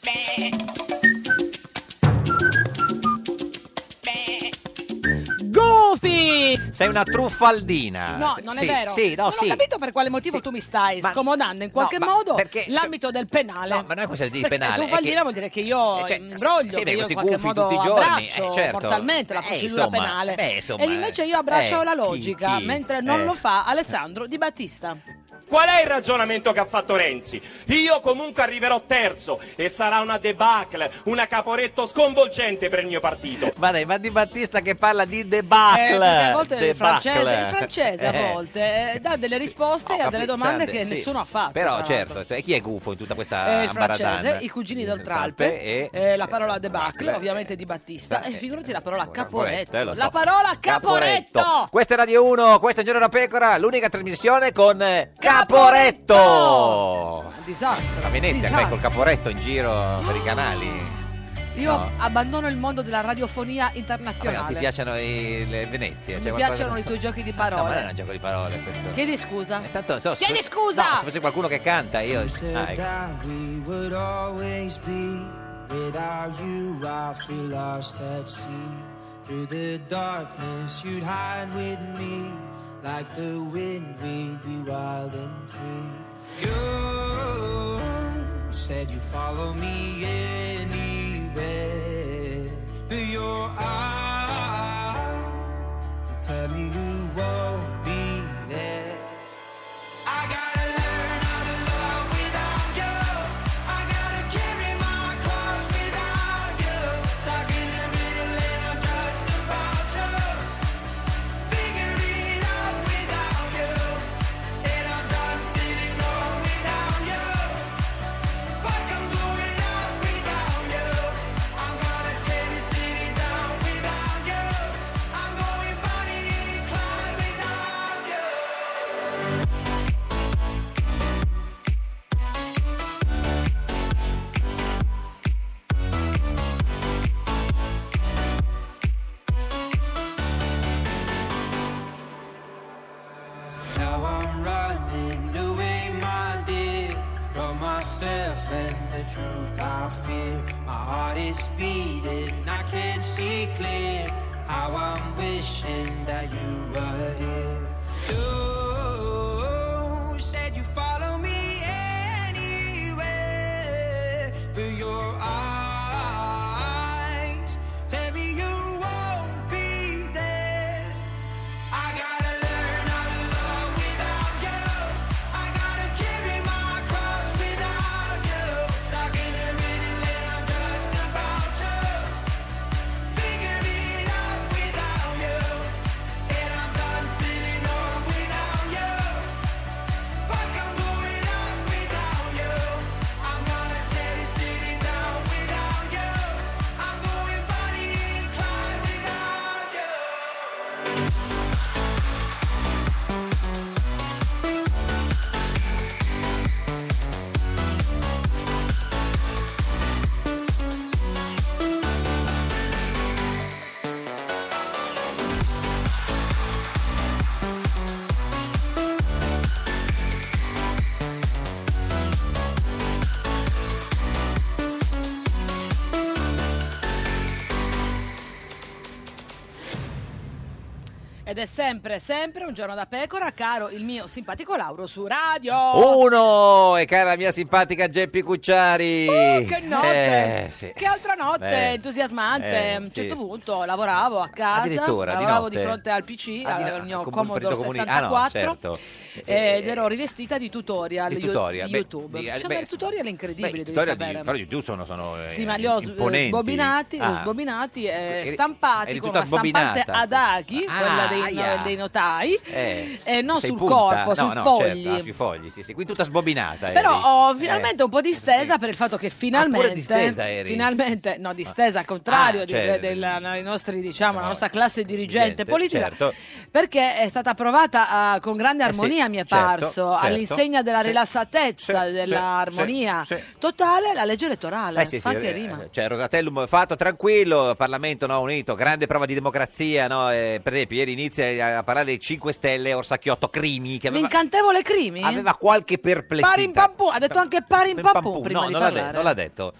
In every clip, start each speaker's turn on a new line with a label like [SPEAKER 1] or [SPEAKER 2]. [SPEAKER 1] Beh. Beh.
[SPEAKER 2] Goofy!
[SPEAKER 3] Sei una truffaldina.
[SPEAKER 2] No, non
[SPEAKER 3] Ah, Sì,
[SPEAKER 2] è vero.
[SPEAKER 3] Sì, no,
[SPEAKER 2] non
[SPEAKER 3] sì.
[SPEAKER 2] ho capito per quale motivo
[SPEAKER 3] Sì.
[SPEAKER 2] tu mi stai
[SPEAKER 3] Ma-
[SPEAKER 2] scomodando in
[SPEAKER 3] no,
[SPEAKER 2] qualche
[SPEAKER 3] ma
[SPEAKER 2] modo
[SPEAKER 3] perché-
[SPEAKER 2] l'ambito del penale.
[SPEAKER 3] No, ma non è questione di
[SPEAKER 2] Perché
[SPEAKER 3] penale, è
[SPEAKER 2] Truffaldina
[SPEAKER 3] che-
[SPEAKER 2] vuol dire che io
[SPEAKER 3] Eh, cioè,
[SPEAKER 2] imbroglio,
[SPEAKER 3] sì,
[SPEAKER 2] che
[SPEAKER 3] beh,
[SPEAKER 2] io
[SPEAKER 3] questi
[SPEAKER 2] in qualche
[SPEAKER 3] gufi
[SPEAKER 2] modo
[SPEAKER 3] tutti i giorni,
[SPEAKER 2] abbraccio
[SPEAKER 3] eh, certo.
[SPEAKER 2] mortalmente la
[SPEAKER 3] Eh,
[SPEAKER 2] procedura
[SPEAKER 3] insomma,
[SPEAKER 2] penale.
[SPEAKER 3] beh, insomma,
[SPEAKER 2] e invece io abbraccio
[SPEAKER 3] eh,
[SPEAKER 2] la
[SPEAKER 3] chi-
[SPEAKER 2] logica,
[SPEAKER 3] chi?
[SPEAKER 2] mentre non
[SPEAKER 3] Eh.
[SPEAKER 2] lo fa Alessandro Di Battista.
[SPEAKER 4] Qual è il ragionamento che ha fatto Renzi? Io comunque arriverò terzo e sarà una debacle, una caporetto sconvolgente per il mio partito.
[SPEAKER 3] Ma dai, ma Di Battista che parla di
[SPEAKER 2] Eh,
[SPEAKER 3] debacle.
[SPEAKER 2] perché a volte il
[SPEAKER 3] Debacle.
[SPEAKER 2] francese, il francese
[SPEAKER 3] Eh,
[SPEAKER 2] a volte eh, dà delle risposte a delle domande che
[SPEAKER 3] sì.
[SPEAKER 2] nessuno ha fatto. tra
[SPEAKER 3] Però
[SPEAKER 2] l'altro.
[SPEAKER 3] certo, Mm, cioè, chi è gufo in tutta questa
[SPEAKER 2] Eh, il francese,
[SPEAKER 3] ambaradana?
[SPEAKER 2] i cugini del Tralpe,
[SPEAKER 3] e-
[SPEAKER 2] eh, la parola debacle
[SPEAKER 3] eh,
[SPEAKER 2] ovviamente di Battista e figurati la parola caporetto.
[SPEAKER 3] eh, lo so.
[SPEAKER 2] La parola caporetto!
[SPEAKER 3] Questa è Radio 1, questa è Un Giorno da Pecora, l'unica trasmissione con eh,
[SPEAKER 2] Caporetto!
[SPEAKER 3] Caporetto!
[SPEAKER 2] Disastro.
[SPEAKER 3] A Venezia,
[SPEAKER 2] disastro.
[SPEAKER 3] vai col Caporetto in giro per i canali.
[SPEAKER 2] Io
[SPEAKER 3] No.
[SPEAKER 2] abbandono il mondo della radiofonia
[SPEAKER 3] Vabbè, non
[SPEAKER 2] internazionale.
[SPEAKER 3] ti piacciono i, le Venezia?
[SPEAKER 2] Mi piacciono i tuoi giochi di
[SPEAKER 3] Ah, No, ma non è
[SPEAKER 2] parole.
[SPEAKER 3] un gioco di parole questo.
[SPEAKER 2] Chiedi scusa.
[SPEAKER 3] Tanto, so,
[SPEAKER 2] Chiedi
[SPEAKER 3] se-
[SPEAKER 2] scusa!
[SPEAKER 3] No, se fosse qualcuno che canta, io... Ah,
[SPEAKER 5] said
[SPEAKER 3] ecco.
[SPEAKER 5] that we would always be without you i feel lost at sea through the darkness you'd hide with me like the wind we'd be wild and free you said you follow me anywhere through your eyes you tell me you won't be there I gotta learn how to love without you. I gotta carry my cross without you. Stuck in the middle and I'm just about to figure it out without you. And I'm done sitting on without you. Fuck, I'm going out without you. I'm gonna tear the city down without you. I'm going body and Clyde without you. Now I'm running away, my dear, from myself and the truth I fear. My heart is beating, I can't see clear. How I'm wishing that you were here. You said you follow me anywhere, but your eyes tell me you won't be there. I gotta learn how to love without you. I gotta carry my cross without you. Stuck in the middle and I'm just about to figure it out without you. And I'm done sitting on without you. Fuck, I'm going out without you. I'm gonna tear the city down without you. I'm going body and Clyde without you.
[SPEAKER 2] Ed è sempre, sempre un giorno da pecora, caro il mio simpatico Lauro su radio.
[SPEAKER 3] Oh, Uno! E cara la mia simpatica Geppi Cucciari!
[SPEAKER 2] Oh, Che notte!
[SPEAKER 3] Eh, sì.
[SPEAKER 2] Che altra notte
[SPEAKER 3] Eh.
[SPEAKER 2] entusiasmante!
[SPEAKER 3] Eh,
[SPEAKER 2] a un
[SPEAKER 3] sì.
[SPEAKER 2] certo punto lavoravo a casa,
[SPEAKER 3] Addirittura, di
[SPEAKER 2] lavoravo di,
[SPEAKER 3] notte?
[SPEAKER 2] fronte al PC,
[SPEAKER 3] Ah, di no-
[SPEAKER 2] al mio
[SPEAKER 3] comun-
[SPEAKER 2] Commodore
[SPEAKER 3] partito comuni- ah, no,
[SPEAKER 2] 64
[SPEAKER 3] certo.
[SPEAKER 2] Eh, ed ero rivestita di tutorial
[SPEAKER 3] di
[SPEAKER 2] di
[SPEAKER 3] tutorial, beh,
[SPEAKER 2] YouTube.
[SPEAKER 3] di-
[SPEAKER 2] C'erano
[SPEAKER 3] beh,
[SPEAKER 2] dei tutorial incredibili,
[SPEAKER 3] Beh, i
[SPEAKER 2] devi
[SPEAKER 3] tutorial
[SPEAKER 2] sapere.
[SPEAKER 3] di, però di tu sono, sono eh,
[SPEAKER 2] sì, ma li ho s-
[SPEAKER 3] imponenti.
[SPEAKER 2] sbobinati,
[SPEAKER 3] Ah.
[SPEAKER 2] sbobinati e
[SPEAKER 3] Eri-
[SPEAKER 2] stampati
[SPEAKER 3] eri
[SPEAKER 2] con
[SPEAKER 3] tutta
[SPEAKER 2] una stampante
[SPEAKER 3] sbobinata.
[SPEAKER 2] ad aghi,
[SPEAKER 3] Ah,
[SPEAKER 2] quella dei,
[SPEAKER 3] aia.
[SPEAKER 2] dei notai,
[SPEAKER 3] Eh,
[SPEAKER 2] eh, non
[SPEAKER 3] sei
[SPEAKER 2] sul
[SPEAKER 3] punta?
[SPEAKER 2] corpo,
[SPEAKER 3] No,
[SPEAKER 2] sui
[SPEAKER 3] no,
[SPEAKER 2] fogli.
[SPEAKER 3] certo, ah, sui fogli, sì, sì, qui tutta sbobinata.
[SPEAKER 2] Però
[SPEAKER 3] eri.
[SPEAKER 2] ho
[SPEAKER 3] Eh. Ah,
[SPEAKER 2] finalmente un po' distesa per il fatto che finalmente,
[SPEAKER 3] distesa eri?
[SPEAKER 2] finalmente no, distesa al contrario
[SPEAKER 3] Ah,
[SPEAKER 2] di-
[SPEAKER 3] cioè-
[SPEAKER 2] della, dei nostri, diciamo, la
[SPEAKER 3] No,
[SPEAKER 2] nostra classe dirigente
[SPEAKER 3] Niente,
[SPEAKER 2] politica,
[SPEAKER 3] certo.
[SPEAKER 2] perché è stata approvata ah, con grande armonia
[SPEAKER 3] Eh sì,
[SPEAKER 2] dell'armonia mi è
[SPEAKER 3] Certo,
[SPEAKER 2] parso,
[SPEAKER 3] certo.
[SPEAKER 2] all'insegna della
[SPEAKER 3] Sì,
[SPEAKER 2] rilassatezza,
[SPEAKER 3] sì,
[SPEAKER 2] dell'armonia
[SPEAKER 3] sì, sì.
[SPEAKER 2] totale, la legge elettorale,
[SPEAKER 3] Eh sì,
[SPEAKER 2] fa
[SPEAKER 3] sì,
[SPEAKER 2] anche
[SPEAKER 3] eh,
[SPEAKER 2] rima.
[SPEAKER 3] Cioè, Rosatellum fatto tranquillo, Parlamento no, unito, grande prova di democrazia. No? Eh, per esempio, ieri inizia a parlare dei 5 Stelle, Orsacchiotto Crimi, che aveva,
[SPEAKER 2] L'incantevole crimi?
[SPEAKER 3] aveva qualche perplessità.
[SPEAKER 2] Pari in pampù, ha detto anche pari in pampù
[SPEAKER 3] Pampù,
[SPEAKER 2] prima
[SPEAKER 3] no,
[SPEAKER 2] di
[SPEAKER 3] non l'ha, de-
[SPEAKER 2] parlare.
[SPEAKER 3] non l'ha detto.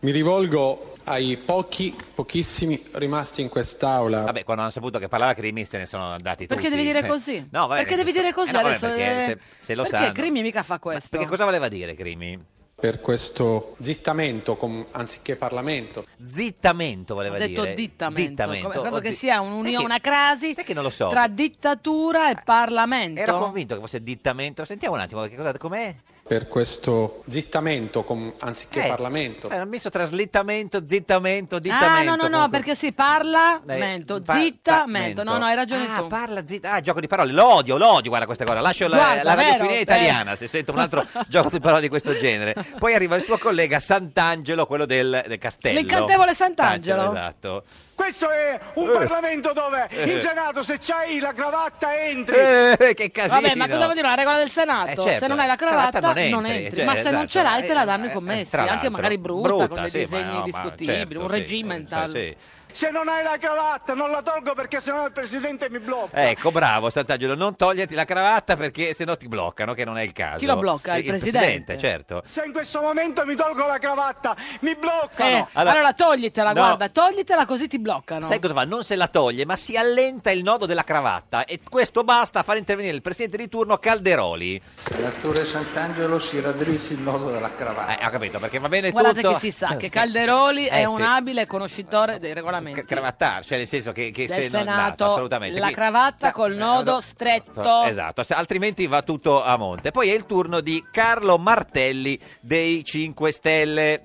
[SPEAKER 6] Mi rivolgo ai pochi, pochissimi rimasti in quest'aula.
[SPEAKER 3] Vabbè, quando hanno saputo che parlava Crimi se ne sono andati
[SPEAKER 2] Perché
[SPEAKER 3] tutti.
[SPEAKER 2] devi dire
[SPEAKER 3] Cioè,
[SPEAKER 2] così?
[SPEAKER 3] No, vabbè,
[SPEAKER 2] perché
[SPEAKER 3] nel
[SPEAKER 2] devi
[SPEAKER 3] senso-
[SPEAKER 2] dire così
[SPEAKER 3] eh no, vabbè,
[SPEAKER 2] adesso?
[SPEAKER 3] Perché,
[SPEAKER 2] eh?
[SPEAKER 3] se, se lo
[SPEAKER 2] perché
[SPEAKER 3] sanno.
[SPEAKER 2] Crimi mica fa questo.
[SPEAKER 3] Perché cosa voleva dire Crimi?
[SPEAKER 6] Per questo zittamento, com- anziché Parlamento.
[SPEAKER 3] Zittamento voleva
[SPEAKER 2] Ha detto
[SPEAKER 3] dire.
[SPEAKER 2] dittamento, come- credo
[SPEAKER 3] Oh,
[SPEAKER 2] che
[SPEAKER 3] zi-
[SPEAKER 2] sia un'unione,
[SPEAKER 3] Sai che-
[SPEAKER 2] una crasi
[SPEAKER 3] sai che non lo so. Eh,
[SPEAKER 2] tra dittatura e Parlamento.
[SPEAKER 3] Era convinto che fosse dittamento. Sentiamo un attimo, che cosa, com'è?
[SPEAKER 6] Per questo zittamento, com- anziché
[SPEAKER 3] Eh,
[SPEAKER 6] Parlamento.
[SPEAKER 3] Cioè, hanno messo tra slittamento, zittamento,
[SPEAKER 2] Ah, no,
[SPEAKER 3] dittamento.
[SPEAKER 2] no, no,
[SPEAKER 3] comunque.
[SPEAKER 2] perché si parla mento,
[SPEAKER 3] Eh, pa-
[SPEAKER 2] zitta,
[SPEAKER 3] pa-
[SPEAKER 2] mento. No, no, hai ragione
[SPEAKER 3] ah,
[SPEAKER 2] tu.
[SPEAKER 3] Parla zitta. Ah, gioco di parole. L'odio, l'odio, guarda questa cosa. Lascio la,
[SPEAKER 2] Guarda,
[SPEAKER 3] la radiofonia
[SPEAKER 2] vero?
[SPEAKER 3] italiana
[SPEAKER 2] Eh.
[SPEAKER 3] se sento un altro gioco di parole di questo genere. Poi arriva il suo collega Sant'Angelo, quello del, del castello.
[SPEAKER 2] L'incantevole Sant'Angelo.
[SPEAKER 3] esatto.
[SPEAKER 7] Questo è un
[SPEAKER 3] Eh.
[SPEAKER 7] Parlamento dove in Senato se c'hai la cravatta entri.
[SPEAKER 3] Eh, che casino.
[SPEAKER 2] Vabbè, ma cosa vuol dire la regola del Senato?
[SPEAKER 3] Eh, certo.
[SPEAKER 2] Se non hai la cravatta, non entri,
[SPEAKER 3] cioè,
[SPEAKER 2] ma se non
[SPEAKER 3] esatto.
[SPEAKER 2] ce l'hai, te la
[SPEAKER 3] Eh,
[SPEAKER 2] danno i
[SPEAKER 3] eh,
[SPEAKER 2] commessi,
[SPEAKER 3] tra
[SPEAKER 2] anche
[SPEAKER 3] l'altro.
[SPEAKER 2] magari brutta, con dei
[SPEAKER 3] sì, ma
[SPEAKER 2] disegni
[SPEAKER 3] no, ma
[SPEAKER 2] discutibili,
[SPEAKER 3] certo,
[SPEAKER 2] un
[SPEAKER 3] sì,
[SPEAKER 2] regimental.
[SPEAKER 3] sì.
[SPEAKER 7] Se non hai la cravatta non la tolgo perché sennò il Presidente mi blocca.
[SPEAKER 3] Ecco, bravo Sant'Angelo, non toglierti la cravatta perché sennò ti bloccano, che non è il caso.
[SPEAKER 2] Chi lo blocca? Il presidente.
[SPEAKER 3] certo.
[SPEAKER 7] Se in questo momento mi tolgo la cravatta mi bloccano.
[SPEAKER 2] Eh, allora, toglitela,
[SPEAKER 3] no.
[SPEAKER 2] guarda, toglitela così ti bloccano.
[SPEAKER 3] Sai cosa fa? Non se la toglie, ma si allenta il nodo della cravatta e questo basta a far intervenire il presidente di turno Calderoli.
[SPEAKER 8] L'attore Sant'Angelo si raddrizza il nodo della cravatta.
[SPEAKER 3] Eh, ho capito, perché va bene
[SPEAKER 2] Guardate
[SPEAKER 3] tutto.
[SPEAKER 2] che si sa che
[SPEAKER 3] Eh,
[SPEAKER 2] Calderoli
[SPEAKER 3] sì.
[SPEAKER 2] è
[SPEAKER 3] Eh,
[SPEAKER 2] un
[SPEAKER 3] sì.
[SPEAKER 2] abile conoscitore dei
[SPEAKER 3] C-
[SPEAKER 2] regolamenti.
[SPEAKER 3] cravattare, cioè nel senso che, che
[SPEAKER 2] Del
[SPEAKER 3] se non- no,
[SPEAKER 2] Senato,
[SPEAKER 3] assolutamente.
[SPEAKER 2] la cravatta col
[SPEAKER 3] eh,
[SPEAKER 2] nodo
[SPEAKER 3] no,
[SPEAKER 2] stretto.
[SPEAKER 3] Esatto, se- altrimenti va tutto a monte. Poi è il turno di Carlo Martelli dei 5 Stelle.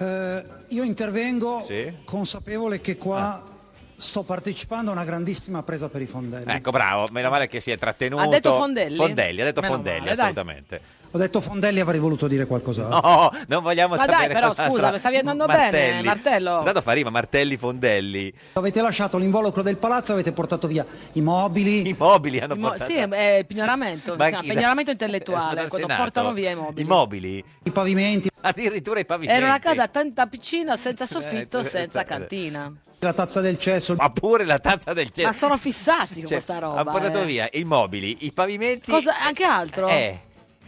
[SPEAKER 9] Eh, io intervengo
[SPEAKER 3] Sì. Ah.
[SPEAKER 9] consapevole che qua sto partecipando a una grandissima presa per i fondelli.
[SPEAKER 3] Ecco, bravo, meno male che si è trattenuto.
[SPEAKER 2] Ha detto Fondelli?
[SPEAKER 3] Fondelli, ha detto
[SPEAKER 2] Meno
[SPEAKER 3] Fondelli,
[SPEAKER 2] male, dai.
[SPEAKER 3] assolutamente.
[SPEAKER 9] Ho detto fondelli, avrei voluto dire qualcos'altro.
[SPEAKER 3] No, non vogliamo
[SPEAKER 2] Ma dai,
[SPEAKER 3] sapere
[SPEAKER 2] però,
[SPEAKER 3] cos'altro.
[SPEAKER 2] scusa, mi stavi andando bene, Martello.
[SPEAKER 3] Dato fa rima, Martelli, Fondelli.
[SPEAKER 9] Avete lasciato l'involucro del palazzo, avete portato via i mobili.
[SPEAKER 3] I mobili hanno
[SPEAKER 2] I mo-
[SPEAKER 3] portato...
[SPEAKER 2] sì, è il pignoramento, si chiama
[SPEAKER 3] chi-
[SPEAKER 2] pignoramento intellettuale,
[SPEAKER 3] dal
[SPEAKER 2] quando
[SPEAKER 3] Senato.
[SPEAKER 2] portano via i mobili.
[SPEAKER 3] I mobili?
[SPEAKER 9] I pavimenti,
[SPEAKER 3] Addirittura i pavimenti.
[SPEAKER 2] Era una casa tanta piccina, senza soffitto,
[SPEAKER 3] Eh,
[SPEAKER 2] senza
[SPEAKER 3] eh,
[SPEAKER 2] cantina.
[SPEAKER 9] la tazza del cesso,
[SPEAKER 3] Ma pure la tazza del cielo.
[SPEAKER 2] Ma sono fissati con questa roba.
[SPEAKER 3] Cioè, Hanno portato
[SPEAKER 2] eh.
[SPEAKER 3] via i mobili, i pavimenti...
[SPEAKER 2] Cosa- anche altro?
[SPEAKER 3] Eh,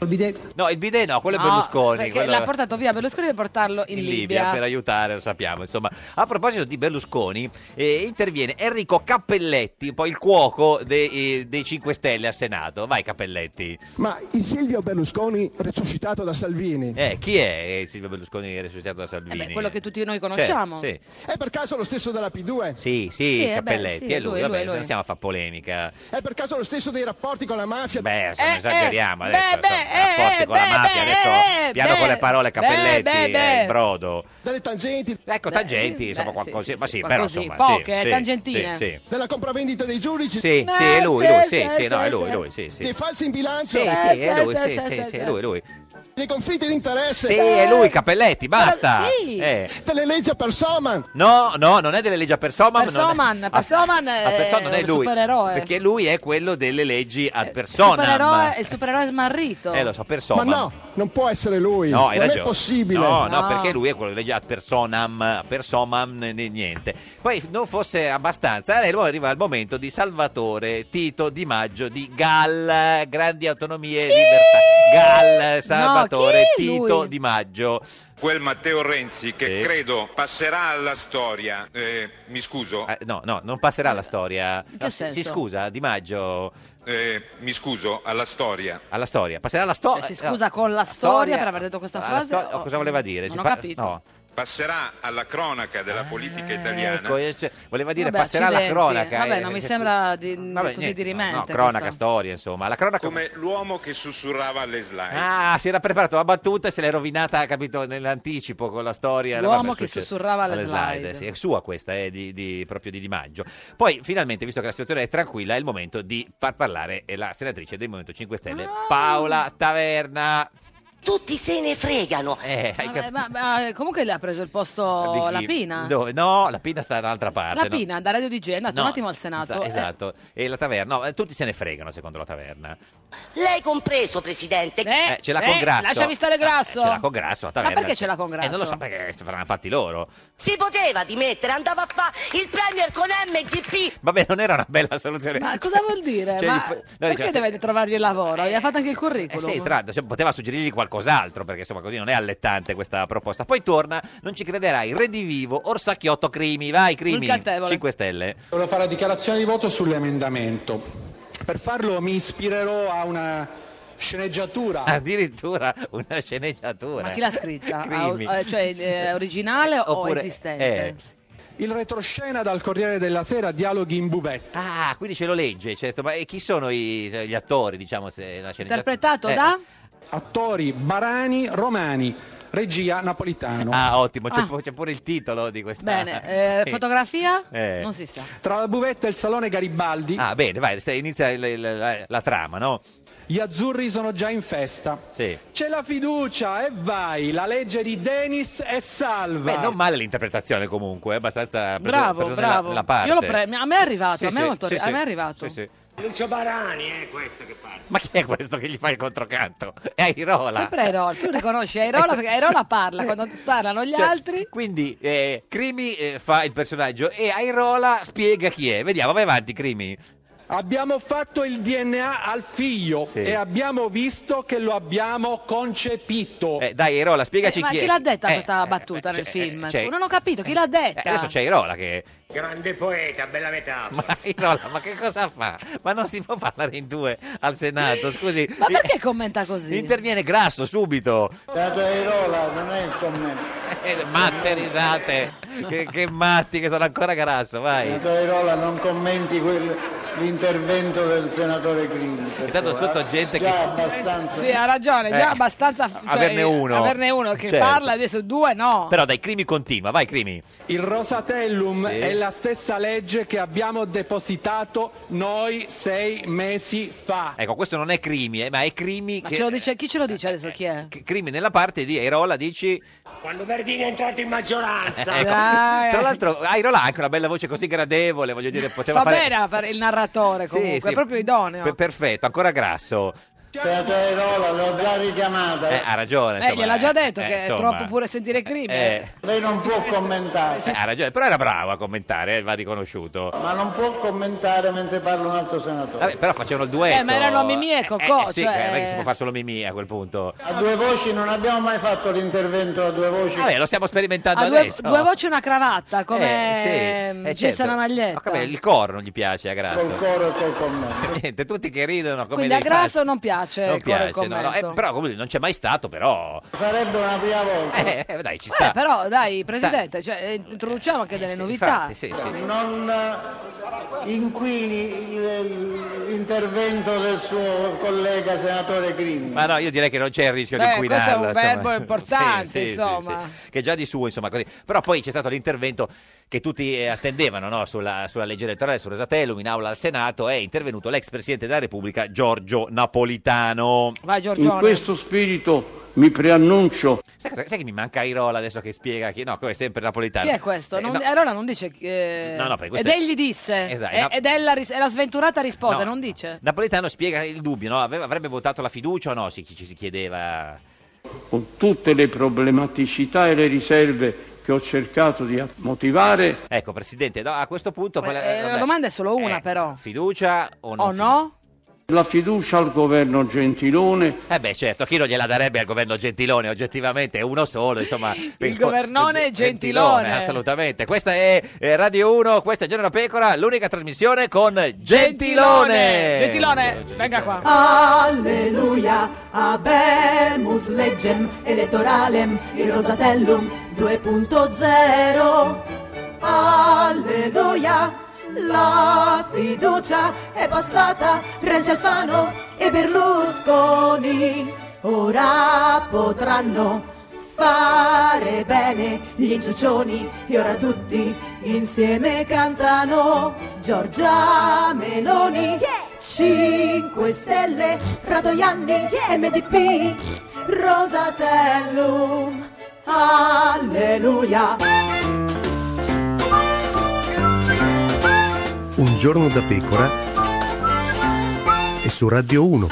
[SPEAKER 9] il bidet,
[SPEAKER 3] no, il bidet no, quello è
[SPEAKER 2] No,
[SPEAKER 3] Berlusconi.
[SPEAKER 2] Ah, Perché
[SPEAKER 3] quello-
[SPEAKER 2] l'ha portato via Berlusconi per portarlo in,
[SPEAKER 3] in Libia per aiutare, lo sappiamo. Insomma, a proposito di Berlusconi, eh, interviene Enrico Cappelletti, poi il cuoco dei, eh, dei 5 Stelle al Senato. Vai, Cappelletti.
[SPEAKER 10] Ma il Silvio Berlusconi resuscitato da Salvini
[SPEAKER 3] Eh, chi è eh, Silvio Berlusconi resuscitato da
[SPEAKER 2] Eh
[SPEAKER 3] Salvini?
[SPEAKER 2] beh, quello che tutti noi conosciamo.
[SPEAKER 3] Certo, sì.
[SPEAKER 10] è per caso lo stesso della P2?
[SPEAKER 3] Sì, sì,
[SPEAKER 2] Sì, eh, beh,
[SPEAKER 3] Cappelletti,
[SPEAKER 2] sì,
[SPEAKER 3] è lui,
[SPEAKER 2] lui,
[SPEAKER 3] vabbè,
[SPEAKER 2] lui, lui.
[SPEAKER 3] non stiamo a fare polemica.
[SPEAKER 10] È per caso lo stesso dei rapporti con la mafia?
[SPEAKER 3] Beh, se non
[SPEAKER 2] Eh,
[SPEAKER 3] esageriamo
[SPEAKER 2] eh, beh,
[SPEAKER 3] adesso, insomma,
[SPEAKER 2] beh,
[SPEAKER 3] rapporti
[SPEAKER 2] eh,
[SPEAKER 3] con la
[SPEAKER 2] beh,
[SPEAKER 3] mafia,
[SPEAKER 2] beh,
[SPEAKER 3] adesso
[SPEAKER 2] eh,
[SPEAKER 3] piano
[SPEAKER 2] beh,
[SPEAKER 3] con le parole
[SPEAKER 2] beh,
[SPEAKER 3] Cappelletti,
[SPEAKER 2] beh,
[SPEAKER 3] eh,
[SPEAKER 2] beh.
[SPEAKER 3] il brodo.
[SPEAKER 10] Delle tangenti?
[SPEAKER 3] Ecco,
[SPEAKER 2] Beh,
[SPEAKER 3] tangenti,
[SPEAKER 2] sì,
[SPEAKER 3] insomma,
[SPEAKER 2] beh,
[SPEAKER 3] qualcosa,
[SPEAKER 2] sì, sì,
[SPEAKER 3] ma
[SPEAKER 2] sì,
[SPEAKER 3] sì, però
[SPEAKER 2] qualcosì,
[SPEAKER 3] insomma,
[SPEAKER 2] poche, eh,
[SPEAKER 3] sì, sì,
[SPEAKER 2] tangentine. Eh,
[SPEAKER 3] Sì, sì.
[SPEAKER 10] Della compravendita dei giudici?
[SPEAKER 3] Sì, sì, è lui, lui, sì, sì, no, è lui, lui, sì, sì.
[SPEAKER 10] Dei falsi in bilancio?
[SPEAKER 3] Sì, sì, è lui,
[SPEAKER 2] Eh, sì,
[SPEAKER 3] sì, sì,
[SPEAKER 2] sì,
[SPEAKER 3] sì,
[SPEAKER 2] sì.
[SPEAKER 3] è lui, lui.
[SPEAKER 10] Dei conflitti di interesse?
[SPEAKER 3] Sì, è lui, Capelletti, basta.
[SPEAKER 2] Ma sì.
[SPEAKER 3] Eh.
[SPEAKER 10] Delle leggi per Soman?
[SPEAKER 3] No, no, non è delle leggi a Persoman.
[SPEAKER 2] Per
[SPEAKER 3] non è-
[SPEAKER 2] Soman,
[SPEAKER 3] a-
[SPEAKER 2] per Soman
[SPEAKER 3] a
[SPEAKER 2] è
[SPEAKER 3] Persoman non è
[SPEAKER 2] un
[SPEAKER 3] lui.
[SPEAKER 2] supereroe.
[SPEAKER 3] Perché lui è quello delle leggi ad
[SPEAKER 2] Il
[SPEAKER 3] Personam.
[SPEAKER 2] supereroe, il supereroe smarrito.
[SPEAKER 3] Eh, lo so,
[SPEAKER 10] Ma
[SPEAKER 3] Persoman.
[SPEAKER 10] no, non può essere lui.
[SPEAKER 3] No, hai
[SPEAKER 10] non
[SPEAKER 3] ragione.
[SPEAKER 10] è possibile.
[SPEAKER 3] No, no,
[SPEAKER 2] No.
[SPEAKER 3] perché lui è quello legge ad personam, a personam, né- né niente. Poi non fosse abbastanza, eh, poi arriva il momento di Salvatore Tito Di Maggio di Gall, grandi autonomie e libertà. Gall, Salvatore
[SPEAKER 2] chi è lui?
[SPEAKER 3] Tito Di Maggio.
[SPEAKER 7] Quel Matteo Renzi
[SPEAKER 3] che Sì.
[SPEAKER 7] credo passerà alla storia, mi scuso,
[SPEAKER 3] Eh, no, no, non passerà la storia.
[SPEAKER 2] che
[SPEAKER 3] No, si-
[SPEAKER 2] senso?
[SPEAKER 3] Si scusa, Di Maggio.
[SPEAKER 7] eh, mi scuso, alla storia.
[SPEAKER 3] Alla storia, passerà alla eh, storia.
[SPEAKER 2] Cioè, si scusa con la storia per aver detto questa frase? oh,
[SPEAKER 3] o cosa voleva dire?
[SPEAKER 2] Non
[SPEAKER 3] Si
[SPEAKER 2] ho
[SPEAKER 3] pa-
[SPEAKER 2] capito.
[SPEAKER 3] no.
[SPEAKER 7] passerà alla cronaca della politica italiana.
[SPEAKER 3] Ecco, eh, cioè, voleva dire
[SPEAKER 2] Vabbè,
[SPEAKER 3] passerà
[SPEAKER 2] accidenti.
[SPEAKER 3] alla cronaca.
[SPEAKER 2] Vabbè,
[SPEAKER 3] eh,
[SPEAKER 2] non mi
[SPEAKER 3] si-
[SPEAKER 2] sembra di- così
[SPEAKER 3] niente,
[SPEAKER 2] dirimente
[SPEAKER 3] No, no, cronaca,
[SPEAKER 2] questo.
[SPEAKER 3] storia, insomma. La cronaca...
[SPEAKER 7] Come l'uomo che sussurrava alle slide.
[SPEAKER 3] Ah, si era preparato la battuta e se l'è rovinata, capito, nell'anticipo con la storia.
[SPEAKER 2] L'uomo
[SPEAKER 3] Vabbè,
[SPEAKER 2] che
[SPEAKER 3] succede.
[SPEAKER 2] sussurrava alle slide.
[SPEAKER 3] sì, è sua questa, eh, di, di- proprio di Di Maggio. Poi, finalmente, visto che la situazione è tranquilla, è il
[SPEAKER 2] Ah.
[SPEAKER 3] momento di far parlare eh, la senatrice del Movimento 5 Stelle, Paola Taverna.
[SPEAKER 11] Tutti se ne fregano.
[SPEAKER 3] Eh, hai
[SPEAKER 2] Vabbè, ma, ma, comunque le ha preso il posto
[SPEAKER 3] Di chi?
[SPEAKER 2] la Pina.
[SPEAKER 3] Dove? No, la Pina sta da un'altra parte.
[SPEAKER 2] La
[SPEAKER 3] no?
[SPEAKER 2] Pina, da Radio DG, è andato
[SPEAKER 3] No,
[SPEAKER 2] un attimo al Senato.
[SPEAKER 3] sta-
[SPEAKER 2] eh.
[SPEAKER 3] Esatto. E la taverna, no, eh, tutti se ne fregano secondo la taverna.
[SPEAKER 11] Lei compreso, presidente.
[SPEAKER 3] Eh, ce l'ha con grasso.
[SPEAKER 11] lasciami stare grasso.
[SPEAKER 3] Eh, ce l'ha con grasso la taverna.
[SPEAKER 11] perché ce l'ha con
[SPEAKER 3] Eh, non lo
[SPEAKER 11] grasso?
[SPEAKER 3] so perché se faranno fatti loro.
[SPEAKER 11] Si poteva dimettere, andava a fare il premier con MGP.
[SPEAKER 3] Vabbè, non era una bella soluzione.
[SPEAKER 2] Ma cosa vuol dire?
[SPEAKER 3] Cioè,
[SPEAKER 2] Ma
[SPEAKER 3] gli fa- no,
[SPEAKER 2] perché
[SPEAKER 3] diceva,
[SPEAKER 2] dovete trovargli il lavoro? Gli ha fatto anche il
[SPEAKER 3] Eh
[SPEAKER 2] curriculum.
[SPEAKER 3] sì, tra l'altro, se- poteva suggerirgli qualcos'altro, perché insomma così non è allettante questa proposta. Poi torna, non ci crederai, Redivivo, Orsacchiotto, Crimi, vai Crimi,
[SPEAKER 6] Incantevole.
[SPEAKER 3] 5 stelle.
[SPEAKER 6] Volevo fare la dichiarazione di voto sull'emendamento. Per farlo mi ispirerò a una sceneggiatura.
[SPEAKER 3] Addirittura una sceneggiatura.
[SPEAKER 2] Ah. Ma chi l'ha scritta?
[SPEAKER 6] Crimi.
[SPEAKER 2] Ah, o- eh, cioè, eh, originale o
[SPEAKER 6] Oppure-
[SPEAKER 2] esistente?
[SPEAKER 3] eh.
[SPEAKER 6] Il retroscena dal Corriere della Sera, dialoghi in buvette.
[SPEAKER 3] Ah, quindi ce lo legge, certo. Ma e chi sono i- gli attori, diciamo, se la sceneggiatura? Eh,
[SPEAKER 6] Attori Barani Romani, regia Napolitano.
[SPEAKER 3] Ah, ottimo, c'è,
[SPEAKER 2] Ah.
[SPEAKER 3] pu- c'è pure il titolo di questa.
[SPEAKER 2] Bene, eh,
[SPEAKER 3] Ah, Sì.
[SPEAKER 2] fotografia?
[SPEAKER 3] Eh.
[SPEAKER 2] Non si sa.
[SPEAKER 6] Tra la buvetta e il salone Garibaldi,
[SPEAKER 3] Ah, bene, vai, se- inizia il- il- la, la trama, no?
[SPEAKER 6] gli azzurri sono già in festa.
[SPEAKER 3] Sì.
[SPEAKER 6] C'è la fiducia e vai, la legge di Denis è salva.
[SPEAKER 3] Beh, non male l'interpretazione comunque, è abbastanza preso-
[SPEAKER 2] Bravo,
[SPEAKER 3] preso nella-
[SPEAKER 2] bravo.
[SPEAKER 3] la parte.
[SPEAKER 2] Io lo premio. A me è arrivato,
[SPEAKER 3] Sì,
[SPEAKER 2] a me
[SPEAKER 3] sì,
[SPEAKER 2] è molto
[SPEAKER 3] sì,
[SPEAKER 2] a
[SPEAKER 3] sì.
[SPEAKER 2] me è arrivato.
[SPEAKER 3] Sì, sì.
[SPEAKER 12] Lucio Barani è questo che parla.
[SPEAKER 3] Ma chi è questo che gli fa il controcanto? È Airola.
[SPEAKER 2] Sempre Airola, tu riconosci Airola
[SPEAKER 3] Ecco.
[SPEAKER 2] perché Airola parla quando parlano gli
[SPEAKER 3] Cioè,
[SPEAKER 2] altri.
[SPEAKER 3] Quindi eh, Crimi eh, fa il personaggio e Airola spiega chi è. Vediamo, vai avanti, Crimi.
[SPEAKER 6] Abbiamo fatto il DNA al figlio e abbiamo visto che lo abbiamo concepito.
[SPEAKER 3] Eh, dai, Airola, spiegaci
[SPEAKER 2] ma
[SPEAKER 3] chi,
[SPEAKER 2] chi
[SPEAKER 3] è.
[SPEAKER 2] l'ha detta
[SPEAKER 3] Eh,
[SPEAKER 2] questa battuta nel
[SPEAKER 3] cioè,
[SPEAKER 2] film?
[SPEAKER 3] cioè-
[SPEAKER 2] Scusa, non ho capito, chi l'ha detta?
[SPEAKER 3] eh, adesso c'è Airola che.
[SPEAKER 12] Grande poeta, bella metafora.
[SPEAKER 3] Ma Airola, ma che cosa fa? Ma non si può parlare in due al Senato, scusi.
[SPEAKER 2] Ma perché commenta così?
[SPEAKER 3] Interviene grasso subito.
[SPEAKER 8] Dato Airola non è il commento.
[SPEAKER 3] Eh, Matte risate. Che, che matti che sono ancora grasso, vai.
[SPEAKER 8] Dato Airola non commenti quel- l'intervento del senatore Crimi. per
[SPEAKER 3] Intanto
[SPEAKER 8] favore.
[SPEAKER 3] sotto gente
[SPEAKER 8] Già
[SPEAKER 3] che si-
[SPEAKER 8] abbastanza.
[SPEAKER 2] Sì, ha ragione, già
[SPEAKER 3] Eh,
[SPEAKER 2] abbastanza cioè,
[SPEAKER 3] averne uno.
[SPEAKER 2] Averne uno che
[SPEAKER 3] Certo.
[SPEAKER 2] parla adesso due no.
[SPEAKER 3] Però dai, Crimi continua, vai Crimi.
[SPEAKER 6] Il Rosatellum
[SPEAKER 3] Sì.
[SPEAKER 6] è la stessa legge che abbiamo depositato noi sei mesi fa.
[SPEAKER 3] Ecco, questo non è Crimi, eh, ma è Crimi
[SPEAKER 2] Ma
[SPEAKER 3] che... eh,
[SPEAKER 2] ce lo dice, chi ce lo dice adesso chi è?
[SPEAKER 3] Crimi nella parte di Airola dici...
[SPEAKER 12] Quando Verdini è entrato in maggioranza.
[SPEAKER 3] Ecco. Tra l'altro Airola ha anche una bella voce così gradevole, voglio dire, poteva
[SPEAKER 2] Fa
[SPEAKER 3] fare...
[SPEAKER 2] bene a fare il narratore
[SPEAKER 3] Sì,
[SPEAKER 2] comunque,
[SPEAKER 3] sì.
[SPEAKER 2] è proprio idoneo.
[SPEAKER 3] Pe- perfetto, ancora grasso.
[SPEAKER 8] Dato Airola l'ho già richiamata.
[SPEAKER 3] Eh, ha ragione.
[SPEAKER 2] Eh,
[SPEAKER 3] insomma,
[SPEAKER 2] gliel'ha già detto
[SPEAKER 3] eh,
[SPEAKER 2] che
[SPEAKER 3] insomma.
[SPEAKER 2] è troppo pure sentire crime.
[SPEAKER 3] Eh.
[SPEAKER 8] Lei non può commentare.
[SPEAKER 3] Eh, ha ragione, però era bravo a commentare, eh, va riconosciuto.
[SPEAKER 8] Ma non può commentare mentre parla un altro senatore.
[SPEAKER 3] Vabbè, però facevano il duetto.
[SPEAKER 8] Eh, ma erano
[SPEAKER 2] Mimì e
[SPEAKER 3] Eh,
[SPEAKER 2] Cocò,
[SPEAKER 3] eh, sì,
[SPEAKER 2] cioè-
[SPEAKER 3] non è che si può fare solo Mimì a quel punto.
[SPEAKER 8] A due voci non abbiamo mai fatto l'intervento a due voci.
[SPEAKER 3] Vabbè, lo stiamo sperimentando
[SPEAKER 2] Ha due,
[SPEAKER 3] adesso.
[SPEAKER 2] due voci e una cravatta come
[SPEAKER 3] Eh, sì, eh,
[SPEAKER 2] ehm,
[SPEAKER 3] certo.
[SPEAKER 2] Gessana
[SPEAKER 3] Ho
[SPEAKER 2] Maglietta.
[SPEAKER 3] capito, il coro non gli piace a Grasso.
[SPEAKER 8] Col coro e col commento.
[SPEAKER 3] Niente, tutti che ridono come
[SPEAKER 2] Quindi a
[SPEAKER 3] dei
[SPEAKER 2] Grasso
[SPEAKER 3] pazzi.
[SPEAKER 2] non piace
[SPEAKER 3] non
[SPEAKER 2] il coro e il
[SPEAKER 3] piace, no, no, eh,
[SPEAKER 2] commento.
[SPEAKER 3] però comunque non c'è mai stato, però
[SPEAKER 8] Sarebbe una prima volta.
[SPEAKER 3] eh, eh, dai, ci
[SPEAKER 2] Eh,
[SPEAKER 3] sta.
[SPEAKER 2] però dai, presidente, cioè, eh, introduciamo anche delle novità.
[SPEAKER 3] infatti, sì, sì.
[SPEAKER 8] Non eh, inquini il- l'intervento del suo collega senatore Crimi.
[SPEAKER 3] Ma no, io direi che non c'è il rischio
[SPEAKER 8] Beh,
[SPEAKER 2] Eh,
[SPEAKER 3] di inquinarlo.
[SPEAKER 8] questo è un
[SPEAKER 3] insomma.
[SPEAKER 8] verbo importante, insomma.
[SPEAKER 3] Che già di suo, insomma, così. Però poi c'è stato l'intervento che tutti eh, attendevano no? sulla, sulla legge elettorale, sul Rosatellum, in aula al Senato, è intervenuto l'ex presidente della Repubblica Giorgio Napolitano.
[SPEAKER 2] Vai
[SPEAKER 13] In
[SPEAKER 2] Giorgione.
[SPEAKER 13] questo spirito mi preannuncio.
[SPEAKER 3] Sai, cosa- sai che mi manca Airola adesso che spiega chi... No, come sempre Napolitano.
[SPEAKER 2] Chi è questo?
[SPEAKER 3] Eh,
[SPEAKER 2] Non,
[SPEAKER 3] no.
[SPEAKER 2] Allora non dice. eh,
[SPEAKER 3] No, no, perché
[SPEAKER 2] ed
[SPEAKER 3] questo è-
[SPEAKER 2] egli disse.
[SPEAKER 3] Esatto,
[SPEAKER 2] e-
[SPEAKER 3] no.
[SPEAKER 2] Ed è la, ris- è la sventurata risposta,
[SPEAKER 3] No.
[SPEAKER 2] non dice.
[SPEAKER 3] Napolitano spiega il dubbio, no? Aveva- avrebbe votato la fiducia o no? Si, ci si chiedeva...
[SPEAKER 13] Con tutte le problematicità e le riserve che ho cercato di motivare,
[SPEAKER 3] Ecco, Presidente, no, a questo punto... quella-
[SPEAKER 2] Eh, la
[SPEAKER 3] vabbè,
[SPEAKER 2] domanda è solo una, però.
[SPEAKER 3] Fiducia o no?
[SPEAKER 2] O no?
[SPEAKER 13] la fiducia al governo Gentilone
[SPEAKER 3] Eh beh certo, chi non gliela darebbe al governo Gentilone? Oggettivamente è uno solo, insomma.
[SPEAKER 2] Il governone Gentilone.
[SPEAKER 3] eh, Assolutamente. Questa è eh, Radio 1, questa è Giorno da Pecora, l'unica trasmissione con Gentilone.
[SPEAKER 2] Gentilone, venga qua.
[SPEAKER 14] Alleluia, abemus legem elettoralem il Rosatellum 2.0. Alleluia, la fiducia è passata, Renzi Alfano e Berlusconi ora potranno fare bene gli inciuccioni e ora tutti insieme cantano Giorgia Meloni 5 stelle Fratoianni MDP Rosatellum, alleluia.
[SPEAKER 15] Un giorno da pecora e su Radio 1.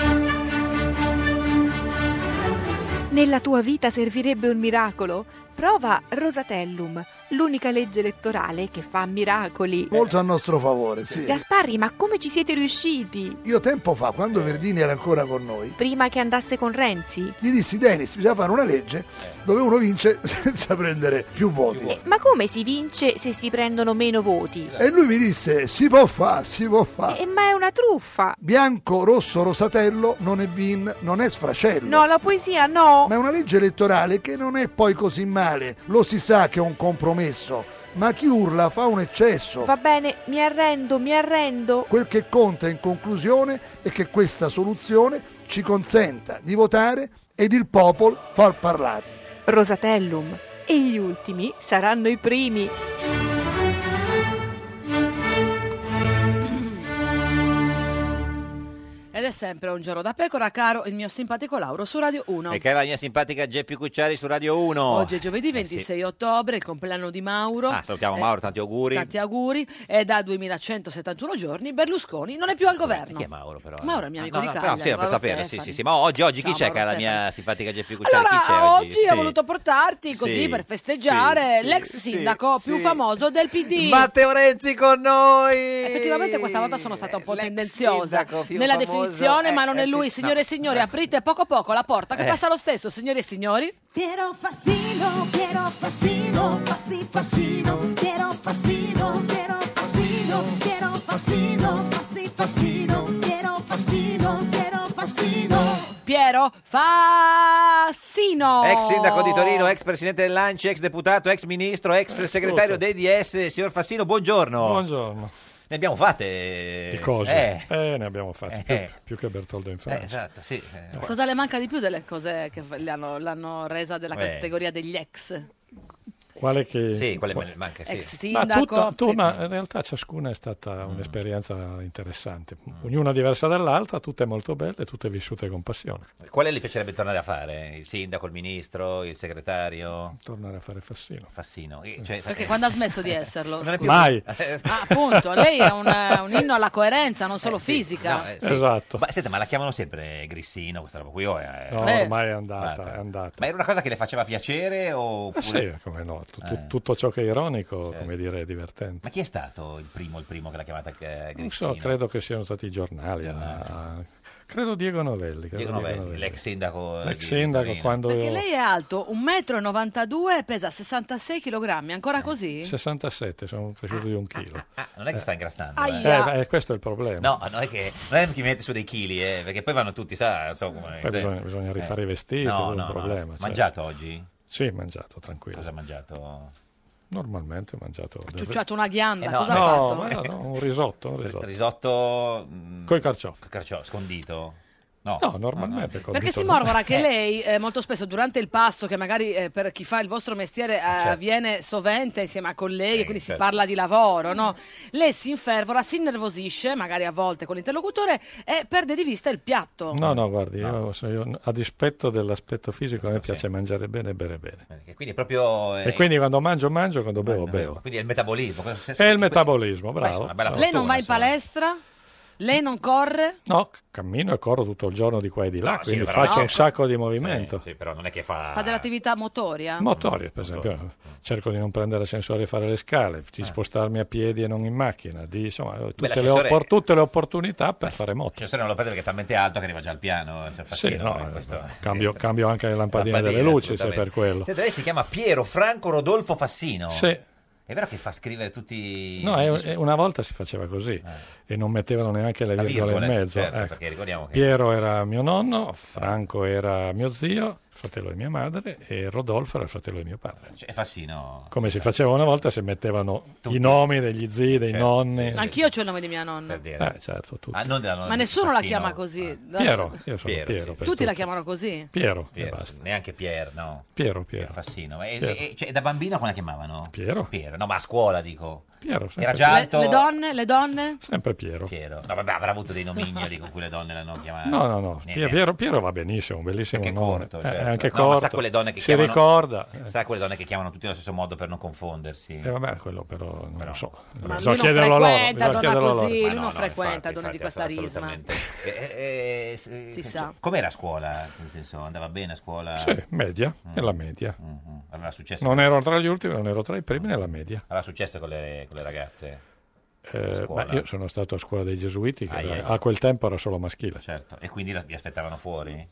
[SPEAKER 16] Nella tua vita servirebbe un miracolo? Prova Rosatellum, l'unica legge elettorale che fa miracoli.
[SPEAKER 17] Molto a nostro favore, sì.
[SPEAKER 16] Gasparri, ma come ci siete riusciti?
[SPEAKER 17] Io tempo fa, quando Verdini era ancora con noi,
[SPEAKER 16] Prima che andasse con Renzi?
[SPEAKER 17] gli dissi, Denis, bisogna fare una legge dove uno vince senza prendere più voti. certo.
[SPEAKER 16] Ma come si vince se si prendono meno voti?
[SPEAKER 17] E lui mi disse, si può fare, si può fare.
[SPEAKER 16] Eh, ma è una truffa!
[SPEAKER 17] Bianco, rosso, rosatello, non è vin, non è sfrascello.
[SPEAKER 16] No, la poesia no!
[SPEAKER 17] Ma è una legge elettorale che non è poi così male, lo si sa che è un compromesso, ma chi urla fa un eccesso.
[SPEAKER 16] Va bene, mi arrendo, mi arrendo.
[SPEAKER 17] Quel che conta in conclusione è che questa soluzione ci consenta di votare ed il popolo far parlare.
[SPEAKER 16] Rosatellum. E gli ultimi saranno i primi.
[SPEAKER 2] Ed è sempre un giorno da pecora, caro il mio simpatico Lauro su Radio 1.
[SPEAKER 3] E cara la mia simpatica Geppi Cucciari su Radio 1.
[SPEAKER 2] Oggi è giovedì
[SPEAKER 3] Eh sì.
[SPEAKER 2] 26 ottobre, il compleanno di Mauro.
[SPEAKER 3] Ah, salutiamo
[SPEAKER 2] Eh,
[SPEAKER 3] Mauro, tanti auguri.
[SPEAKER 2] Tanti auguri. E da 2171 giorni Berlusconi non è più al governo.
[SPEAKER 3] Chi è Mauro però?
[SPEAKER 2] Mauro è il mio
[SPEAKER 3] Ah,
[SPEAKER 2] amico
[SPEAKER 3] no,
[SPEAKER 2] di
[SPEAKER 3] no,
[SPEAKER 2] Cagliari,
[SPEAKER 3] Però, sì, era per
[SPEAKER 2] Mauro
[SPEAKER 3] sapere, sì,
[SPEAKER 2] Stefani.
[SPEAKER 3] sì, sì. Ma oggi, oggi chi
[SPEAKER 2] Ciao,
[SPEAKER 3] c'è,
[SPEAKER 2] Mauro
[SPEAKER 3] cara la mia
[SPEAKER 2] Stefani.
[SPEAKER 3] simpatica Geppi Cucciari? chi c'è
[SPEAKER 2] Allora, oggi
[SPEAKER 3] Sì.
[SPEAKER 2] ho voluto portarti così
[SPEAKER 3] Sì,
[SPEAKER 2] per festeggiare
[SPEAKER 3] sì,
[SPEAKER 2] l'ex
[SPEAKER 3] sì,
[SPEAKER 2] sindaco
[SPEAKER 3] sì.
[SPEAKER 2] più famoso del PD.
[SPEAKER 3] Matteo Renzi con noi!
[SPEAKER 2] Effettivamente questa volta sono stata un po' tendenziosa nella
[SPEAKER 3] famoso
[SPEAKER 2] definizione,
[SPEAKER 3] è-
[SPEAKER 2] ma non è
[SPEAKER 3] è-
[SPEAKER 2] lui.
[SPEAKER 3] no.
[SPEAKER 2] Signore e signori, aprite poco poco la porta che
[SPEAKER 3] Eh.
[SPEAKER 2] passa lo stesso, signore e signori.
[SPEAKER 18] Piero Fassino, Piero Fassino, Fassi Fassino, Piero Fassino, Piero Fassino, Piero Fassino, Fassi Fassino, Piero Fassino, Piero Fassino.
[SPEAKER 2] Piero Fassino.
[SPEAKER 3] Ex sindaco di Torino,
[SPEAKER 19] Oh.
[SPEAKER 3] ex presidente dell'Anci, ex deputato, ex ministro,
[SPEAKER 19] Eh,
[SPEAKER 3] ex segretario dei DS, signor Fassino, buongiorno.
[SPEAKER 19] Buongiorno.
[SPEAKER 3] Ne abbiamo fatte.
[SPEAKER 19] Di cose.
[SPEAKER 3] Eh,
[SPEAKER 19] Eh, ne abbiamo fatte più-
[SPEAKER 3] Eh.
[SPEAKER 19] più, che Bertoldo in
[SPEAKER 3] eh,
[SPEAKER 19] Francia.
[SPEAKER 3] esatto, sì. eh.
[SPEAKER 2] Cosa le manca di più delle cose che le hanno- l'hanno resa della
[SPEAKER 19] Eh.
[SPEAKER 2] categoria degli ex?
[SPEAKER 19] Quale che...
[SPEAKER 3] Sì, quale
[SPEAKER 19] qua-
[SPEAKER 3] me ne manca, sì.
[SPEAKER 2] Ex
[SPEAKER 19] Ma,
[SPEAKER 2] sindaco,
[SPEAKER 19] tutta- tu- ma
[SPEAKER 2] ex-
[SPEAKER 19] in realtà ciascuna è stata un'esperienza interessante, ognuna diversa dall'altra, tutte molto belle, tutte vissute con passione.
[SPEAKER 3] Quale le piacerebbe tornare a fare? Il sindaco, il ministro, il segretario?
[SPEAKER 19] Tornare a fare Fassino.
[SPEAKER 3] Fassino. eh, cioè-
[SPEAKER 2] Perché quando ha smesso di esserlo?
[SPEAKER 3] Non è
[SPEAKER 2] scusi?
[SPEAKER 3] più-
[SPEAKER 19] Mai.
[SPEAKER 2] Ah, appunto, lei è un, eh, un inno alla coerenza, non solo fisica.
[SPEAKER 3] No, eh, sì.
[SPEAKER 19] Esatto.
[SPEAKER 3] Ma, senta, ma la chiamano sempre Grissino questa roba qui? o è- Ah,
[SPEAKER 19] No,
[SPEAKER 2] Eh.
[SPEAKER 19] ormai è andata, è andata.
[SPEAKER 3] Ma era una cosa che le faceva piacere? Eh, O
[SPEAKER 19] Eh sì, come no, tu- tu- tutto ciò che è ironico, come dire, è divertente.
[SPEAKER 3] Certo. Ma chi è stato il primo, il primo che l'ha chiamata eh,
[SPEAKER 19] Non
[SPEAKER 3] Grissino?
[SPEAKER 19] so, credo che siano stati i giornali. a- credo Diego Novelli.
[SPEAKER 3] certo. Diego
[SPEAKER 19] credo
[SPEAKER 3] Novelli, l'ex sindaco.
[SPEAKER 19] L'ex
[SPEAKER 3] di- di
[SPEAKER 19] sindaco
[SPEAKER 3] Torino.
[SPEAKER 19] quando
[SPEAKER 2] Perché lei è alto 1,92 m e pesa 66 kg, ancora così?
[SPEAKER 19] 67, sono cresciuto di un chilo.
[SPEAKER 3] ah, Non è che sta ingrassando.
[SPEAKER 2] Ah,
[SPEAKER 3] eh.
[SPEAKER 2] Aia.
[SPEAKER 19] Eh, eh, questo è il problema.
[SPEAKER 3] No, non è che non è che mette su dei chili, eh, perché poi vanno tutti, sa, non so come.
[SPEAKER 19] Eh, Poi
[SPEAKER 3] se-
[SPEAKER 19] bisogna, bisogna rifare
[SPEAKER 3] eh.
[SPEAKER 19] i vestiti,
[SPEAKER 3] No,
[SPEAKER 19] quello è
[SPEAKER 3] no,
[SPEAKER 19] un
[SPEAKER 3] no.
[SPEAKER 19] problema. cioè.
[SPEAKER 3] Mangiato oggi?
[SPEAKER 19] Sì, mangiato, tranquillo.
[SPEAKER 3] Cosa ha mangiato?
[SPEAKER 19] Normalmente ho mangiato. del-
[SPEAKER 2] Ciucciato una ghianda,
[SPEAKER 3] Eh no,
[SPEAKER 2] cosa
[SPEAKER 19] no,
[SPEAKER 2] ha fatto?
[SPEAKER 19] ma no, no, un risotto. Un risotto.
[SPEAKER 3] Risotto mm,
[SPEAKER 19] Coi carciofi.
[SPEAKER 3] scondito? No,
[SPEAKER 19] No, normalmente. col
[SPEAKER 2] Perché si
[SPEAKER 19] biton-
[SPEAKER 2] mormora che lei eh, molto spesso durante il pasto, che magari eh, per chi fa il vostro mestiere eh, avviene sovente insieme a colleghi, quindi si
[SPEAKER 20] certo.
[SPEAKER 2] parla di lavoro, no? Lei si infervora, si innervosisce, magari a volte con l'interlocutore, e perde di vista il piatto.
[SPEAKER 19] No, no, guardi, io sono- io- a dispetto dell'aspetto fisico, a me piace mangiare bene e bere bene.
[SPEAKER 3] E quindi è proprio. eh,
[SPEAKER 19] E quindi quando mangio, mangio, quando bevo, bevo.
[SPEAKER 3] quindi è il metabolismo. Questo- se-
[SPEAKER 19] È il metabolismo,
[SPEAKER 3] Beh,
[SPEAKER 19] bravo.
[SPEAKER 3] insomma, bella
[SPEAKER 2] Lei non va in palestra? Lei non corre?
[SPEAKER 19] No, cammino e corro tutto il giorno di qua e di là,
[SPEAKER 3] No, sì,
[SPEAKER 19] quindi
[SPEAKER 3] però-
[SPEAKER 19] faccio
[SPEAKER 3] no.
[SPEAKER 19] un sacco di movimento.
[SPEAKER 3] Sì, però non è che fa.
[SPEAKER 2] Fa dell'attività motoria?
[SPEAKER 19] Motori, per esempio, cerco di non prendere l'ascensore e fare le scale,
[SPEAKER 3] Eh.
[SPEAKER 19] di spostarmi a piedi e non in macchina, di insomma, tutte, le,
[SPEAKER 3] l'ascensore-
[SPEAKER 19] oppor- tutte le opportunità per fare moto.
[SPEAKER 3] Cioè, se non lo prende perché è talmente alto che arriva già al piano. Cioè,
[SPEAKER 19] Sì,
[SPEAKER 3] fastidio,
[SPEAKER 19] no,
[SPEAKER 3] eh, questo-
[SPEAKER 19] cambio, cambio anche le lampadine delle
[SPEAKER 3] Lampadine,
[SPEAKER 19] luci, se
[SPEAKER 3] assolutamente. Eh,
[SPEAKER 19] per quello.
[SPEAKER 3] Senta, lei si chiama Piero Franco Rodolfo Fassino.
[SPEAKER 19] Sì.
[SPEAKER 3] È vero che fa scrivere tutti.
[SPEAKER 19] No, è- è- una volta si faceva così e non mettevano neanche le
[SPEAKER 3] Eh. La
[SPEAKER 19] virgole in
[SPEAKER 3] virgola,
[SPEAKER 19] mezzo.
[SPEAKER 3] certo,
[SPEAKER 19] ecco.
[SPEAKER 3] perché ricordiamo che-
[SPEAKER 19] Piero era mio nonno, Franco era mio zio, fratello di mia madre e Rodolfo era il fratello di mio padre.
[SPEAKER 3] Cioè, Fassino.
[SPEAKER 19] Come si faceva una volta si mettevano i nomi degli zii, dei
[SPEAKER 3] Certo,
[SPEAKER 19] nonni.
[SPEAKER 2] Anch'io ho il nome di mia nonna.
[SPEAKER 19] Eh, certo, tutti.
[SPEAKER 3] Ah, non della nonna
[SPEAKER 2] Ma
[SPEAKER 3] di
[SPEAKER 2] nessuno la
[SPEAKER 3] Fassino.
[SPEAKER 2] chiama
[SPEAKER 3] Ah.
[SPEAKER 2] così.
[SPEAKER 19] Piero, io sono Piero,
[SPEAKER 3] Piero, sì.
[SPEAKER 19] per
[SPEAKER 2] Tutti la
[SPEAKER 19] tutti.
[SPEAKER 2] chiamano così.
[SPEAKER 19] Piero,
[SPEAKER 3] Piero, neanche Pier, no.
[SPEAKER 19] Piero, Piero.
[SPEAKER 3] Fassino. E,
[SPEAKER 19] Piero.
[SPEAKER 3] e- cioè, da bambino come la chiamavano?
[SPEAKER 19] Piero.
[SPEAKER 3] no, ma a scuola dico.
[SPEAKER 19] Piero, sempre
[SPEAKER 3] Era già
[SPEAKER 2] Le-
[SPEAKER 3] alto.
[SPEAKER 2] le donne, le donne?
[SPEAKER 19] Sempre Piero.
[SPEAKER 3] Piero. No, vabbè, avrà avuto dei nomignoli con cui le donne l'hanno chiamato.
[SPEAKER 19] No, no, no,
[SPEAKER 3] Eh, Niente.
[SPEAKER 19] Piero, Piero va benissimo, un bellissimo
[SPEAKER 3] Perché è
[SPEAKER 19] nome.
[SPEAKER 3] corto,
[SPEAKER 19] Eh,
[SPEAKER 3] certo.
[SPEAKER 19] è anche
[SPEAKER 3] No, ma sa
[SPEAKER 19] corto.
[SPEAKER 3] quelle donne che
[SPEAKER 19] si
[SPEAKER 3] chiamano,
[SPEAKER 19] ricorda.
[SPEAKER 3] Sa quelle donne che chiamano tutti allo stesso modo per non confondersi.
[SPEAKER 19] E vabbè, quello però non lo so.
[SPEAKER 2] Ma
[SPEAKER 19] bisogna
[SPEAKER 2] lui non
[SPEAKER 19] chiederlo a loro.
[SPEAKER 2] frequenta
[SPEAKER 19] bisogna
[SPEAKER 2] donna
[SPEAKER 19] chiederlo a loro.
[SPEAKER 2] così,
[SPEAKER 3] Ma
[SPEAKER 2] lui
[SPEAKER 3] no,
[SPEAKER 2] non
[SPEAKER 3] no,
[SPEAKER 2] frequenta
[SPEAKER 3] infatti,
[SPEAKER 2] donne di
[SPEAKER 3] infatti,
[SPEAKER 2] questa risma.
[SPEAKER 3] assolutamente. Eh, eh, eh,
[SPEAKER 2] Si
[SPEAKER 3] cioè,
[SPEAKER 2] sa.
[SPEAKER 3] Com'era a scuola? Nel senso, andava bene a scuola? Mm.
[SPEAKER 19] Sì, media, nella media.
[SPEAKER 3] Aveva successo,
[SPEAKER 19] Non ero tra gli ultimi, non ero tra i primi, nella media.
[SPEAKER 3] Mm. aveva successo con le, con le ragazze?
[SPEAKER 19] Eh,
[SPEAKER 3] Scuola.
[SPEAKER 19] beh, io sono stato a scuola dei Gesuiti, che
[SPEAKER 3] Ah,
[SPEAKER 19] era-
[SPEAKER 3] yeah.
[SPEAKER 19] a quel tempo era solo maschile.
[SPEAKER 3] Certo. E quindi la- vi aspettavano fuori?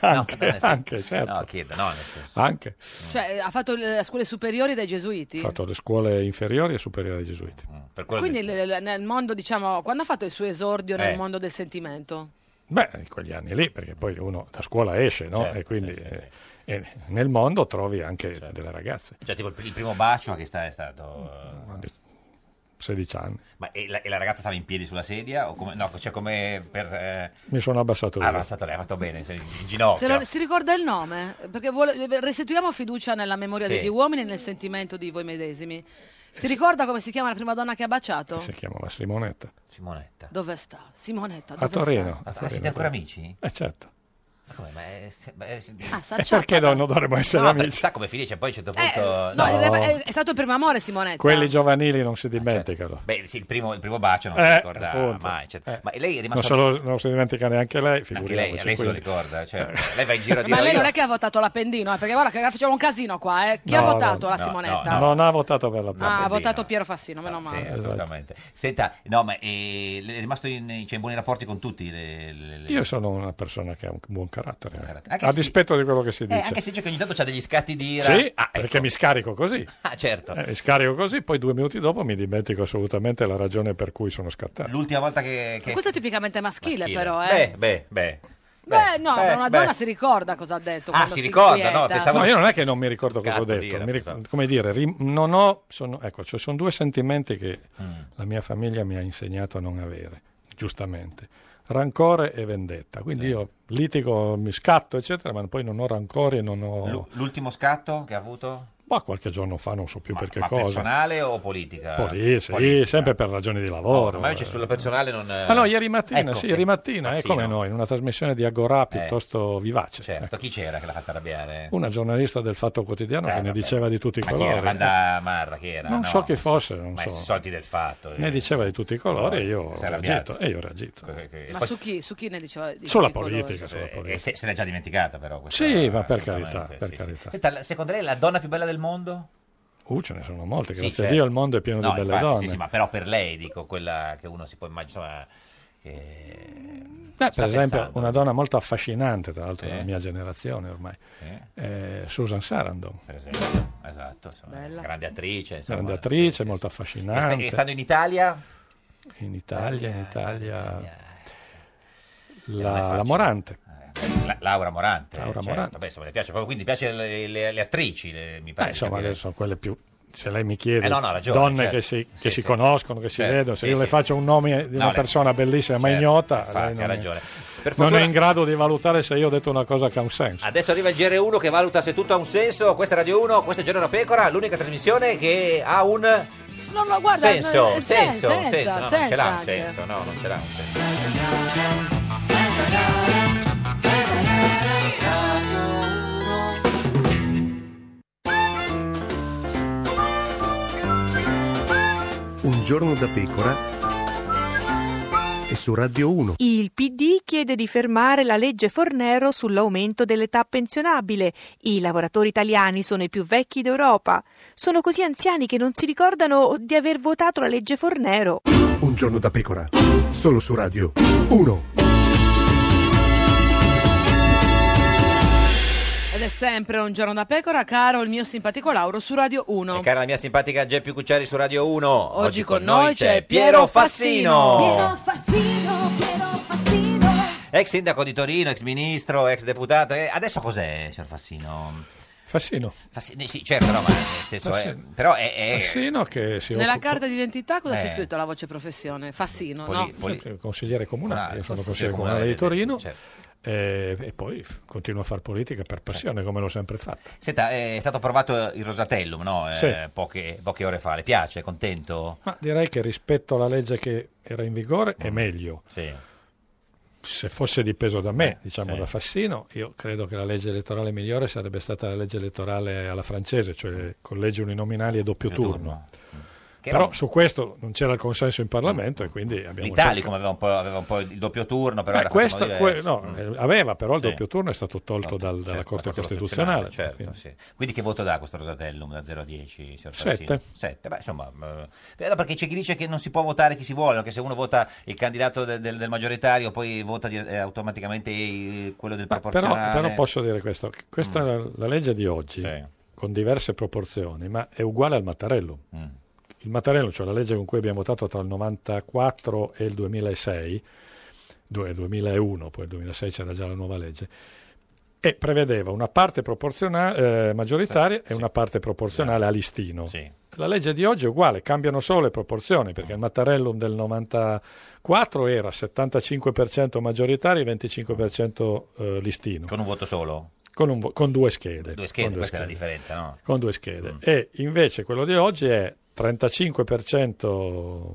[SPEAKER 19] anche,
[SPEAKER 3] nel senso-
[SPEAKER 19] anche, certo.
[SPEAKER 3] No, chiedo, no, nel senso.
[SPEAKER 19] Anche.
[SPEAKER 3] Mm.
[SPEAKER 2] Cioè, ha fatto le le scuole superiori dai gesuiti?
[SPEAKER 19] Ho fatto le scuole inferiori e superiori dei Gesuiti.
[SPEAKER 3] Mm. Per
[SPEAKER 2] Quindi l- l- nel mondo, diciamo, quando ha fatto il suo esordio
[SPEAKER 19] Eh.
[SPEAKER 2] nel mondo del sentimento?
[SPEAKER 19] Beh, in quegli anni lì, perché poi uno da scuola esce, no?
[SPEAKER 3] Certo,
[SPEAKER 19] e quindi eh, e nel mondo trovi anche delle ragazze,
[SPEAKER 3] Cioè, tipo, il, pr- il primo bacio che sta, è
[SPEAKER 19] Mm,
[SPEAKER 3] stato...
[SPEAKER 19] 16 anni.
[SPEAKER 3] Ma e la, e la ragazza stava in piedi sulla sedia? O come, no, cioè come per... eh,
[SPEAKER 19] Mi sono abbassato
[SPEAKER 3] Ah,
[SPEAKER 19] io.
[SPEAKER 3] ma è stato lei, ha fatto bene, sei in in
[SPEAKER 2] Se
[SPEAKER 3] ginocchio.
[SPEAKER 2] lo- si ricorda il nome? Perché vuole- restituiamo fiducia nella memoria
[SPEAKER 3] Sì.
[SPEAKER 2] degli uomini e nel sentimento di voi medesimi. Si ricorda come si chiama la prima donna che ha baciato?
[SPEAKER 19] Si chiamava Simonetta.
[SPEAKER 3] Simonetta.
[SPEAKER 2] Dove sta? Simonetta, dove
[SPEAKER 19] A Torino.
[SPEAKER 2] sta?
[SPEAKER 3] Ah,
[SPEAKER 19] a
[SPEAKER 3] siete
[SPEAKER 19] Torino.
[SPEAKER 3] ancora amici?
[SPEAKER 19] Eh certo.
[SPEAKER 3] Ma come? Ma è- se- ma è- se-
[SPEAKER 2] Ah,
[SPEAKER 19] E perché no, non dovremmo essere
[SPEAKER 3] No, perché
[SPEAKER 19] amici?
[SPEAKER 3] Sa come finisce, poi a un certo
[SPEAKER 2] Eh,
[SPEAKER 3] punto...
[SPEAKER 2] no, in
[SPEAKER 19] No.
[SPEAKER 2] realtà È, è stato il primo amore Simonetta.
[SPEAKER 19] Quelli giovanili non
[SPEAKER 3] Ah,
[SPEAKER 19] si
[SPEAKER 3] certo.
[SPEAKER 19] dimenticano.
[SPEAKER 3] Beh, sì, il primo, il primo bacio non
[SPEAKER 19] Eh,
[SPEAKER 3] si ricorda
[SPEAKER 19] appunto. Eh.
[SPEAKER 3] mai. certo. Ma lei è
[SPEAKER 19] Non,
[SPEAKER 3] rimasta...
[SPEAKER 19] se lo- non si dimentica neanche lei,
[SPEAKER 3] Anche
[SPEAKER 19] figuriamoci.
[SPEAKER 3] lei, lei se lo
[SPEAKER 19] quindi. Eh.
[SPEAKER 3] ricorda. Cioè, lei va in giro a dire... "Oh,
[SPEAKER 2] Ma lei
[SPEAKER 3] "Io-"
[SPEAKER 2] non è che ha votato l'appendino, eh, perché guarda che facciamo un casino qua, eh. Chi ha
[SPEAKER 3] No,
[SPEAKER 2] votato
[SPEAKER 3] no,
[SPEAKER 2] la
[SPEAKER 3] no,
[SPEAKER 2] Simonetta?
[SPEAKER 3] no, no.
[SPEAKER 19] Non ha votato per la
[SPEAKER 2] Ah, ha
[SPEAKER 3] Appendino.
[SPEAKER 2] votato Piero Fassino, meno
[SPEAKER 3] Sì,
[SPEAKER 19] Esatto.
[SPEAKER 2] male.
[SPEAKER 3] assolutamente. Senta, no, ma eh, è, rimasto in, cioè, in buoni rapporti con tutti? le- le- le-
[SPEAKER 19] Io sono una persona che ha un buon carattere, eh.
[SPEAKER 3] Anche
[SPEAKER 19] a
[SPEAKER 3] se-
[SPEAKER 19] dispetto di quello che si
[SPEAKER 3] Eh,
[SPEAKER 19] dice.
[SPEAKER 3] anche se dice che ogni tanto c'ha degli scatti di ira.
[SPEAKER 19] Sì,
[SPEAKER 3] Ah,
[SPEAKER 19] perché mi scarico così.
[SPEAKER 3] ah, certo.
[SPEAKER 19] Eh, mi scarico così, poi due minuti dopo mi dimentico assolutamente la ragione per cui sono scattato.
[SPEAKER 3] L'ultima volta che... che-
[SPEAKER 2] Questo è tipicamente maschile,
[SPEAKER 3] maschile.
[SPEAKER 2] però, eh.
[SPEAKER 3] Beh, beh, beh.
[SPEAKER 2] Beh, no,
[SPEAKER 3] beh,
[SPEAKER 2] ma una
[SPEAKER 3] beh.
[SPEAKER 2] donna si ricorda cosa ha detto.
[SPEAKER 3] Ah,
[SPEAKER 2] quando
[SPEAKER 3] si ricorda, no,
[SPEAKER 2] inquieta.
[SPEAKER 3] pensavo-
[SPEAKER 19] No, io non è che non mi ricordo cosa ho
[SPEAKER 3] Scatto
[SPEAKER 19] detto,
[SPEAKER 3] di ira,
[SPEAKER 19] mi ric- come dire, rim- non ho, sono, ecco, ci sono due sentimenti che
[SPEAKER 3] Mm.
[SPEAKER 19] la mia famiglia mi ha insegnato a non avere, giustamente, rancore e vendetta, quindi io litigo, mi scatto, eccetera, ma poi non ho rancore e non ho...
[SPEAKER 3] L'u- l'ultimo scatto che ha avuto?
[SPEAKER 19] Ma qualche giorno fa, non so più per che
[SPEAKER 3] ma
[SPEAKER 19] cosa.
[SPEAKER 3] personale o politica?
[SPEAKER 19] Poi, sì, sempre per ragioni di
[SPEAKER 3] No,
[SPEAKER 19] lavoro.
[SPEAKER 3] ma io c'è sulla personale non...
[SPEAKER 19] Ah no, ieri mattina,
[SPEAKER 3] Ecco,
[SPEAKER 19] sì, ieri mattina, eh,
[SPEAKER 3] Fassino.
[SPEAKER 19] come noi, in una trasmissione di Agorà piuttosto vivace. Ecco,
[SPEAKER 3] Certo, chi c'era che l'ha fatta arrabbiare?
[SPEAKER 19] Una giornalista del Fatto Quotidiano che ne diceva di tutti i
[SPEAKER 3] Eh, Ma chi era?
[SPEAKER 19] colori.
[SPEAKER 3] Banda Marra, chi era?
[SPEAKER 19] Non
[SPEAKER 3] No,
[SPEAKER 19] so chi fosse, non
[SPEAKER 3] ma i
[SPEAKER 19] so.
[SPEAKER 3] soldi del fatto. eh.
[SPEAKER 19] Ne diceva di tutti i colori e io ho
[SPEAKER 3] Si è arrabbiato.
[SPEAKER 19] reagito. E io ho reagito.
[SPEAKER 3] Que- que-
[SPEAKER 2] Ma
[SPEAKER 3] poi-
[SPEAKER 2] su chi, su chi ne diceva? di
[SPEAKER 19] Sulla
[SPEAKER 2] tutti i
[SPEAKER 19] politica,
[SPEAKER 2] colori?
[SPEAKER 19] sulla
[SPEAKER 3] eh, e se, se l'è già dimenticata però. questa-
[SPEAKER 19] Sì, ma per
[SPEAKER 3] assolutamente,
[SPEAKER 19] carità, per
[SPEAKER 3] sì, sì.
[SPEAKER 19] carità.
[SPEAKER 3] Senta, la- secondo lei la donna più bella del mondo?
[SPEAKER 19] Uh, ce ne sono molte,
[SPEAKER 3] Sì,
[SPEAKER 19] grazie a
[SPEAKER 3] certo.
[SPEAKER 19] Dio il mondo è pieno
[SPEAKER 3] No,
[SPEAKER 19] di belle
[SPEAKER 3] infatti,
[SPEAKER 19] donne.
[SPEAKER 3] Sì, sì, ma però per lei, dico, quella che uno si può immaginare... eh, Beh,
[SPEAKER 19] Beh, per esempio, una donna molto affascinante, tra l'altro
[SPEAKER 3] Sì.
[SPEAKER 19] della mia generazione ormai,
[SPEAKER 3] Sì.
[SPEAKER 19] eh, Susan Sarandon.
[SPEAKER 3] Per esempio, esatto, insomma, grande attrice, insomma.
[SPEAKER 19] grande attrice, molto
[SPEAKER 3] E sta-
[SPEAKER 19] affascinante.
[SPEAKER 3] e stanno in Italia?
[SPEAKER 19] In Italia, in Italia,
[SPEAKER 3] Eh, non è
[SPEAKER 19] la,
[SPEAKER 3] facile.
[SPEAKER 19] la Morante.
[SPEAKER 3] La- Laura Morante.
[SPEAKER 19] Laura
[SPEAKER 3] certo.
[SPEAKER 19] Morante.
[SPEAKER 3] Beh, insomma, le piace proprio, quindi piace le, le- le attrici, le- mi
[SPEAKER 19] Beh,
[SPEAKER 3] pare. di
[SPEAKER 19] insomma,
[SPEAKER 3] eh, capire.
[SPEAKER 19] le- sono quelle più. Se lei mi chiede,
[SPEAKER 3] Eh, no, no, ha ragione,
[SPEAKER 19] donne
[SPEAKER 3] certo.
[SPEAKER 19] che si,
[SPEAKER 3] Sì,
[SPEAKER 19] che si
[SPEAKER 3] sì.
[SPEAKER 19] conoscono, che si
[SPEAKER 3] Certo,
[SPEAKER 19] vedono, se
[SPEAKER 3] sì,
[SPEAKER 19] io le
[SPEAKER 3] sì.
[SPEAKER 19] faccio un nome di
[SPEAKER 3] No,
[SPEAKER 19] una
[SPEAKER 3] lei-
[SPEAKER 19] persona bellissima ma
[SPEAKER 3] certo,
[SPEAKER 19] ignota,
[SPEAKER 3] infatti,
[SPEAKER 19] lei
[SPEAKER 3] ha
[SPEAKER 19] non,
[SPEAKER 3] ragione. Per
[SPEAKER 19] non
[SPEAKER 3] fortuna-
[SPEAKER 19] è in grado di valutare se io ho detto una cosa che ha un senso.
[SPEAKER 3] Adesso arriva il GR1 che valuta se tutto ha un senso. Questa è Radio 1, questa è Giorno da Pecora, l'unica trasmissione che ha un
[SPEAKER 2] No, no, guarda,
[SPEAKER 3] senso,
[SPEAKER 2] eh,
[SPEAKER 3] senso,
[SPEAKER 2] senza,
[SPEAKER 3] senso. No, non ce
[SPEAKER 2] senza
[SPEAKER 3] l'ha un
[SPEAKER 2] anche.
[SPEAKER 3] senso, no, non ce l'ha un senso.
[SPEAKER 15] Un giorno da pecora e su Radio 1.
[SPEAKER 16] Il PD chiede di fermare la legge Fornero sull'aumento dell'età pensionabile. I lavoratori italiani sono i più vecchi d'Europa. Sono così anziani che non si ricordano di aver votato la legge Fornero.
[SPEAKER 15] Un giorno da pecora, solo su Radio 1.
[SPEAKER 2] Ed è sempre un giorno da pecora, caro il mio simpatico Lauro su Radio 1.
[SPEAKER 3] E cara la mia simpatica Geppi Cucciari su Radio 1. Oggi,
[SPEAKER 2] con noi c'è Piero Fassino. Piero
[SPEAKER 3] Ex sindaco di Torino, ex ministro, ex deputato. E adesso cos'è, signor Fassino?
[SPEAKER 19] Fassino.
[SPEAKER 3] Fassino sì, certo, no, ma nel senso è,
[SPEAKER 19] Fassino.
[SPEAKER 3] però è, è-
[SPEAKER 19] Fassino che si
[SPEAKER 2] Nella
[SPEAKER 19] occupa-
[SPEAKER 2] carta d'identità cosa c'è
[SPEAKER 19] Eh.
[SPEAKER 2] scritto la voce professione? Fassino,
[SPEAKER 19] Poli-
[SPEAKER 2] no?
[SPEAKER 19] poli- sempre consigliere comunale,
[SPEAKER 3] Ah,
[SPEAKER 19] io sono
[SPEAKER 3] consigliere
[SPEAKER 19] consigliere comunale di
[SPEAKER 3] comunale, certo.
[SPEAKER 19] Torino eh, e, poi f- continuo a fare politica per passione come l'ho sempre fatta.
[SPEAKER 3] Senta, è stato approvato il Rosatellum, no? Eh,
[SPEAKER 19] Sì.
[SPEAKER 3] poche, poche ore fa. Le piace? È contento? Mm.
[SPEAKER 19] Ma direi che rispetto alla legge che era in vigore è meglio.
[SPEAKER 3] Sì.
[SPEAKER 19] se fosse dipeso da me, diciamo
[SPEAKER 20] sì.
[SPEAKER 19] da Fassino, io credo che la legge elettorale migliore sarebbe stata la legge elettorale alla francese, cioè collegi uninominali e doppio
[SPEAKER 3] Doppio turno.
[SPEAKER 19] turno.
[SPEAKER 3] Che
[SPEAKER 19] Però
[SPEAKER 3] era-
[SPEAKER 19] su questo non c'era il consenso in Parlamento e quindi abbiamo
[SPEAKER 3] L'Italicum aveva un, po', aveva un po' il doppio turno, però
[SPEAKER 19] Beh,
[SPEAKER 3] era
[SPEAKER 19] questo-
[SPEAKER 3] fatto in modo
[SPEAKER 19] que-
[SPEAKER 3] diverso.
[SPEAKER 19] no,
[SPEAKER 3] Mm.
[SPEAKER 19] eh, aveva però il
[SPEAKER 3] Sì.
[SPEAKER 19] doppio turno è stato tolto dal- dalla Corte Costituzionale.
[SPEAKER 3] Costituzionale, certo, sì. Quindi che voto dà questo Rosatellum da 0 a 10, signor
[SPEAKER 19] Sette.
[SPEAKER 3] Fassino? Sette, Beh, insomma, eh, allora perché c'è chi dice che non si può votare chi si vuole, che se uno vota il candidato del, del- del maggioritario poi vota di- eh, automaticamente eh, quello del
[SPEAKER 19] Però,
[SPEAKER 3] proporzionale.
[SPEAKER 19] però posso dire questo, che questa è la- la legge di oggi, con diverse proporzioni, ma è uguale al Mattarellum.
[SPEAKER 3] Mm.
[SPEAKER 19] Il Mattarellum, cioè la legge con cui abbiamo votato tra il 94 e il 2006, due- 2001, poi il 2006 c'era già la nuova legge, e prevedeva una parte proporzionale, eh, maggioritaria e una parte proporzionale a listino. La legge di oggi è uguale, cambiano solo le proporzioni, perché il Mattarellum del 94 era 75% maggioritario e 25% eh, listino.
[SPEAKER 3] Con un voto solo?
[SPEAKER 19] Con, un vo- con Oh, due schede.
[SPEAKER 3] Due schede,
[SPEAKER 19] Con
[SPEAKER 3] questa è la Mm.
[SPEAKER 19] schede.
[SPEAKER 3] differenza, no?
[SPEAKER 19] Con due schede. E invece quello di oggi è 35%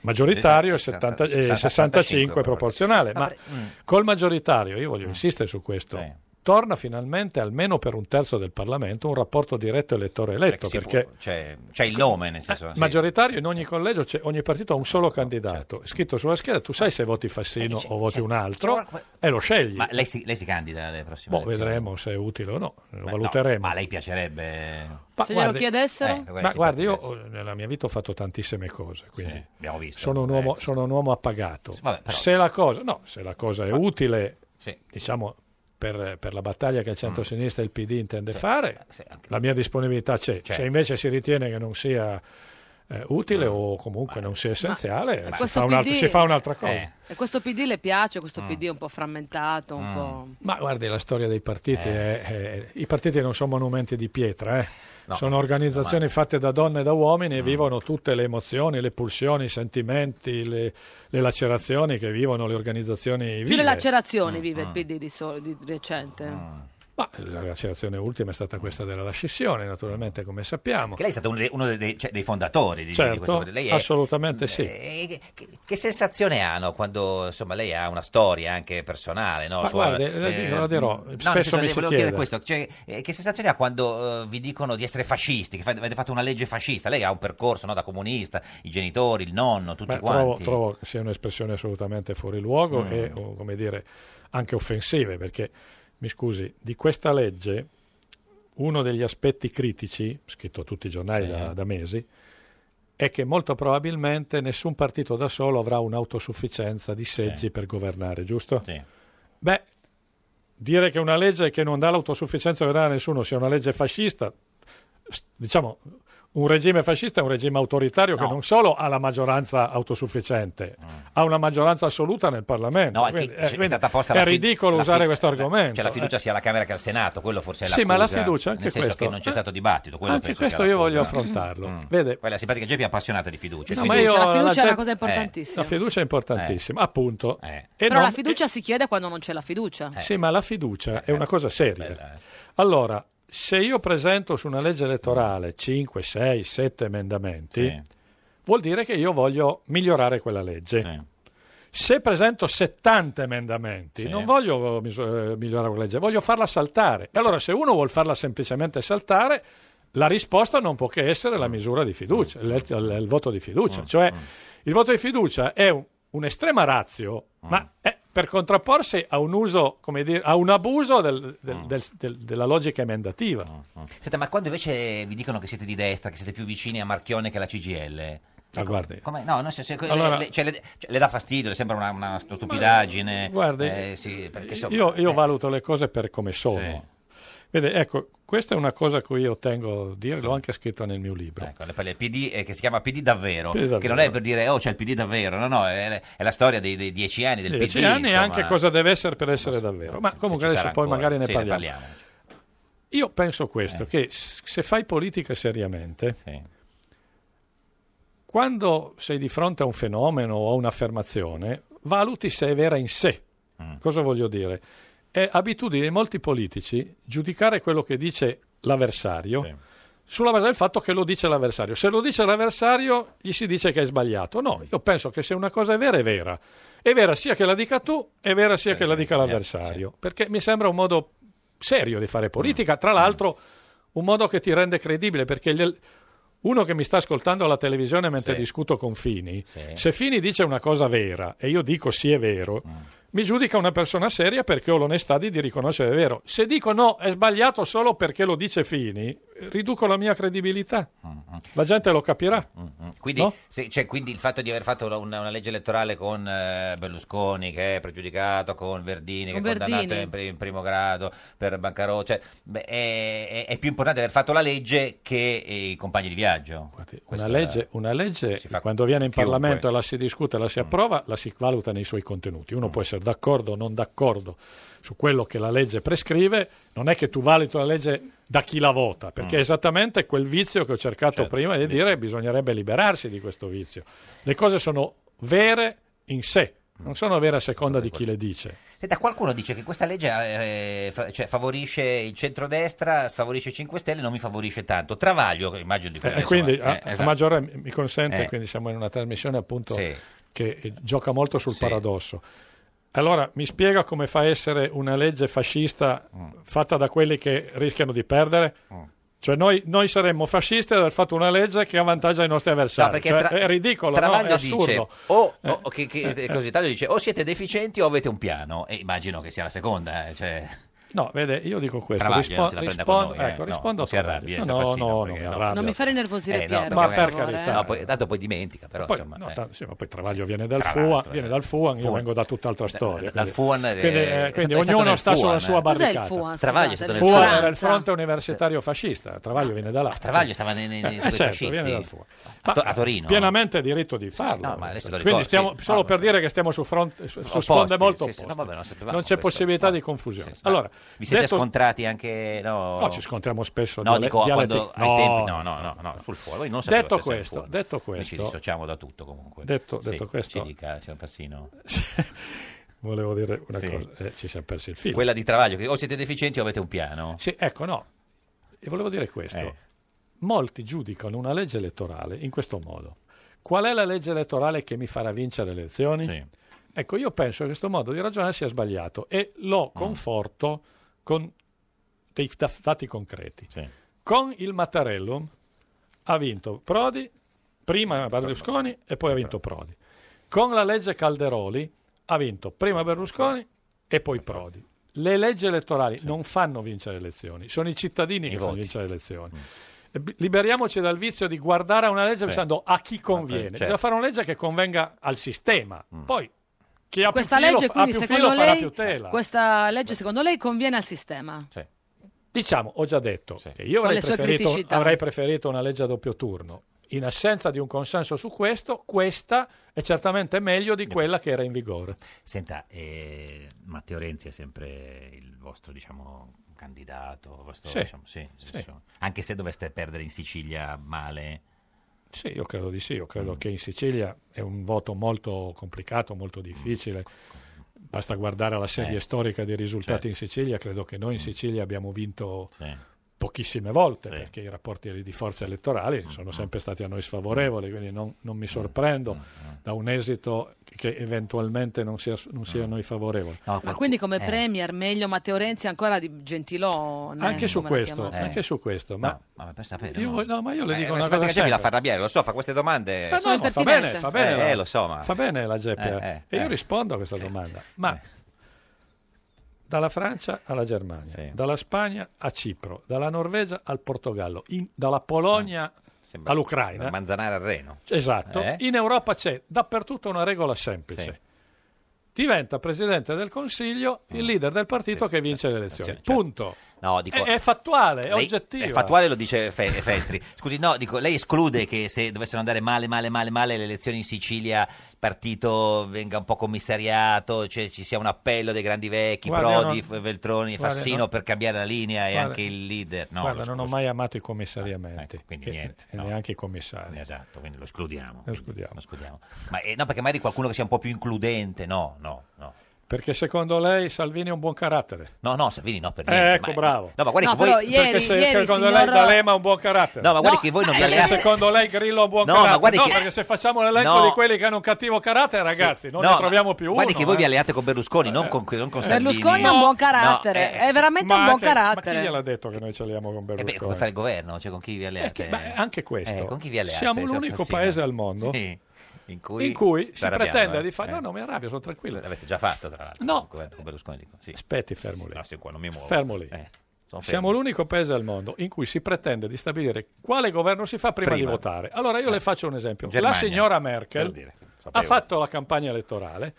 [SPEAKER 19] maggioritario e 70 e
[SPEAKER 3] 65
[SPEAKER 19] 65 proporzionale. Eh, Ma
[SPEAKER 3] Eh, Vabbè, mm.
[SPEAKER 19] col maggioritario, io voglio insistere su questo, torna finalmente almeno per un terzo del Parlamento un rapporto diretto elettore-eletto,
[SPEAKER 3] Cioè, che si
[SPEAKER 19] perché Eh,
[SPEAKER 3] può- C'è, c'è il nome, nel senso... sì.
[SPEAKER 19] maggioritario in ogni collegio c'è, ogni partito ha un solo candidato è scritto sulla scheda tu sai se voti
[SPEAKER 3] Eh,
[SPEAKER 19] Fassino o voti un altro e lo scegli
[SPEAKER 3] cioè, Ma lei si, lei si candida alle prossime
[SPEAKER 19] Boh,
[SPEAKER 3] elezioni?
[SPEAKER 19] vedremo se è utile o no
[SPEAKER 3] Beh,
[SPEAKER 19] lo
[SPEAKER 3] no,
[SPEAKER 19] valuteremo
[SPEAKER 3] ma a lei piacerebbe...
[SPEAKER 19] Ma
[SPEAKER 2] Se glielo
[SPEAKER 19] guardi-
[SPEAKER 2] chiedessero?
[SPEAKER 3] Eh,
[SPEAKER 19] ma guarda io ho- nella mia vita ho fatto tantissime cose quindi
[SPEAKER 3] abbiamo visto. eh,
[SPEAKER 19] sono, un uomo, sono un uomo appagato
[SPEAKER 3] vabbè, però-
[SPEAKER 19] se, la cosa, no, se la cosa è utile
[SPEAKER 3] Sì. Mm.
[SPEAKER 19] diciamo per, per la battaglia che il centro-sinistra e il PD intende
[SPEAKER 3] Sì. Eh,
[SPEAKER 19] fare
[SPEAKER 3] Sì, anche- Certo.
[SPEAKER 19] la mia disponibilità c'è.
[SPEAKER 3] C'è.
[SPEAKER 19] Se invece si ritiene che non sia eh, utile o comunque non sia essenziale,
[SPEAKER 2] Mm. Ma
[SPEAKER 19] si,
[SPEAKER 2] questo
[SPEAKER 19] Eh, fa un altro-
[SPEAKER 2] PD
[SPEAKER 19] si fa un'altra cosa.
[SPEAKER 3] Eh.
[SPEAKER 2] E questo PD le piace, questo
[SPEAKER 19] Mm.
[SPEAKER 2] PD un po' frammentato, un
[SPEAKER 19] Mm.
[SPEAKER 2] po'...
[SPEAKER 19] Ma guardi, la storia dei partiti
[SPEAKER 3] Eh.
[SPEAKER 19] è- è- I partiti non sono monumenti di pietra, eh.
[SPEAKER 3] No, Mm.
[SPEAKER 19] sono organizzazioni fatte da donne e da uomini e vivono tutte le emozioni, le pulsioni, i sentimenti, le, le lacerazioni che vivono le organizzazioni
[SPEAKER 2] Più
[SPEAKER 19] vive.
[SPEAKER 2] le lacerazioni vive
[SPEAKER 19] Mm.
[SPEAKER 2] il PD di, so- di recente.
[SPEAKER 19] Ma Eh, la lacerazione ultima è stata questa della scissione, naturalmente, come sappiamo.
[SPEAKER 3] Che lei è stato uno dei, uno dei- cioè, dei fondatori di, di
[SPEAKER 19] Certo,
[SPEAKER 3] questo. Lei è-
[SPEAKER 19] assolutamente sì.
[SPEAKER 3] eh, che, che sensazione ha no, quando insomma, lei ha una storia anche personale? No, eh,
[SPEAKER 19] Ma guarda, la dico- la dirò,
[SPEAKER 3] no, nel
[SPEAKER 19] spesso
[SPEAKER 3] senso,
[SPEAKER 19] mi si
[SPEAKER 3] volevo chiedere
[SPEAKER 19] chiede.
[SPEAKER 3] questo, cioè, eh, che sensazione ha quando eh, vi dicono di essere fascisti, che fa- avete fatto una legge fascista? Lei ha un percorso no, da comunista, i genitori, il nonno, tutti
[SPEAKER 19] Beh, trovo,
[SPEAKER 3] quanti.
[SPEAKER 19] trovo che sia un'espressione assolutamente fuori luogo
[SPEAKER 3] Mm.
[SPEAKER 19] e o, come dire, anche offensive, perché mi scusi, di questa legge uno degli aspetti critici, scritto a tutti i giornali
[SPEAKER 3] Sì.
[SPEAKER 19] da, da mesi, è che molto probabilmente nessun partito da solo avrà un'autosufficienza di seggi
[SPEAKER 3] Sì.
[SPEAKER 19] per governare, giusto?
[SPEAKER 3] Sì.
[SPEAKER 19] Beh, dire che una legge che non dà l'autosufficienza di governare a nessuno sia una legge fascista, s- diciamo, un regime fascista è un regime autoritario che non solo ha la maggioranza autosufficiente, ha una maggioranza assoluta nel Parlamento.
[SPEAKER 3] Mm. No, è, che
[SPEAKER 19] Quindi,
[SPEAKER 3] c-
[SPEAKER 19] eh,
[SPEAKER 3] è
[SPEAKER 19] quindi
[SPEAKER 3] stata posta
[SPEAKER 19] è
[SPEAKER 3] la fi-
[SPEAKER 19] ridicolo
[SPEAKER 3] la fi-
[SPEAKER 19] usare questo
[SPEAKER 3] la-
[SPEAKER 19] argomento.
[SPEAKER 3] Cioè la fiducia
[SPEAKER 19] eh.
[SPEAKER 3] sia alla Camera che al Senato, quello forse è
[SPEAKER 19] Sì, ma la
[SPEAKER 3] l'accusa,
[SPEAKER 19] fiducia, anche
[SPEAKER 3] nel senso
[SPEAKER 19] questo.
[SPEAKER 3] che non c'è
[SPEAKER 19] Eh,
[SPEAKER 3] stato dibattito, quello
[SPEAKER 19] anche
[SPEAKER 3] penso sia
[SPEAKER 19] questo io
[SPEAKER 3] l'accusa.
[SPEAKER 19] voglio affrontarlo.
[SPEAKER 3] Mm.
[SPEAKER 19] Vede.
[SPEAKER 3] Quella simpatica Geppi è appassionata di fiducia.
[SPEAKER 19] No,
[SPEAKER 3] Sì,
[SPEAKER 19] ma
[SPEAKER 3] sì.
[SPEAKER 19] io
[SPEAKER 2] La fiducia è
[SPEAKER 19] gente-
[SPEAKER 2] una cosa importantissima.
[SPEAKER 19] La fiducia è
[SPEAKER 3] Eh.
[SPEAKER 19] importantissima, appunto. E Eh.
[SPEAKER 2] Però
[SPEAKER 19] non-
[SPEAKER 2] la fiducia si chiede quando non c'è la fiducia.
[SPEAKER 3] Eh.
[SPEAKER 19] Sì, ma la fiducia è una cosa seria. Allora, se io presento su una legge elettorale 5, 6, 7 emendamenti,
[SPEAKER 3] Sì.
[SPEAKER 19] vuol dire che io voglio migliorare quella legge. Se presento 70 emendamenti,
[SPEAKER 3] Sì.
[SPEAKER 19] non voglio mis- eh, migliorare quella legge, voglio farla saltare. E allora, se uno vuol farla semplicemente saltare, la risposta non può che essere
[SPEAKER 3] Mm.
[SPEAKER 19] la misura di fiducia, il, il- il voto di fiducia. Cioè, il voto di fiducia è un- un'estrema razio,
[SPEAKER 3] Mm.
[SPEAKER 19] ma è per contrapporsi a un uso, come dire, a un abuso del- del-
[SPEAKER 3] Mm.
[SPEAKER 19] del- del- della logica emendativa.
[SPEAKER 3] Senta, ma quando invece vi dicono che siete di destra, che siete più vicini a Marchione che alla CGL?
[SPEAKER 19] Ma Ah, guardi,
[SPEAKER 3] ecco, Come? No, no, se- se- le-
[SPEAKER 19] Allora-
[SPEAKER 3] le, cioè, le- cioè, le dà fastidio, le sembra una, una stupidaggine.
[SPEAKER 19] guardi,
[SPEAKER 3] eh, sì, perché eh. insomma,
[SPEAKER 19] io, io valuto le cose per come sono. Vede, ecco, questa è una cosa a cui io tengo a dire, l'ho anche scritta nel mio libro.
[SPEAKER 3] Ecco, le parole- il PD eh, che si chiama PD davvero,
[SPEAKER 19] PD davvero.
[SPEAKER 3] che non è per dire oh c'è il PD davvero, no, no, è, è la storia dei, dei dieci anni del
[SPEAKER 19] Dieci
[SPEAKER 3] PD.
[SPEAKER 19] anni e
[SPEAKER 3] insomma.
[SPEAKER 19] anche cosa deve essere per essere davvero. Ma comunque
[SPEAKER 3] ci
[SPEAKER 19] adesso
[SPEAKER 3] sarà
[SPEAKER 19] poi
[SPEAKER 3] ancora.
[SPEAKER 19] magari ne
[SPEAKER 3] Sì, ne
[SPEAKER 19] parliamo.
[SPEAKER 3] parliamo.
[SPEAKER 19] Io penso questo, che s- se fai politica seriamente, quando sei di fronte a un fenomeno o a un'affermazione, valuti se è vera in sé. Cosa voglio dire? È abitudine di molti politici giudicare quello che dice l'avversario sulla base del fatto che lo dice l'avversario. Se lo dice l'avversario, gli si dice che è sbagliato. No, io penso che se una cosa è vera, è vera. è vera sia che la dica tu, è vera sia che la dica l'avversario, perché mi sembra un modo serio di fare politica, tra l'altro un modo che ti rende credibile, perché gli- uno che mi sta ascoltando alla televisione mentre
[SPEAKER 20] Sì.
[SPEAKER 19] discuto con Fini,
[SPEAKER 20] Sì.
[SPEAKER 19] se Fini dice una cosa vera e io dico sì è vero, mi giudica una persona seria perché ho l'onestà di, di riconoscere è vero. Se dico no è sbagliato solo perché lo dice Fini, riduco la mia credibilità. La gente lo capirà.
[SPEAKER 3] Quindi,
[SPEAKER 19] No?
[SPEAKER 3] se- cioè, quindi il fatto di aver fatto la- una, una legge elettorale con eh, Berlusconi che è pregiudicato, con Verdini
[SPEAKER 2] Con
[SPEAKER 3] che è condannato
[SPEAKER 2] Verdini.
[SPEAKER 3] in, pri- in primo grado per bancarotta, cioè, beh, è, è- è più importante aver fatto la legge che eh, i compagni di viaggio.
[SPEAKER 19] Una
[SPEAKER 3] Questa-
[SPEAKER 19] legge, una legge, quando viene in
[SPEAKER 3] chiunque. Mm.
[SPEAKER 19] Parlamento e la si discute, la si approva, la si valuta nei suoi contenuti. Uno può essere d'accordo o non d'accordo su quello che la legge prescrive, non è che tu valuti la legge da chi la vota, perché
[SPEAKER 20] Mm.
[SPEAKER 19] è esattamente quel vizio che ho cercato
[SPEAKER 3] Certo.
[SPEAKER 19] prima di dire, bisognerebbe liberarsi di questo vizio. Le cose sono vere in sé, non sono vere a seconda di chi le dice.
[SPEAKER 3] Senta, qualcuno dice che questa legge eh, fa- cioè, favorisce il centrodestra, sfavorisce i 5 Stelle, non mi favorisce tanto. Travaglio, che immagino di
[SPEAKER 19] Eh,
[SPEAKER 3] quello
[SPEAKER 19] e
[SPEAKER 3] che-
[SPEAKER 19] quindi
[SPEAKER 3] insomma,
[SPEAKER 19] a,
[SPEAKER 3] eh,
[SPEAKER 19] a
[SPEAKER 3] esatto.
[SPEAKER 19] maggiore mi mi consente,
[SPEAKER 3] Eh.
[SPEAKER 19] quindi siamo in una trasmissione appunto
[SPEAKER 3] Sì.
[SPEAKER 19] che eh, gioca molto sul
[SPEAKER 3] Sì.
[SPEAKER 19] paradosso. Allora, mi spiega come fa a essere una legge fascista
[SPEAKER 3] Mm.
[SPEAKER 19] fatta da quelli che rischiano di perdere? Cioè noi, noi saremmo fascisti ad aver fatto una legge che avvantaggia i nostri avversari.
[SPEAKER 3] perché
[SPEAKER 19] Cioè,
[SPEAKER 3] tra-
[SPEAKER 19] è ridicolo, no? è
[SPEAKER 3] Travaglio dice,
[SPEAKER 19] assurdo.
[SPEAKER 3] o, o- che- che-
[SPEAKER 19] eh, eh.
[SPEAKER 3] così, Travaglio dice, o siete deficienti o avete un piano. E immagino che sia la seconda. eh, Cioè...
[SPEAKER 19] No, vede, io dico questo.
[SPEAKER 3] Travaglio,
[SPEAKER 19] rispo-
[SPEAKER 3] non se la prenda con
[SPEAKER 19] rispondo-
[SPEAKER 3] noi, eh,
[SPEAKER 19] ecco,
[SPEAKER 3] no,
[SPEAKER 19] rispondo
[SPEAKER 3] non si
[SPEAKER 19] a Travaglio.
[SPEAKER 3] arrabbia,
[SPEAKER 19] No,
[SPEAKER 3] si
[SPEAKER 19] no,
[SPEAKER 3] affascina,
[SPEAKER 19] no,
[SPEAKER 3] perché
[SPEAKER 19] mi
[SPEAKER 3] no.
[SPEAKER 19] arrabbio.
[SPEAKER 2] Non mi fare nervosire,
[SPEAKER 3] Eh, no,
[SPEAKER 2] Piero.
[SPEAKER 3] perché
[SPEAKER 19] Ma
[SPEAKER 3] magari-
[SPEAKER 19] per carità.
[SPEAKER 3] No, poi- tanto poi dimentica, però
[SPEAKER 19] Poi,
[SPEAKER 3] insomma.
[SPEAKER 19] no,
[SPEAKER 3] eh.
[SPEAKER 19] tanto- sì, ma poi Travaglio viene dal
[SPEAKER 3] Tra
[SPEAKER 19] FUAN,
[SPEAKER 3] l'altro,
[SPEAKER 19] viene
[SPEAKER 3] eh.
[SPEAKER 19] dal Fuan, io
[SPEAKER 3] Fuan.
[SPEAKER 19] vengo da tutt'altra storia.
[SPEAKER 3] dal Fuan, eh,
[SPEAKER 19] quindi,
[SPEAKER 3] è
[SPEAKER 19] eh,
[SPEAKER 3] stato-
[SPEAKER 19] quindi
[SPEAKER 3] è stato
[SPEAKER 19] ognuno
[SPEAKER 3] nel
[SPEAKER 19] sta sulla
[SPEAKER 3] Fuan, eh.
[SPEAKER 19] sua
[SPEAKER 3] Cos'è il
[SPEAKER 19] barricata.
[SPEAKER 3] Fuan, Travaglio è stato nel
[SPEAKER 19] Fuan
[SPEAKER 3] Fuan.
[SPEAKER 19] era il fronte universitario fascista, Travaglio viene da là.
[SPEAKER 3] Travaglio stava nei, nei, nei-
[SPEAKER 19] Eh,
[SPEAKER 3] tra i
[SPEAKER 19] certo,
[SPEAKER 3] fascisti.
[SPEAKER 19] viene dal Fuan.
[SPEAKER 3] a, To- a Torino.
[SPEAKER 19] Pienamente diritto di farlo.
[SPEAKER 3] no, ma adesso lo ricordo,
[SPEAKER 19] Quindi stiamo,
[SPEAKER 3] sì.
[SPEAKER 19] solo
[SPEAKER 3] Ah,
[SPEAKER 19] per dire che stiamo su, fronte, su, su
[SPEAKER 3] Opposti,
[SPEAKER 19] sponde molto
[SPEAKER 3] sì, sì,
[SPEAKER 19] opposte.
[SPEAKER 3] no, vabbè, non sapevamo
[SPEAKER 19] non c'è
[SPEAKER 3] questo.
[SPEAKER 19] possibilità di confusione.
[SPEAKER 3] Ma
[SPEAKER 19] allora,
[SPEAKER 3] vi siete
[SPEAKER 19] detto-
[SPEAKER 3] scontrati anche no?
[SPEAKER 19] No, ci scontriamo spesso.
[SPEAKER 3] No,
[SPEAKER 19] diale-
[SPEAKER 3] dico quando
[SPEAKER 19] dialetti-
[SPEAKER 3] ai
[SPEAKER 19] no,
[SPEAKER 3] tempi no, no, no, no, sul fuoco. Io non sapevo
[SPEAKER 19] Detto
[SPEAKER 3] se sei
[SPEAKER 19] questo,
[SPEAKER 3] fuori.
[SPEAKER 19] detto
[SPEAKER 3] Noi ci
[SPEAKER 19] questo,
[SPEAKER 3] dissociamo da tutto comunque.
[SPEAKER 19] Detto-
[SPEAKER 3] Sì,
[SPEAKER 19] detto questo-
[SPEAKER 3] ci dica, signor Fassino.
[SPEAKER 19] volevo dire una
[SPEAKER 3] Sì.
[SPEAKER 19] cosa, eh, ci siamo persi il filo.
[SPEAKER 3] Quella di Travaglio che o siete deficienti o avete un piano.
[SPEAKER 19] Sì, ecco, no. E volevo dire questo.
[SPEAKER 3] Eh.
[SPEAKER 19] Molti giudicano una legge elettorale in questo modo. Qual è la legge elettorale che mi farà vincere le elezioni? Ecco, io penso che questo modo di ragionare sia sbagliato e lo conforto con dei f- dati concreti. Con il Mattarellum ha vinto Prodi, prima Berlusconi e poi ha vinto Prodi. Con la legge Calderoli ha vinto prima Berlusconi e poi Prodi. Le leggi elettorali non fanno vincere le elezioni, sono i cittadini che fanno vincere le elezioni. E bi- Liberiamoci dal vizio di guardare a una
[SPEAKER 20] Mm.
[SPEAKER 19] legge
[SPEAKER 20] Sì.
[SPEAKER 19] pensando a chi conviene.
[SPEAKER 20] certo. Mm.
[SPEAKER 19] Bisogna fare una legge che convenga al sistema. Poi chi ha
[SPEAKER 2] Questa
[SPEAKER 19] più filo,
[SPEAKER 2] legge,
[SPEAKER 19] fa- ha
[SPEAKER 2] quindi,
[SPEAKER 19] più
[SPEAKER 2] secondo
[SPEAKER 19] filo farà
[SPEAKER 2] lei,
[SPEAKER 19] più tela.
[SPEAKER 2] questa legge, secondo lei, conviene al sistema?
[SPEAKER 19] Diciamo, ho già detto che io
[SPEAKER 2] Con
[SPEAKER 19] avrei
[SPEAKER 2] le sue
[SPEAKER 19] preferito,
[SPEAKER 2] criticità.
[SPEAKER 19] avrei preferito una legge a doppio turno. In assenza di un consenso su questo, questa è certamente meglio di quella che era in vigore.
[SPEAKER 3] Senta, eh, Matteo Renzi è sempre il vostro, diciamo, candidato, il vostro,
[SPEAKER 19] Sì.
[SPEAKER 3] diciamo, sì, nel
[SPEAKER 19] Sì.
[SPEAKER 3] senso- anche se doveste perdere in Sicilia male.
[SPEAKER 19] Sì, io credo di sì, io credo che in Sicilia è un voto molto complicato, molto difficile. Basta guardare alla serie
[SPEAKER 20] Eh.
[SPEAKER 19] storica dei risultati
[SPEAKER 20] Certo.
[SPEAKER 19] in Sicilia, credo che noi in Sicilia abbiamo vinto pochissime volte
[SPEAKER 20] Sì.
[SPEAKER 19] perché i rapporti di forza elettorali sono sempre stati a noi sfavorevoli, quindi non, non mi sorprendo da un esito che eventualmente non sia, non sia a noi favorevole.
[SPEAKER 2] Ma quindi come
[SPEAKER 19] Eh.
[SPEAKER 2] premier meglio Matteo Renzi ancora di eh, Gentilone?
[SPEAKER 19] Anche su
[SPEAKER 2] come la
[SPEAKER 19] questo,
[SPEAKER 2] chiamate?
[SPEAKER 19] anche su questo, ma, io, voglio- no, ma io le
[SPEAKER 3] Eh,
[SPEAKER 19] dico
[SPEAKER 3] ma
[SPEAKER 19] una
[SPEAKER 3] sapete
[SPEAKER 19] cosa
[SPEAKER 3] che già mi la fa
[SPEAKER 19] sempre.
[SPEAKER 3] arrabbiare, lo so, fa queste domande.
[SPEAKER 19] Ma no, fa bene, fa bene, la-
[SPEAKER 3] Eh, lo so, ma...
[SPEAKER 19] fa bene la Geppia.
[SPEAKER 3] Eh, eh,
[SPEAKER 19] e io
[SPEAKER 3] eh.
[SPEAKER 19] rispondo a questa domanda. Ma dalla Francia alla Germania, dalla Spagna a Cipro, dalla Norvegia al Portogallo, in- dalla Polonia
[SPEAKER 3] Eh, Sembra-
[SPEAKER 19] all'Ucraina.
[SPEAKER 3] da Manzanare al Reno.
[SPEAKER 19] Esatto.
[SPEAKER 3] Eh?
[SPEAKER 19] In Europa c'è dappertutto una regola semplice. Diventa presidente del Consiglio
[SPEAKER 3] Mm.
[SPEAKER 19] il leader del partito che vince le elezioni. Punto.
[SPEAKER 3] certo. No, dico-
[SPEAKER 19] è, è fattuale, è
[SPEAKER 3] Lei-
[SPEAKER 19] oggettiva.
[SPEAKER 3] È fattuale, lo dice Fe- Feltri. Scusi, no, dico, lei esclude che se dovessero andare male, male, male, male le elezioni in Sicilia, il partito venga un po' commissariato, cioè ci sia un appello dei grandi vecchi,
[SPEAKER 19] Guarda,
[SPEAKER 3] Prodi,
[SPEAKER 19] io non-
[SPEAKER 3] F- Veltroni,
[SPEAKER 19] guarda,
[SPEAKER 3] Fassino
[SPEAKER 19] no.
[SPEAKER 3] per cambiare la linea e
[SPEAKER 19] Guarda-
[SPEAKER 3] anche il leader. No, lo
[SPEAKER 19] Guarda, non
[SPEAKER 3] scuso.
[SPEAKER 19] ho mai amato i commissariamenti.
[SPEAKER 3] quindi
[SPEAKER 19] e,
[SPEAKER 3] niente,
[SPEAKER 19] e
[SPEAKER 3] no.
[SPEAKER 19] neanche i commissari.
[SPEAKER 3] Esatto, quindi lo escludiamo.
[SPEAKER 19] Lo
[SPEAKER 3] eh, quindi lo escludiamo. Ma eh, no, perché magari qualcuno che sia un po' più includente, no, no, no.
[SPEAKER 19] Perché secondo lei Salvini è un buon carattere?
[SPEAKER 3] No, no, Salvini no, per
[SPEAKER 19] Eh,
[SPEAKER 3] niente.
[SPEAKER 19] ecco,
[SPEAKER 3] ma-
[SPEAKER 19] bravo.
[SPEAKER 3] No, ma guardi
[SPEAKER 19] No,
[SPEAKER 3] che voi...
[SPEAKER 19] però ieri- Perché se- ieri, secondo lei signor- D'Alema ha un buon carattere?
[SPEAKER 3] No, ma guardi
[SPEAKER 19] No,
[SPEAKER 3] che voi non vi
[SPEAKER 19] eh,
[SPEAKER 3] alleate.
[SPEAKER 19] secondo lei Grillo ha un buon
[SPEAKER 3] No, ma
[SPEAKER 19] carattere?
[SPEAKER 3] guardi
[SPEAKER 19] no,
[SPEAKER 3] che-
[SPEAKER 19] perché se facciamo l'elenco
[SPEAKER 3] No.
[SPEAKER 19] di quelli che hanno un cattivo carattere, ragazzi, non
[SPEAKER 3] No,
[SPEAKER 19] ne
[SPEAKER 3] ma
[SPEAKER 19] troviamo più
[SPEAKER 3] Guardi
[SPEAKER 19] uno.
[SPEAKER 3] che voi vi
[SPEAKER 19] eh.
[SPEAKER 3] alleate con Berlusconi, non con, non con Salvini.
[SPEAKER 2] Eh, Berlusconi ha un buon carattere, eh. è veramente un
[SPEAKER 19] eh, Ma
[SPEAKER 2] buon
[SPEAKER 19] anche- eh, Ma chi
[SPEAKER 2] carattere.
[SPEAKER 19] gliel'ha detto che noi ce l'abbiamo con
[SPEAKER 3] Eh beh,
[SPEAKER 19] Berlusconi?
[SPEAKER 3] come fa il governo? Cioè, con chi vi alleate?
[SPEAKER 19] Eh, che- ma anche questo.
[SPEAKER 3] Eh, con chi vi alleate?
[SPEAKER 19] Siamo
[SPEAKER 3] signor
[SPEAKER 19] l'unico
[SPEAKER 3] Fassino?
[SPEAKER 19] paese al mondo
[SPEAKER 3] Sì, in cui,
[SPEAKER 19] in cui si
[SPEAKER 3] Sarabia,
[SPEAKER 19] pretende
[SPEAKER 3] eh.
[SPEAKER 19] di fare...
[SPEAKER 3] Eh.
[SPEAKER 19] No, no, mi arrabbio, sono tranquillo.
[SPEAKER 3] L'avete già fatto, tra l'altro.
[SPEAKER 19] No.
[SPEAKER 3] Con con Berlusconi dico. Sì.
[SPEAKER 19] Aspetti, fermo
[SPEAKER 3] Sì,
[SPEAKER 19] lì.
[SPEAKER 3] no, sì, qua non mi muovo.
[SPEAKER 19] Fermo lì.
[SPEAKER 3] Eh, sono fermo.
[SPEAKER 19] Siamo l'unico paese al mondo in cui si pretende di stabilire quale governo si fa prima,
[SPEAKER 3] Prima. Eh.
[SPEAKER 19] di votare. Allora io le faccio un esempio.
[SPEAKER 3] Germania,
[SPEAKER 19] la signora
[SPEAKER 3] per
[SPEAKER 19] Merkel
[SPEAKER 3] dire.
[SPEAKER 19] ha
[SPEAKER 3] Sapevo.
[SPEAKER 19] fatto la campagna elettorale,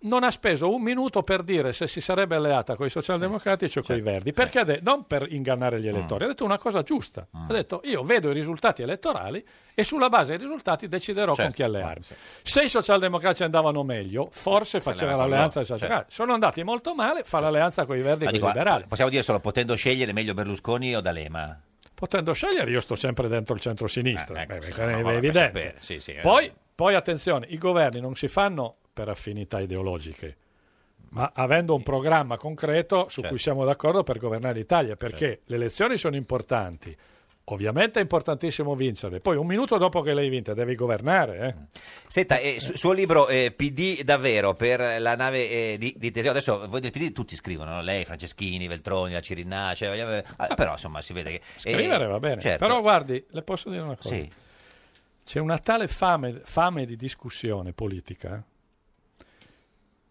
[SPEAKER 19] non ha speso un minuto per dire se si sarebbe alleata con i socialdemocratici o con i verdi, perché ha de- non per ingannare
[SPEAKER 3] Mm.
[SPEAKER 19] gli elettori, ha detto una cosa giusta. Ha detto io vedo i risultati elettorali e sulla base dei risultati deciderò con
[SPEAKER 20] Certo.
[SPEAKER 19] chi allearmi. Se i socialdemocratici andavano meglio, forse faceva
[SPEAKER 3] andava con
[SPEAKER 19] l'alleanza
[SPEAKER 3] loro,
[SPEAKER 19] dei socialdemocratici. Sono andati molto male, fa l'alleanza con i verdi
[SPEAKER 3] certo. Ma
[SPEAKER 19] e con i
[SPEAKER 3] dico,
[SPEAKER 19] liberali.
[SPEAKER 3] possiamo dire solo potendo scegliere meglio Berlusconi o D'Alema?
[SPEAKER 19] Potendo scegliere, io sto sempre dentro il centro-sinistra, beh,
[SPEAKER 3] Eh, ecco, sì,
[SPEAKER 19] perché
[SPEAKER 3] no,
[SPEAKER 19] Eh, è
[SPEAKER 3] vabbè,
[SPEAKER 19] evidente.
[SPEAKER 3] sapere, sì, sì, eh.
[SPEAKER 19] poi, poi, attenzione, i governi non si fanno per affinità ideologiche, ma avendo un programma concreto su
[SPEAKER 20] Certo.
[SPEAKER 19] cui siamo d'accordo per governare l'Italia, perché
[SPEAKER 3] Certo.
[SPEAKER 19] le elezioni sono importanti. Ovviamente è importantissimo vincerle, poi un minuto dopo che l'hai vinta devi governare. eh.
[SPEAKER 3] Senta, eh, su- suo libro eh, PD davvero per la nave eh, di, di Teseo, adesso voi del PD tutti scrivono, no? lei, Franceschini, Veltroni, la Cirinna, cioè, vogliamo- ah, però insomma si vede che... eh, certo.
[SPEAKER 19] Scrivere va bene, però guardi, le posso dire una cosa.
[SPEAKER 3] Sì.
[SPEAKER 19] C'è una tale fame, fame di discussione politica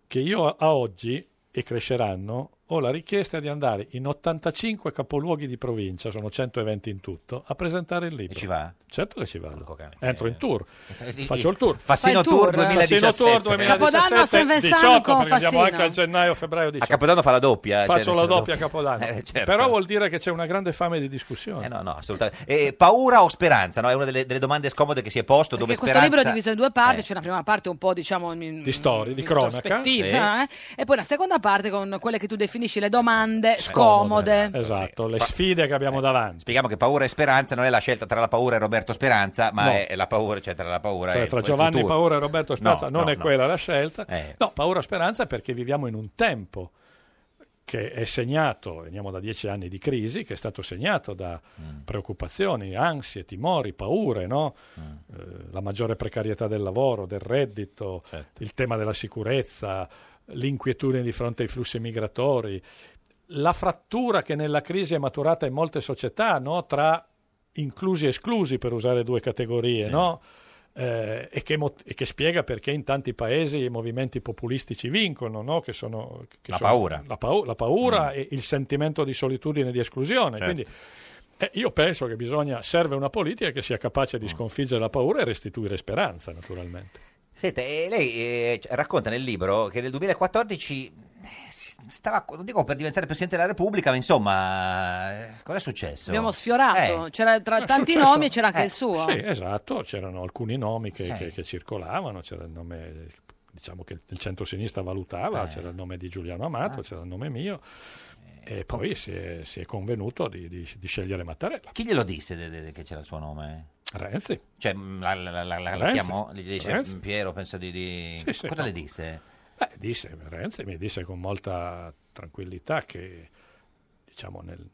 [SPEAKER 19] che io a oggi, e cresceranno, ho la richiesta di andare in 85 capoluoghi di provincia, sono 120 in tutto, a presentare il libro. E ci
[SPEAKER 3] va?
[SPEAKER 19] Certo che ci vado. Entro in tour. Faccio il tour.
[SPEAKER 3] Eh, Fassino Fai il tour tour, eh.
[SPEAKER 19] Fassino tour
[SPEAKER 3] 2017.
[SPEAKER 19] 2017.
[SPEAKER 3] Capodanno a San Vessano
[SPEAKER 19] 18,
[SPEAKER 3] con
[SPEAKER 19] perché siamo
[SPEAKER 3] Fassino.
[SPEAKER 19] anche a gennaio, febbraio,
[SPEAKER 3] A
[SPEAKER 19] 18.
[SPEAKER 3] Capodanno fa la doppia. cioè,
[SPEAKER 19] Faccio
[SPEAKER 3] nel
[SPEAKER 19] la
[SPEAKER 3] senso-
[SPEAKER 19] doppia a Capodanno.
[SPEAKER 3] Eh, certo.
[SPEAKER 19] Però vuol dire che c'è una grande fame di discussione.
[SPEAKER 3] Eh, no, no, assolutamente. Eh, paura o speranza? no? È una delle, delle domande scomode che si è posto.
[SPEAKER 2] Perché
[SPEAKER 3] dove
[SPEAKER 2] questo
[SPEAKER 3] speranza...
[SPEAKER 2] libro è diviso in due
[SPEAKER 19] Eh.
[SPEAKER 2] parti, c'è una prima parte un po' diciamo in-
[SPEAKER 3] Di storie, di
[SPEAKER 2] introspettiva,
[SPEAKER 3] cronaca. Sì.
[SPEAKER 2] sa, eh? e poi una seconda parte con quelle che tu definisci le domande
[SPEAKER 3] Scomode.
[SPEAKER 2] scomode.
[SPEAKER 19] Esatto, le sfide che abbiamo davanti.
[SPEAKER 3] eh, Spieghiamo che paura e speranza non è la scelta tra la paura e Roberto Speranza, ma
[SPEAKER 19] No.
[SPEAKER 3] è la paura, cioè tra la paura
[SPEAKER 19] Cioè,
[SPEAKER 3] e
[SPEAKER 19] tra
[SPEAKER 3] il
[SPEAKER 19] Giovanni
[SPEAKER 3] futuro.
[SPEAKER 19] Paura e Roberto Speranza
[SPEAKER 3] No,
[SPEAKER 19] non
[SPEAKER 3] no,
[SPEAKER 19] è
[SPEAKER 3] no.
[SPEAKER 19] quella la scelta.
[SPEAKER 3] Eh.
[SPEAKER 19] No, Paura e Speranza perché viviamo in un tempo che è segnato, veniamo da dieci anni di crisi, che è stato segnato da
[SPEAKER 3] Mm.
[SPEAKER 19] preoccupazioni, ansie, timori, paure, no? Eh, la maggiore precarietà del lavoro, del reddito,
[SPEAKER 3] Certo.
[SPEAKER 19] il tema della sicurezza, l'inquietudine di fronte ai flussi migratori, la frattura che nella crisi è maturata in molte società, no? tra inclusi e esclusi, per usare due categorie,
[SPEAKER 20] Sì.
[SPEAKER 19] no? Eh, e, che mot- e che spiega perché in tanti paesi i movimenti populistici vincono, no? che sono, che
[SPEAKER 3] La
[SPEAKER 19] sono-
[SPEAKER 3] paura. Mm.
[SPEAKER 19] La, pau- la paura e il sentimento di solitudine e di esclusione.
[SPEAKER 3] Certo.
[SPEAKER 19] Quindi eh, io penso che bisogna, serve una politica che sia capace
[SPEAKER 3] Mm.
[SPEAKER 19] di sconfiggere la paura e restituire speranza, naturalmente.
[SPEAKER 3] Senta, eh, lei eh, c- racconta nel libro che nel 2014 eh, s- stava, non dico per diventare Presidente della Repubblica, ma insomma, eh, cosa è successo?
[SPEAKER 2] Abbiamo sfiorato,
[SPEAKER 3] Eh.
[SPEAKER 2] c'era tra
[SPEAKER 19] È
[SPEAKER 2] tanti
[SPEAKER 19] successo-
[SPEAKER 2] nomi c'era anche
[SPEAKER 19] eh,
[SPEAKER 2] il suo.
[SPEAKER 19] Sì, esatto, c'erano alcuni nomi che,
[SPEAKER 2] Sì.
[SPEAKER 19] che- che circolavano, c'era il nome, diciamo che il centro-sinistra valutava,
[SPEAKER 3] Eh.
[SPEAKER 19] c'era il nome di Giuliano Amato, c'era il nome mio,
[SPEAKER 3] Eh,
[SPEAKER 19] e poi si è, si è convenuto di, di- di scegliere Mattarella.
[SPEAKER 3] Chi glielo disse de- de- che c'era il suo nome?
[SPEAKER 19] Renzi.
[SPEAKER 3] Cioè, mh, la, la, la- la- la
[SPEAKER 19] Renzi.
[SPEAKER 3] chiamò, gli dice
[SPEAKER 19] Renzi.
[SPEAKER 3] "Mh, Piero, penso di... di-"
[SPEAKER 19] Sì, sì,
[SPEAKER 3] cosa
[SPEAKER 19] no.
[SPEAKER 3] le disse?
[SPEAKER 19] Beh, disse, Renzi mi disse con molta tranquillità che diciamo, nel,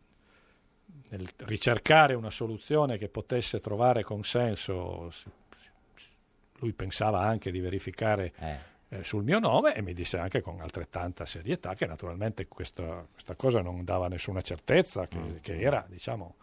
[SPEAKER 19] nel ricercare una soluzione che potesse trovare consenso, si- si- lui pensava anche di verificare eh, sul mio nome e mi disse anche con altrettanta serietà che naturalmente questa, questa cosa non dava nessuna certezza, che, che era diciamo,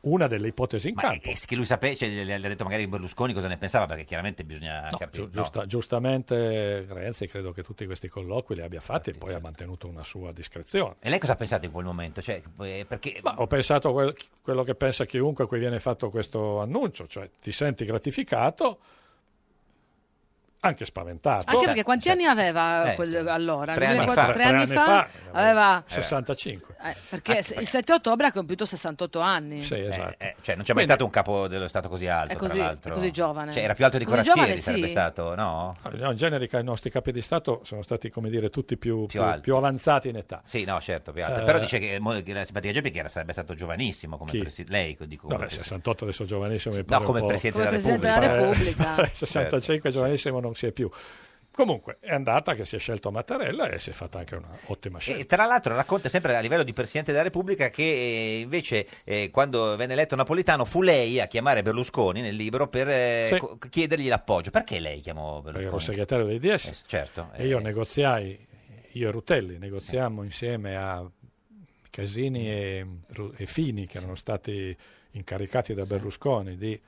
[SPEAKER 19] una delle ipotesi in
[SPEAKER 3] Mm. Ma
[SPEAKER 19] campo.
[SPEAKER 3] è- è che lui sapeva, cioè, le, le ha detto magari Berlusconi cosa ne pensava, perché chiaramente bisogna
[SPEAKER 19] No,
[SPEAKER 3] capire.
[SPEAKER 19] giu- giusta- giustamente Renzi credo che tutti questi colloqui li abbia fatti e poi ha mantenuto una sua discrezione.
[SPEAKER 3] E lei cosa ha pensato in quel momento? Cioè, eh, perché...
[SPEAKER 19] Ma ho pensato quel- quello che pensa chiunque a cui viene fatto questo annuncio, cioè ti senti gratificato, anche spaventato.
[SPEAKER 2] Anche perché quanti anni aveva
[SPEAKER 19] Eh,
[SPEAKER 2] quel-
[SPEAKER 19] sì.
[SPEAKER 2] allora?
[SPEAKER 19] Tre anni
[SPEAKER 2] 2004,
[SPEAKER 19] fa.
[SPEAKER 2] tre
[SPEAKER 19] Tre
[SPEAKER 2] anni
[SPEAKER 19] anni
[SPEAKER 2] fa
[SPEAKER 19] fa,
[SPEAKER 2] aveva...
[SPEAKER 3] eh,
[SPEAKER 19] 65.
[SPEAKER 2] eh, perché se- il 7 ottobre ha compiuto 68 anni.
[SPEAKER 3] Eh,
[SPEAKER 19] esatto.
[SPEAKER 3] eh, cioè, non c'è mai
[SPEAKER 19] Quindi-
[SPEAKER 3] stato un capo dello Stato così alto,
[SPEAKER 2] È così-
[SPEAKER 3] tra l'altro.
[SPEAKER 2] è così giovane.
[SPEAKER 3] Cioè, era più alto di
[SPEAKER 2] Così
[SPEAKER 3] Corazzieri,
[SPEAKER 2] giovane, sì.
[SPEAKER 3] sarebbe stato, no?
[SPEAKER 19] No, in genere i nostri capi di Stato sono stati, come dire, tutti più, più-
[SPEAKER 3] alti.
[SPEAKER 19] più avanzati in età.
[SPEAKER 3] Sì, no, certo, più alto.
[SPEAKER 19] Eh,
[SPEAKER 3] Però dice che, mo- che la simpatica Geppi che era, sarebbe stato giovanissimo come
[SPEAKER 19] Chi?
[SPEAKER 3] presidente. Lei, dico,
[SPEAKER 19] No,
[SPEAKER 3] come
[SPEAKER 19] beh, 68 adesso giovanissimo mi
[SPEAKER 3] No,
[SPEAKER 19] pare un
[SPEAKER 3] come
[SPEAKER 19] po'-
[SPEAKER 3] Presidente Come della Presidente della Repubblica. Certo,
[SPEAKER 19] Mi pare-
[SPEAKER 3] Repubblica.
[SPEAKER 19] 65 giovanissimo non si è più. Comunque è andata che si è scelto Mattarella e si è fatta anche un'ottima scelta.
[SPEAKER 3] E
[SPEAKER 21] tra l'altro racconta sempre a livello di Presidente della Repubblica che eh, invece eh, quando venne eletto Napolitano fu lei a chiamare Berlusconi nel libro per eh,
[SPEAKER 19] Sì.
[SPEAKER 21] co- chiedergli l'appoggio. Perché lei chiamò
[SPEAKER 19] perché ero
[SPEAKER 21] Berlusconi?
[SPEAKER 19] segretario dei DS.
[SPEAKER 21] certo. Eh.
[SPEAKER 19] E io negoziai, io e Rutelli negoziammo insieme a
[SPEAKER 21] Mm.
[SPEAKER 19] Casini e, Ru- e Fini, che erano stati incaricati da Berlusconi di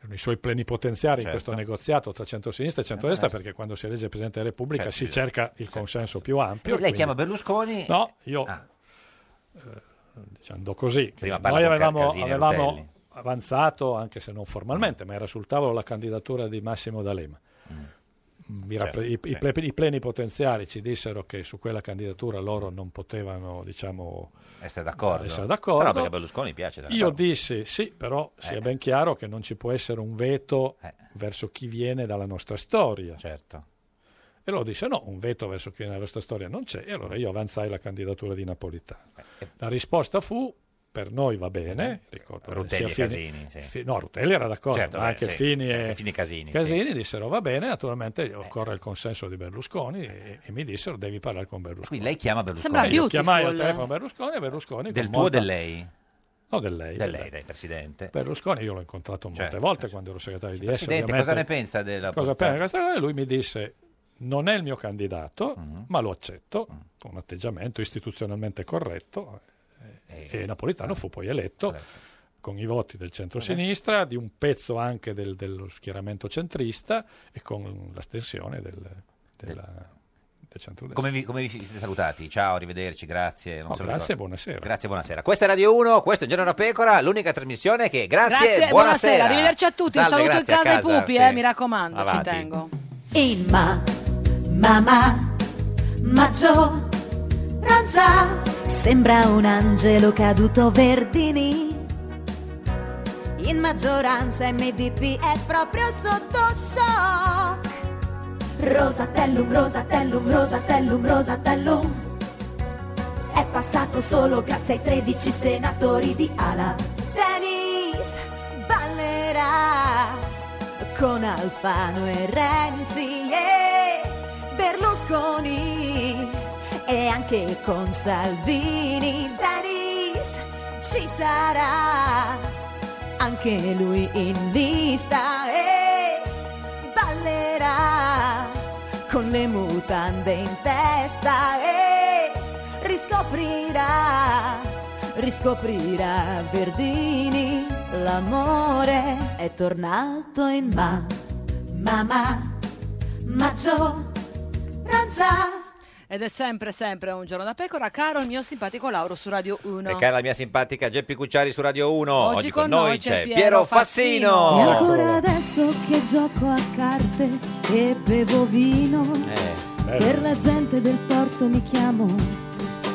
[SPEAKER 19] erano i suoi plenipotenziari in
[SPEAKER 22] Certo.
[SPEAKER 19] questo negoziato tra centrosinistra e
[SPEAKER 21] Eh.
[SPEAKER 19] centrodestra, perché quando si elegge Presidente della Repubblica
[SPEAKER 22] Certo,
[SPEAKER 19] si
[SPEAKER 22] bisogna-
[SPEAKER 19] cerca il consenso più ampio.
[SPEAKER 21] Lei
[SPEAKER 19] quindi-
[SPEAKER 21] chiama Berlusconi.
[SPEAKER 19] No, io
[SPEAKER 3] Ah.
[SPEAKER 19] eh, diciamo, andò così.
[SPEAKER 21] Prima parla
[SPEAKER 19] Noi
[SPEAKER 21] con
[SPEAKER 19] avevamo,
[SPEAKER 21] Casini e
[SPEAKER 19] avevamo
[SPEAKER 21] Rutelli.
[SPEAKER 19] avanzato, anche se non formalmente, ma era sul tavolo la candidatura di Massimo D'Alema.
[SPEAKER 21] Mm.
[SPEAKER 19] Mi rappre- i,
[SPEAKER 22] Certo,
[SPEAKER 19] i
[SPEAKER 22] sì.
[SPEAKER 19] ple- i plenipotenziari ci dissero che su quella candidatura loro non potevano, diciamo,
[SPEAKER 21] Essere Eh, d'accordo.
[SPEAKER 19] essere d'accordo.
[SPEAKER 21] Strano, perché a Berlusconi piace dare
[SPEAKER 19] Io
[SPEAKER 21] d'accordo.
[SPEAKER 19] dissi sì, però
[SPEAKER 21] Eh.
[SPEAKER 19] sia ben chiaro che non ci può essere un veto verso chi viene dalla nostra storia.
[SPEAKER 21] Certo.
[SPEAKER 19] E loro disse no, un veto verso chi viene dalla nostra storia non c'è. E allora io avanzai la candidatura di Napolitano.
[SPEAKER 21] Eh,
[SPEAKER 19] La risposta fu per noi va bene, ricordo
[SPEAKER 21] Rutelli
[SPEAKER 19] sia
[SPEAKER 21] e
[SPEAKER 19] Fini-
[SPEAKER 21] Casini, sì.
[SPEAKER 19] Fi- no, Rutelli era d'accordo,
[SPEAKER 21] Certo,
[SPEAKER 19] ma
[SPEAKER 21] beh,
[SPEAKER 19] anche
[SPEAKER 21] sì.
[SPEAKER 19] Fini e
[SPEAKER 21] Anche Fini Eh. e Casini,
[SPEAKER 19] Casini dissero va bene, naturalmente occorre il consenso di Berlusconi e, e mi dissero devi parlare con Berlusconi.
[SPEAKER 21] Quindi lei chiama Berlusconi.
[SPEAKER 19] Sembra Io chiamai al beautiful. telefono Berlusconi e Berlusconi
[SPEAKER 21] Del
[SPEAKER 19] con
[SPEAKER 21] tuo o
[SPEAKER 19] molta-
[SPEAKER 21] del lei?
[SPEAKER 19] No, del lei.
[SPEAKER 21] Del lei, del Presidente.
[SPEAKER 19] Berlusconi io l'ho incontrato molte
[SPEAKER 21] Certo,
[SPEAKER 19] volte quando ero segretario di DS.
[SPEAKER 21] Presidente,
[SPEAKER 19] ovviamente.
[SPEAKER 21] cosa ne pensa della
[SPEAKER 19] Cosa pensa di questa cosa? E Lui mi disse non è il mio candidato, ma lo accetto con un atteggiamento istituzionalmente corretto eh, e, Napolitano fu poi eletto con i voti del centrosinistra, di un pezzo anche del- dello schieramento centrista e con l'astensione del, della, del centrodestra.
[SPEAKER 21] Come vi, come vi siete salutati? Ciao, arrivederci, grazie. non
[SPEAKER 19] No,
[SPEAKER 21] so
[SPEAKER 19] grazie e
[SPEAKER 21] ricordo.
[SPEAKER 19] buonasera.
[SPEAKER 21] Grazie, buonasera. Questa è Radio 1, questo è Giorno da Pecora, l'unica trasmissione che... Grazie,
[SPEAKER 2] Grazie,
[SPEAKER 21] buonasera.
[SPEAKER 2] buonasera, arrivederci a tutti, un
[SPEAKER 21] Salve,
[SPEAKER 2] saluto in
[SPEAKER 21] grazie, a
[SPEAKER 2] casa ai pupi,
[SPEAKER 21] sì.
[SPEAKER 2] eh, mi raccomando, ci
[SPEAKER 21] Avanti.
[SPEAKER 2] tengo.
[SPEAKER 14] Imma, mamma, maggio, ranza, sembra un angelo caduto Verdini. In maggioranza MDP è proprio sotto shock. Rosatellum, Rosatellum, Rosatellum, Rosatellum. È passato solo grazie ai 13 senatori di Ala. Dennis ballerà con Alfano e Renzi e Berlusconi e anche con Salvini. Dennis ci sarà anche lui in lista e ballerà con le mutande in testa e riscoprirà, riscoprirà Verdini, l'amore è tornato in ma, mamma, maggio, ranza.
[SPEAKER 2] Ed è sempre, sempre un giorno da pecora, caro il mio simpatico Lauro su Radio 1.
[SPEAKER 3] E cara la mia simpatica Geppi Cucciari su Radio 1.
[SPEAKER 2] Oggi
[SPEAKER 3] Oggi,
[SPEAKER 2] con
[SPEAKER 3] con,
[SPEAKER 2] noi
[SPEAKER 3] noi
[SPEAKER 2] c'è
[SPEAKER 3] c'è
[SPEAKER 2] Piero
[SPEAKER 3] Piero
[SPEAKER 2] Fassino.
[SPEAKER 3] Fassino.
[SPEAKER 21] Eh.
[SPEAKER 14] E ancora adesso che gioco a carte e bevo vino,
[SPEAKER 21] Eh.
[SPEAKER 3] bello.
[SPEAKER 14] per la gente del porto mi chiamo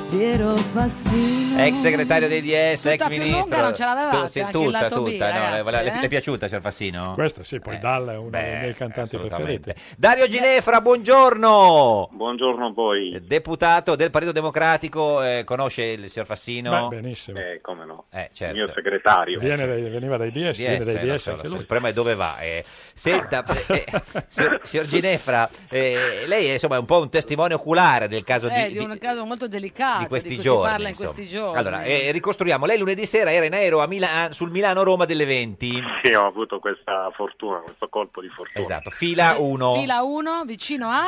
[SPEAKER 14] Piero Fassino.
[SPEAKER 3] Ex segretario dei DS, ex
[SPEAKER 14] Tutta più
[SPEAKER 3] ministro.
[SPEAKER 14] lunga non ce l'avevate,
[SPEAKER 3] Tu- sì,
[SPEAKER 14] anche il
[SPEAKER 3] tutta,
[SPEAKER 14] lato B,
[SPEAKER 3] tutta. no,
[SPEAKER 14] ragazzi,
[SPEAKER 3] le- le-
[SPEAKER 14] eh?
[SPEAKER 3] le è piaciuta, signor Fassino?
[SPEAKER 19] Questo sì, poi Dalla è uno dei
[SPEAKER 3] beh,
[SPEAKER 19] miei cantanti
[SPEAKER 3] assolutamente.
[SPEAKER 19] preferiti.
[SPEAKER 3] Dario Ginefra, buongiorno.
[SPEAKER 20] Buongiorno a voi.
[SPEAKER 3] Deputato del Partito Democratico, eh, conosce il signor Fassino?
[SPEAKER 19] Beh, benissimo.
[SPEAKER 20] Eh, come no.
[SPEAKER 3] Eh, certo. Eh,
[SPEAKER 20] Il mio segretario.
[SPEAKER 19] Viene dai- veniva dai DS, viene dai
[SPEAKER 3] DS, lo
[SPEAKER 19] DS
[SPEAKER 3] so, lo
[SPEAKER 19] anche
[SPEAKER 3] so.
[SPEAKER 19] lui.
[SPEAKER 3] Il problema è dove va. eh. Senta, eh, eh, signor, signor Ginefra, eh, lei è insomma, un po' un testimone oculare del caso
[SPEAKER 2] Eh,
[SPEAKER 3] di,
[SPEAKER 2] di, un caso molto delicato
[SPEAKER 3] di questi
[SPEAKER 2] Ah, cioè, cui
[SPEAKER 3] giorni.
[SPEAKER 2] si parla in
[SPEAKER 3] insomma.
[SPEAKER 2] questi giorni.
[SPEAKER 3] Allora, eh, ricostruiamo. Lei lunedì sera era in aereo a Mila- sul Milano-Roma delle 20.
[SPEAKER 20] Sì, ho avuto questa fortuna, questo colpo di fortuna.
[SPEAKER 3] Esatto, fila 1.
[SPEAKER 2] Fila 1, vicino a...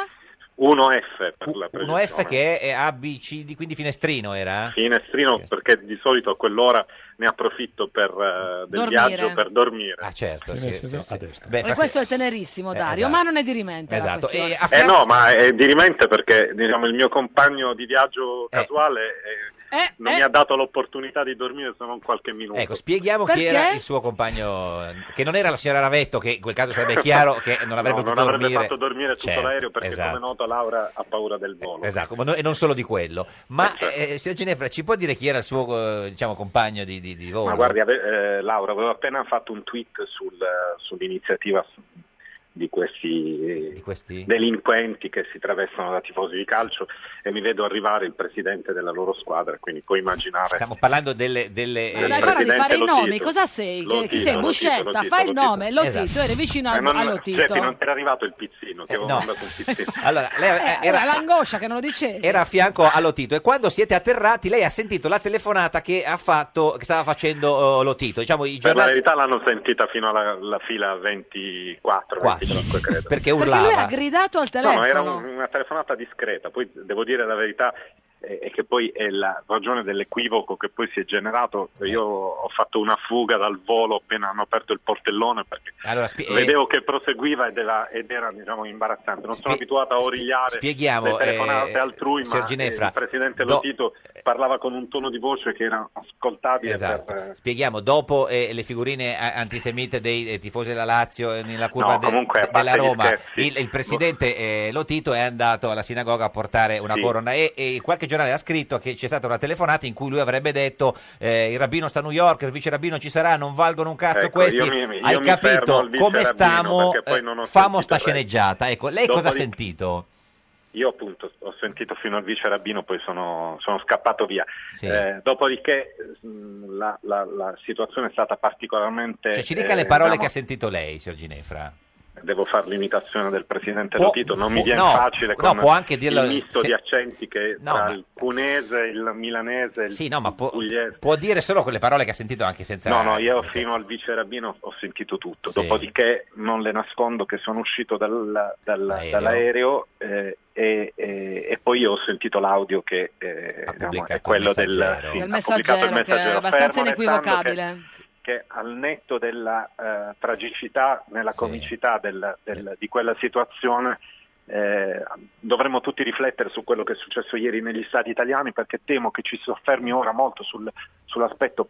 [SPEAKER 20] 1F per la
[SPEAKER 3] Uno
[SPEAKER 20] precisione.
[SPEAKER 3] F che è ABCD, quindi finestrino era?
[SPEAKER 20] Finestrino perché di solito a quell'ora ne approfitto per, eh, del
[SPEAKER 2] Dormire.
[SPEAKER 20] viaggio per dormire. Ah
[SPEAKER 3] certo,
[SPEAKER 20] sì,
[SPEAKER 3] Finestrino
[SPEAKER 20] sì.
[SPEAKER 3] Beh,
[SPEAKER 2] E questo è tenerissimo,
[SPEAKER 20] Eh,
[SPEAKER 2] Dario,
[SPEAKER 20] esatto.
[SPEAKER 2] ma non è dirimente. la
[SPEAKER 20] Esatto,
[SPEAKER 2] questione.
[SPEAKER 20] Eh no, ma è dirimente perché diciamo, il mio compagno di viaggio casuale eh,
[SPEAKER 2] Eh,
[SPEAKER 20] non
[SPEAKER 2] eh.
[SPEAKER 20] mi ha dato l'opportunità di dormire se non qualche minuto.
[SPEAKER 3] Ecco, spieghiamo chi
[SPEAKER 20] Perché?
[SPEAKER 3] era il suo compagno, che non era la signora Ravetto, che in quel caso sarebbe chiaro che non avrebbe
[SPEAKER 20] No,
[SPEAKER 3] potuto
[SPEAKER 20] non avrebbe
[SPEAKER 3] dormire.
[SPEAKER 20] fatto dormire tutto
[SPEAKER 3] Certo,
[SPEAKER 20] l'aereo perché
[SPEAKER 3] esatto.
[SPEAKER 20] come noto Laura ha paura del volo.
[SPEAKER 3] Esatto, ma no- e non solo di quello. Ma, eh, signor Ginefra, ci può dire chi era il suo eh, diciamo, compagno di, di, di volo?
[SPEAKER 20] Ma guardi, ave- eh, Laura, avevo appena fatto un tweet sul, eh, sull'iniziativa s- di questi,
[SPEAKER 3] questi?
[SPEAKER 20] delinquenti che si travestono da tifosi di calcio e mi vedo arrivare il presidente della loro squadra, quindi puoi immaginare.
[SPEAKER 3] Stiamo parlando delle... delle
[SPEAKER 20] Eh,
[SPEAKER 3] eh,
[SPEAKER 2] Guarda
[SPEAKER 20] dai,
[SPEAKER 2] di fare i
[SPEAKER 20] Presidente, lo
[SPEAKER 2] nomi,
[SPEAKER 20] Tito.
[SPEAKER 2] cosa sei?
[SPEAKER 20] Lo
[SPEAKER 2] Chi
[SPEAKER 20] Tito,
[SPEAKER 2] sei?
[SPEAKER 20] lo Tito, lo
[SPEAKER 2] Buscetta,
[SPEAKER 20] Tito,
[SPEAKER 2] fai
[SPEAKER 20] lo
[SPEAKER 2] il
[SPEAKER 20] Tito.
[SPEAKER 2] nome, lo
[SPEAKER 20] Esatto.
[SPEAKER 2] Tito, eri vicino
[SPEAKER 20] Eh,
[SPEAKER 2] al-
[SPEAKER 20] non-
[SPEAKER 2] allo Tito.
[SPEAKER 20] Seppi, non era arrivato il pizzino, ti avevo
[SPEAKER 3] Eh, no.
[SPEAKER 20] mandato un pizzino.
[SPEAKER 3] Allora, lei
[SPEAKER 2] Eh,
[SPEAKER 3] era,
[SPEAKER 2] era l'angoscia che non lo dicevi.
[SPEAKER 3] era a fianco allo Tito e quando siete atterrati lei ha sentito la telefonata che ha fatto che stava facendo eh, lo Tito diciamo i
[SPEAKER 20] Per la
[SPEAKER 3] giornali
[SPEAKER 20] verità l'hanno sentita fino alla, alla fila 24, 25 credo.
[SPEAKER 2] Perché
[SPEAKER 3] perché
[SPEAKER 2] lui ha
[SPEAKER 3] urlava
[SPEAKER 2] gridato al
[SPEAKER 20] No,
[SPEAKER 2] telefono.
[SPEAKER 20] no, era un- una telefonata discreta, poi devo dire la verità eh, è che poi è la ragione dell'equivoco che poi si è generato.
[SPEAKER 3] Eh.
[SPEAKER 20] Io ho fatto una fuga dal volo appena hanno aperto il portellone perché
[SPEAKER 3] allora spie-
[SPEAKER 20] vedevo che proseguiva ed era, ed era, diciamo, imbarazzante. Non sono abituato a origliare
[SPEAKER 3] spieghiamo,
[SPEAKER 20] le telefonate
[SPEAKER 3] eh,
[SPEAKER 20] altrui, ma
[SPEAKER 3] signor Ginefra,
[SPEAKER 20] eh, il presidente
[SPEAKER 3] do-
[SPEAKER 20] Lotito parlava con un tono di voce che era ascoltabile
[SPEAKER 3] Esatto.
[SPEAKER 20] per,
[SPEAKER 3] Spieghiamo, dopo eh, le figurine eh, antisemite dei eh, tifosi della Lazio eh, nella curva
[SPEAKER 20] No,
[SPEAKER 3] de-
[SPEAKER 20] comunque, a parte
[SPEAKER 3] della
[SPEAKER 20] gli
[SPEAKER 3] Roma,
[SPEAKER 20] scherzi,
[SPEAKER 3] il, il presidente eh, Lotito è andato alla sinagoga a portare una
[SPEAKER 20] Sì.
[SPEAKER 3] corona e, e qualche giornale ha scritto che c'è stata una telefonata in cui lui avrebbe detto eh, il rabbino sta a New York, il vice rabbino ci sarà, non valgono un cazzo
[SPEAKER 20] Ecco,
[SPEAKER 3] questi.
[SPEAKER 20] io mi- io
[SPEAKER 3] Hai
[SPEAKER 20] mi fermo al
[SPEAKER 3] capito
[SPEAKER 20] vice rabbino,
[SPEAKER 3] come stiamo,
[SPEAKER 20] perché poi non ho
[SPEAKER 3] eh, famo
[SPEAKER 20] sentito
[SPEAKER 3] sta
[SPEAKER 20] il resto.
[SPEAKER 3] sceneggiata. Ecco, lei cosa ha
[SPEAKER 20] Dopodiché-
[SPEAKER 3] sentito?
[SPEAKER 20] Io appunto ho sentito fino al vice rabbino, poi sono, sono scappato via.
[SPEAKER 3] Sì.
[SPEAKER 20] Eh, dopodiché mh, la, la- la situazione è stata particolarmente...
[SPEAKER 3] Cioè, ci dica
[SPEAKER 20] eh,
[SPEAKER 3] le parole che
[SPEAKER 20] diciamo,
[SPEAKER 3] ha sentito lei, signor Ginefra.
[SPEAKER 20] Devo fare l'imitazione del presidente
[SPEAKER 3] Può-
[SPEAKER 20] Lotito, non mi
[SPEAKER 3] può-
[SPEAKER 20] viene
[SPEAKER 3] no,
[SPEAKER 20] facile
[SPEAKER 3] no,
[SPEAKER 20] con
[SPEAKER 3] può anche dirlo-
[SPEAKER 20] il misto
[SPEAKER 3] se-
[SPEAKER 20] di accenti che
[SPEAKER 3] No,
[SPEAKER 20] tra
[SPEAKER 3] ma-
[SPEAKER 20] il punese, il milanese, il
[SPEAKER 3] Sì, no, ma può,
[SPEAKER 20] pugliese...
[SPEAKER 3] può dire solo quelle parole che ha sentito anche senza...
[SPEAKER 20] No, no, io fino al vice rabbino ho sentito tutto,
[SPEAKER 3] Sì.
[SPEAKER 20] dopodiché non le nascondo che sono uscito dal- dal- dall'aereo eh, e, e- e poi ho sentito l'audio che eh, diciamo, è quello del,
[SPEAKER 3] Messaggero.
[SPEAKER 20] sì,
[SPEAKER 2] Del
[SPEAKER 20] ha pubblicato il
[SPEAKER 2] messaggero, che è
[SPEAKER 20] Messaggero.
[SPEAKER 2] abbastanza
[SPEAKER 20] Fermo restando
[SPEAKER 2] inequivocabile.
[SPEAKER 20] Che, che al netto della eh, tragicità, nella
[SPEAKER 3] Sì.
[SPEAKER 20] comicità del- del- di quella situazione, eh, dovremmo tutti riflettere su quello che è successo ieri negli stati italiani perché temo che ci si soffermi ora molto sul- sull'aspetto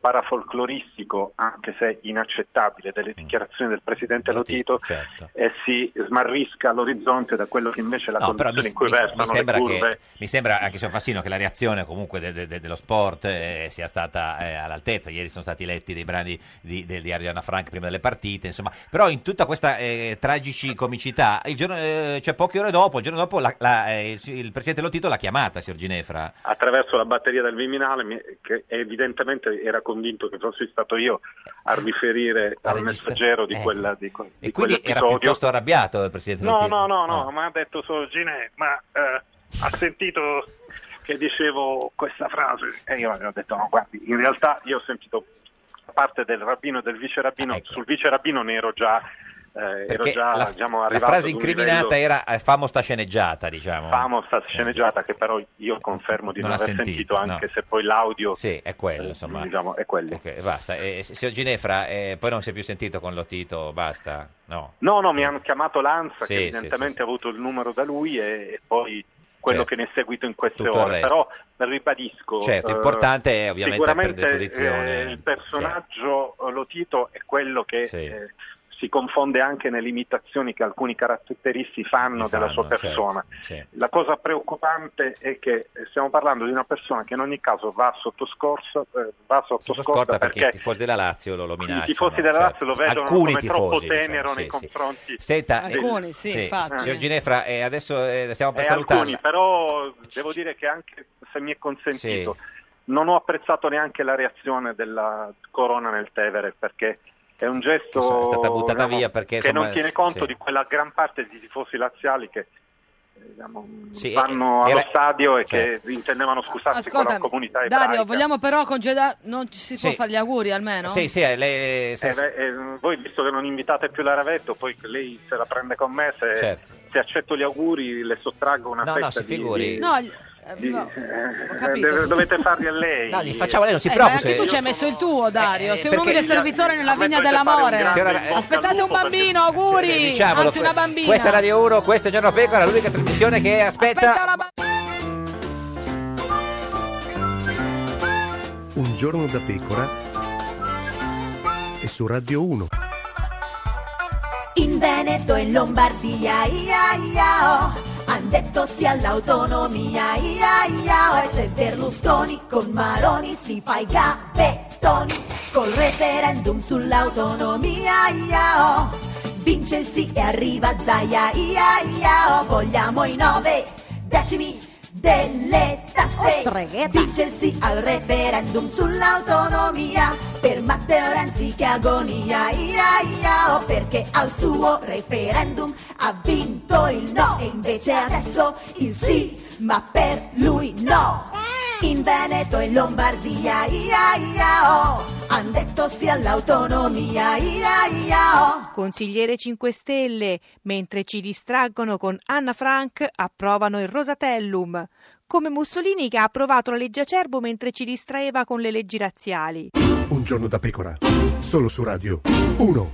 [SPEAKER 20] parafolcloristico, anche se inaccettabile, delle
[SPEAKER 3] Mm.
[SPEAKER 20] dichiarazioni del presidente Lotito
[SPEAKER 3] certo.
[SPEAKER 20] e si smarrisca l'orizzonte da quello che invece è la
[SPEAKER 3] No, però mi,
[SPEAKER 20] condizione in cui
[SPEAKER 3] mi- mi
[SPEAKER 20] versano le
[SPEAKER 3] sembra che,
[SPEAKER 20] curve.
[SPEAKER 3] mi sembra anche signor Fassino che la reazione comunque de- de- de- dello sport eh, sia stata eh, all'altezza. Ieri sono stati letti dei brani di, del diario di Anna Frank prima delle partite, insomma. Però in tutta questa eh, tragici comicità, il giorno, eh, cioè poche ore dopo, il giorno dopo la- la- eh, il, il presidente Lotito l'ha chiamata, signor Ginefra.
[SPEAKER 20] attraverso la batteria del Viminale, mi- che evidentemente era convinto che fossi stato io a riferire al messaggero
[SPEAKER 3] Eh.
[SPEAKER 20] di, quella, di, que-
[SPEAKER 3] E
[SPEAKER 20] di
[SPEAKER 3] quindi era
[SPEAKER 20] quell'episodio.
[SPEAKER 3] piuttosto arrabbiato il presidente
[SPEAKER 20] No,
[SPEAKER 3] Lotito.
[SPEAKER 20] no, no,
[SPEAKER 3] Ah.
[SPEAKER 20] no, ma ha detto solo Gine, ma eh, ha sentito che dicevo questa frase e io gli ho detto no, guardi, in realtà io ho sentito parte del rabbino e del vice rabbino, sul vice rabbino ne ero già, eh, ero
[SPEAKER 3] Ecco. Perché
[SPEAKER 20] già
[SPEAKER 3] la,
[SPEAKER 20] diciamo,
[SPEAKER 3] la
[SPEAKER 20] arrivato
[SPEAKER 3] frase
[SPEAKER 20] ad un
[SPEAKER 3] incriminata
[SPEAKER 20] livello-
[SPEAKER 3] era eh, famo sta sceneggiata, diciamo.
[SPEAKER 20] famosa sceneggiata che però io confermo di
[SPEAKER 3] Non
[SPEAKER 20] non,
[SPEAKER 3] ha
[SPEAKER 20] aver
[SPEAKER 3] sentito,
[SPEAKER 20] sentito, anche
[SPEAKER 3] no.
[SPEAKER 20] se poi l'audio
[SPEAKER 3] Sì, è quello, insomma.
[SPEAKER 20] diciamo, è quello.
[SPEAKER 3] Ok, basta. Eh, s- signor Ginefra, eh, poi non si è più sentito con Lotito, basta. No.
[SPEAKER 20] No, no, mi hanno chiamato Lanza che
[SPEAKER 3] Sì, sì,
[SPEAKER 20] evidentemente
[SPEAKER 3] sì, sì.
[SPEAKER 20] ha avuto il numero da lui e, e poi quello
[SPEAKER 3] Certo.
[SPEAKER 20] che ne è seguito in queste
[SPEAKER 3] Tutto il
[SPEAKER 20] ore.
[SPEAKER 3] resto.
[SPEAKER 20] Però ribadisco.
[SPEAKER 3] Certo,
[SPEAKER 20] eh,
[SPEAKER 3] importante è ovviamente
[SPEAKER 20] sicuramente,
[SPEAKER 3] prendere posizione.
[SPEAKER 20] eh, il personaggio eh, Lotito è quello che
[SPEAKER 3] Sì.
[SPEAKER 20] eh, si confonde anche nelle imitazioni che alcuni caratteristi fanno certo, della sua
[SPEAKER 3] certo.
[SPEAKER 20] persona.
[SPEAKER 3] Sì.
[SPEAKER 20] La cosa preoccupante è che stiamo parlando di una persona che in ogni caso va sottoscorsa, eh, va sottoscorsa
[SPEAKER 3] Scorta perché,
[SPEAKER 20] perché
[SPEAKER 3] i tifosi della Lazio lo, lo minacciano.
[SPEAKER 20] i tifosi della
[SPEAKER 3] certo.
[SPEAKER 20] Lazio lo vedono
[SPEAKER 3] Alcuni
[SPEAKER 20] come troppo
[SPEAKER 3] tifosi, diciamo,
[SPEAKER 20] tenero
[SPEAKER 3] sì,
[SPEAKER 20] nei
[SPEAKER 3] sì.
[SPEAKER 20] confronti.
[SPEAKER 3] Senta, eh,
[SPEAKER 20] Alcuni, sì, infatti.
[SPEAKER 3] Signor Ginefra, eh, adesso eh, stiamo per
[SPEAKER 20] Eh, alcuni,
[SPEAKER 3] salutarla.
[SPEAKER 20] però devo dire che anche se mi è consentito, non ho apprezzato neanche la reazione della corona nel Tevere perché è un gesto
[SPEAKER 3] Che so- è stata buttata
[SPEAKER 20] diciamo,
[SPEAKER 3] via perché,
[SPEAKER 20] che
[SPEAKER 3] insomma,
[SPEAKER 20] non tiene conto
[SPEAKER 3] sì.
[SPEAKER 20] di quella gran parte di tifosi laziali che eh, diciamo,
[SPEAKER 3] Sì,
[SPEAKER 20] vanno
[SPEAKER 3] eh,
[SPEAKER 20] allo
[SPEAKER 3] era-
[SPEAKER 20] stadio e
[SPEAKER 3] certo.
[SPEAKER 20] che intendevano scusarsi con la
[SPEAKER 2] Ascoltami,
[SPEAKER 20] comunità ebraica.
[SPEAKER 2] Dario, vogliamo però congedare... Non ci si può
[SPEAKER 20] Sì.
[SPEAKER 2] fare gli auguri almeno?
[SPEAKER 3] Sì, sì, eh, le- se-
[SPEAKER 20] Eh, beh, eh, voi visto che non invitate più la Ravetto, poi lei se la prende con me, se,
[SPEAKER 3] Certo.
[SPEAKER 20] se accetto gli auguri le sottraggo una
[SPEAKER 3] No, no,
[SPEAKER 20] fetta
[SPEAKER 3] si
[SPEAKER 20] di-
[SPEAKER 3] figuri.
[SPEAKER 20] di-
[SPEAKER 2] No, gli- eh,
[SPEAKER 20] di-
[SPEAKER 2] no.
[SPEAKER 20] eh,
[SPEAKER 2] capito.
[SPEAKER 20] dov- dovete farli a lei.
[SPEAKER 3] No, li facciamo a lei, non si
[SPEAKER 2] Eh,
[SPEAKER 3] preoccupi.
[SPEAKER 2] ma anche tu
[SPEAKER 3] Io
[SPEAKER 2] ci hai messo il tuo, Dario. Sei un
[SPEAKER 3] Eh, perché-
[SPEAKER 2] umile servitore nella
[SPEAKER 20] A me
[SPEAKER 2] vigna
[SPEAKER 20] dovete
[SPEAKER 2] dell'amore.
[SPEAKER 3] fare un grande Signora-
[SPEAKER 2] Aspettate un bambino,
[SPEAKER 3] Eh,
[SPEAKER 2] auguri.
[SPEAKER 3] diciamolo,
[SPEAKER 2] Anzi, una bambina.
[SPEAKER 3] Questa è Radio 1, questo è Giorno Pecora, l'unica trasmissione che aspetta...
[SPEAKER 2] Aspetta una bambina.
[SPEAKER 15] Un giorno da pecora e su Radio 1.
[SPEAKER 14] In Veneto e in Lombardia, ia ia oh, han detto sì all'autonomia, ia ia oh, e c'è Berlusconi con Maroni, si fa i gavettoni, col referendum sull'autonomia, ia oh,
[SPEAKER 18] Vince il sì e arriva Zaia, ia, ia, oh, vogliamo i nove decimi delle tasse. Vince il sì al referendum sull'autonomia, per Matteo Renzi che agonia, ia, ia, oh, perché al suo referendum ha vinto il no e invece adesso il sì, ma per lui no. In Veneto e Lombardia, ia, ia, oh, han detto sì all'autonomia, ia, ia, oh.
[SPEAKER 16] Consigliere 5 Stelle, mentre ci distraggono con Anna Frank, approvano il Rosatellum. Come Mussolini che ha approvato la legge Acerbo mentre ci distraeva con le leggi razziali.
[SPEAKER 15] Un giorno da pecora. Solo su Radio 1.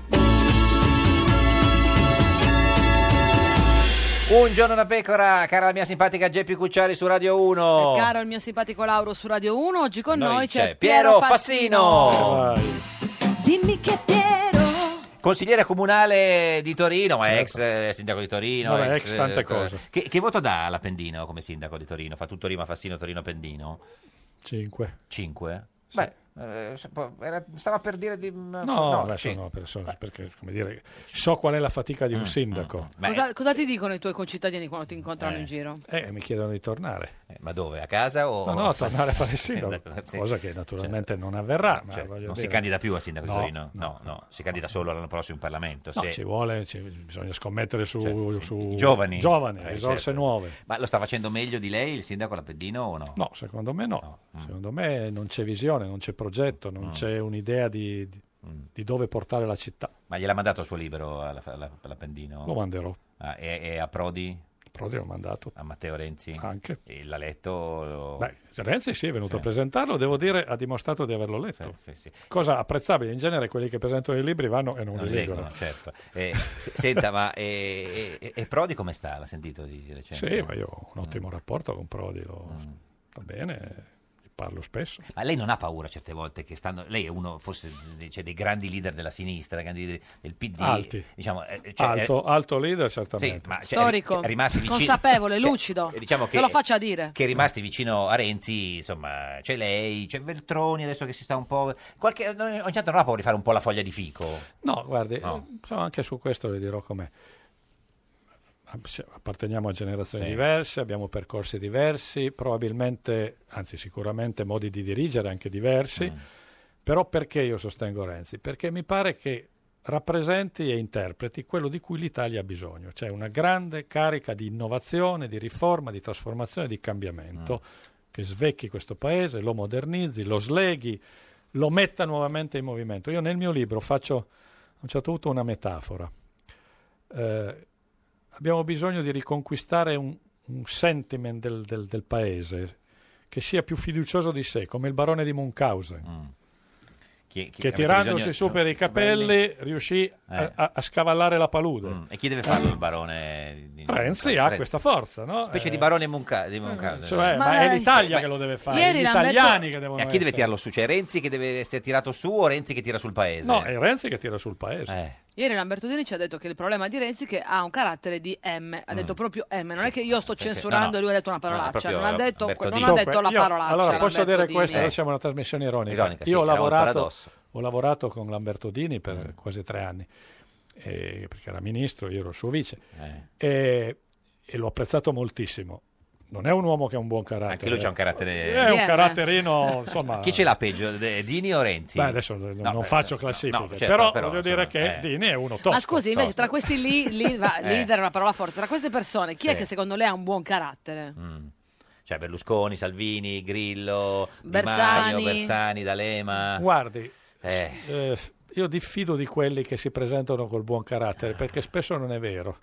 [SPEAKER 3] Un giorno da pecora, cara la mia simpatica Geppi Cucciari su Radio 1.
[SPEAKER 2] Caro il mio simpatico Lauro su Radio 1, oggi con noi,
[SPEAKER 3] Noi
[SPEAKER 2] c'è
[SPEAKER 3] c'è Piero Fassino.
[SPEAKER 18] Dimmi che Piero
[SPEAKER 3] Consigliere comunale di Torino, ma ex eh, sindaco di Torino,
[SPEAKER 19] Certo. Vabbè, ex
[SPEAKER 3] eh,
[SPEAKER 19] tante
[SPEAKER 3] eh,
[SPEAKER 19] cose.
[SPEAKER 3] Che, che voto dà la Pendino come sindaco di Torino? Fa tutto Rima, Fassino, Torino, Pendino?
[SPEAKER 19] 5.
[SPEAKER 3] 5? Beh, eh, era- stava per dire di... mm, No,
[SPEAKER 19] No, adesso
[SPEAKER 3] sì. Mm,
[SPEAKER 19] no, per- so- perché come dire, so qual è la fatica di un sindaco.
[SPEAKER 2] Cosa, cosa ti dicono i tuoi concittadini quando ti incontrano in giro?
[SPEAKER 19] Eh, mi chiedono di tornare.
[SPEAKER 3] eh, Ma dove? A casa o...
[SPEAKER 19] No, no, tornare a fare il sindaco, cosa che naturalmente non avverrà. ma
[SPEAKER 3] Cioè, non
[SPEAKER 19] voglio
[SPEAKER 3] si
[SPEAKER 19] dire-
[SPEAKER 3] candida più a sindaco di
[SPEAKER 19] No,
[SPEAKER 3] Torino? No, no, si candida solo l'anno prossimo in Parlamento.
[SPEAKER 19] No,
[SPEAKER 3] se- Certo.
[SPEAKER 19] ci vuole, ci- bisogna scommettere su, su-
[SPEAKER 3] giovani. Eh,
[SPEAKER 19] risorse
[SPEAKER 3] certo.
[SPEAKER 19] nuove.
[SPEAKER 3] Ma lo sta facendo meglio di lei il sindaco Lappendino o no? mm.
[SPEAKER 19] No, secondo me no. Secondo me non c'è visione, non c'è progetto, non c'è un'idea di, di-
[SPEAKER 3] Mm.
[SPEAKER 19] di dove portare la città.
[SPEAKER 3] Ma gliel'ha mandato il suo libro alla- alla- all'Appendino?
[SPEAKER 19] Lo manderò.
[SPEAKER 3] Ah, e, e a Prodi?
[SPEAKER 19] Prodi l'ho mandato.
[SPEAKER 3] A Matteo Renzi?
[SPEAKER 19] Anche.
[SPEAKER 3] E l'ha letto? Lo-
[SPEAKER 19] Beh, Renzi sì, è venuto
[SPEAKER 3] Sì.
[SPEAKER 19] a presentarlo, devo dire, ha dimostrato di averlo letto.
[SPEAKER 3] Sì, sì, sì.
[SPEAKER 19] Cosa apprezzabile, in genere quelli che presentano i libri vanno e non,
[SPEAKER 3] Non
[SPEAKER 19] li leggono.
[SPEAKER 3] leggono, certo. Eh, se- senta, ma eh, eh, e Prodi come sta? L'ha sentito di di recente?
[SPEAKER 19] Sì, ma io ho un
[SPEAKER 3] Mm.
[SPEAKER 19] ottimo rapporto con Prodi, lo... va bene, gli parlo spesso.
[SPEAKER 3] Ma lei non ha paura certe volte che stanno... Lei è uno forse cioè, dei grandi leader della sinistra, grandi leader del PD.
[SPEAKER 19] Alti.
[SPEAKER 3] Diciamo, eh, cioè,
[SPEAKER 19] alto,
[SPEAKER 3] eh,
[SPEAKER 19] alto leader,
[SPEAKER 3] sì,
[SPEAKER 19] certamente.
[SPEAKER 3] ma, cioè,
[SPEAKER 2] Storico,
[SPEAKER 3] è rimasti vicini-
[SPEAKER 2] consapevole,
[SPEAKER 3] cioè,
[SPEAKER 2] lucido.
[SPEAKER 3] eh, diciamo
[SPEAKER 2] Se
[SPEAKER 3] che-
[SPEAKER 2] lo faccia dire.
[SPEAKER 3] che rimasti vicino a Renzi, insomma, c'è lei, c'è Veltroni adesso che si sta un po'... Qualche, ogni tanto non ha paura di fare un po' la foglia di fico.
[SPEAKER 19] No, guardi,
[SPEAKER 3] No.
[SPEAKER 19] eh, so, anche su questo le dirò com'è. Se- Apparteniamo a generazioni
[SPEAKER 3] Sì.
[SPEAKER 19] diverse, abbiamo percorsi diversi, probabilmente, anzi sicuramente modi di dirigere anche diversi,
[SPEAKER 3] Mm.
[SPEAKER 19] però perché io sostengo Renzi? Perché mi pare che rappresenti e interpreti quello di cui l'Italia ha bisogno, cioè una grande carica di innovazione, di riforma, di trasformazione, di
[SPEAKER 3] Mm.
[SPEAKER 19] cambiamento, che svecchi questo paese, lo modernizzi, lo sleghi, lo metta nuovamente in movimento. Io nel mio libro faccio a un certo punto una metafora. Eh, abbiamo bisogno di riconquistare un, un sentiment del, del- del paese che sia più fiducioso di sé, come il barone di Munchausen,
[SPEAKER 3] Mm. Chi- chi-
[SPEAKER 19] che
[SPEAKER 3] avete
[SPEAKER 19] tirandosi
[SPEAKER 3] bisogno-
[SPEAKER 19] su per i capelli riuscì a, a- a scavallare la palude.
[SPEAKER 3] Eh. Mm, E chi deve farlo il barone? Di, di-
[SPEAKER 19] Renzi ha questa forza, no?
[SPEAKER 3] Specie
[SPEAKER 19] Eh,
[SPEAKER 3] di barone Monca- di Moncada.
[SPEAKER 19] cioè, ma è l'Italia che lo deve fare,
[SPEAKER 2] ieri
[SPEAKER 19] gli
[SPEAKER 2] l'hanno detto-
[SPEAKER 19] italiani che devono
[SPEAKER 3] E a chi deve
[SPEAKER 19] essere.
[SPEAKER 3] tirarlo su? Cioè Renzi che deve essere tirato su o Renzi che tira sul paese? Eh,
[SPEAKER 19] No, è Renzi che tira sul paese.
[SPEAKER 2] Ieri Lambertudini ci ha detto che il problema di Renzi è che ha un carattere di M, ha detto proprio M, non è che io sto
[SPEAKER 3] Mm. sì.
[SPEAKER 2] censurando
[SPEAKER 3] No, no.
[SPEAKER 2] e lui ha detto una
[SPEAKER 3] No, no,
[SPEAKER 2] parolaccia,
[SPEAKER 3] proprio
[SPEAKER 2] non ha detto,
[SPEAKER 3] Lambertudini.
[SPEAKER 2] non ha
[SPEAKER 19] Dunque,
[SPEAKER 2] detto la
[SPEAKER 19] io-
[SPEAKER 2] parolaccia.
[SPEAKER 19] Allora, posso dire
[SPEAKER 2] Lambertudini.
[SPEAKER 19] questo?
[SPEAKER 3] Eh.
[SPEAKER 19] Noi siamo una trasmissione ironica.
[SPEAKER 3] Ironica, sì,
[SPEAKER 19] Io ho
[SPEAKER 3] era un
[SPEAKER 19] lavorato,
[SPEAKER 3] paradosso. Mm.
[SPEAKER 19] ho lavorato con Lambertodini per quasi tre anni, eh, perché era ministro, io ero il suo vice,
[SPEAKER 3] Eh.
[SPEAKER 19] e, e l'ho apprezzato moltissimo. Non è un uomo che ha un buon carattere.
[SPEAKER 3] Anche lui c'ha un carattere-
[SPEAKER 19] È un
[SPEAKER 3] Viene.
[SPEAKER 19] caratterino, insomma...
[SPEAKER 3] Chi ce l'ha peggio, De- Dini o Renzi?
[SPEAKER 19] Beh, adesso non
[SPEAKER 3] beh,
[SPEAKER 19] faccio
[SPEAKER 3] no,
[SPEAKER 19] classifiche,
[SPEAKER 3] no, certo,
[SPEAKER 19] però,
[SPEAKER 3] però,
[SPEAKER 19] voglio
[SPEAKER 3] insomma,
[SPEAKER 19] dire che
[SPEAKER 3] eh.
[SPEAKER 19] Dini è uno top.
[SPEAKER 2] Ma scusi, invece tra questi lì, lì- va,
[SPEAKER 3] Eh.
[SPEAKER 2] leader è una parola forte, tra queste persone chi è
[SPEAKER 3] Sì.
[SPEAKER 2] che secondo lei ha un buon carattere?
[SPEAKER 3] Cioè Berlusconi, Salvini, Grillo, Di
[SPEAKER 2] Bersani.
[SPEAKER 3] Maio, Bersani, D'Alema.
[SPEAKER 19] Guardi,
[SPEAKER 3] Eh.
[SPEAKER 19] eh, io diffido di quelli che si presentano col buon carattere, perché spesso non è vero.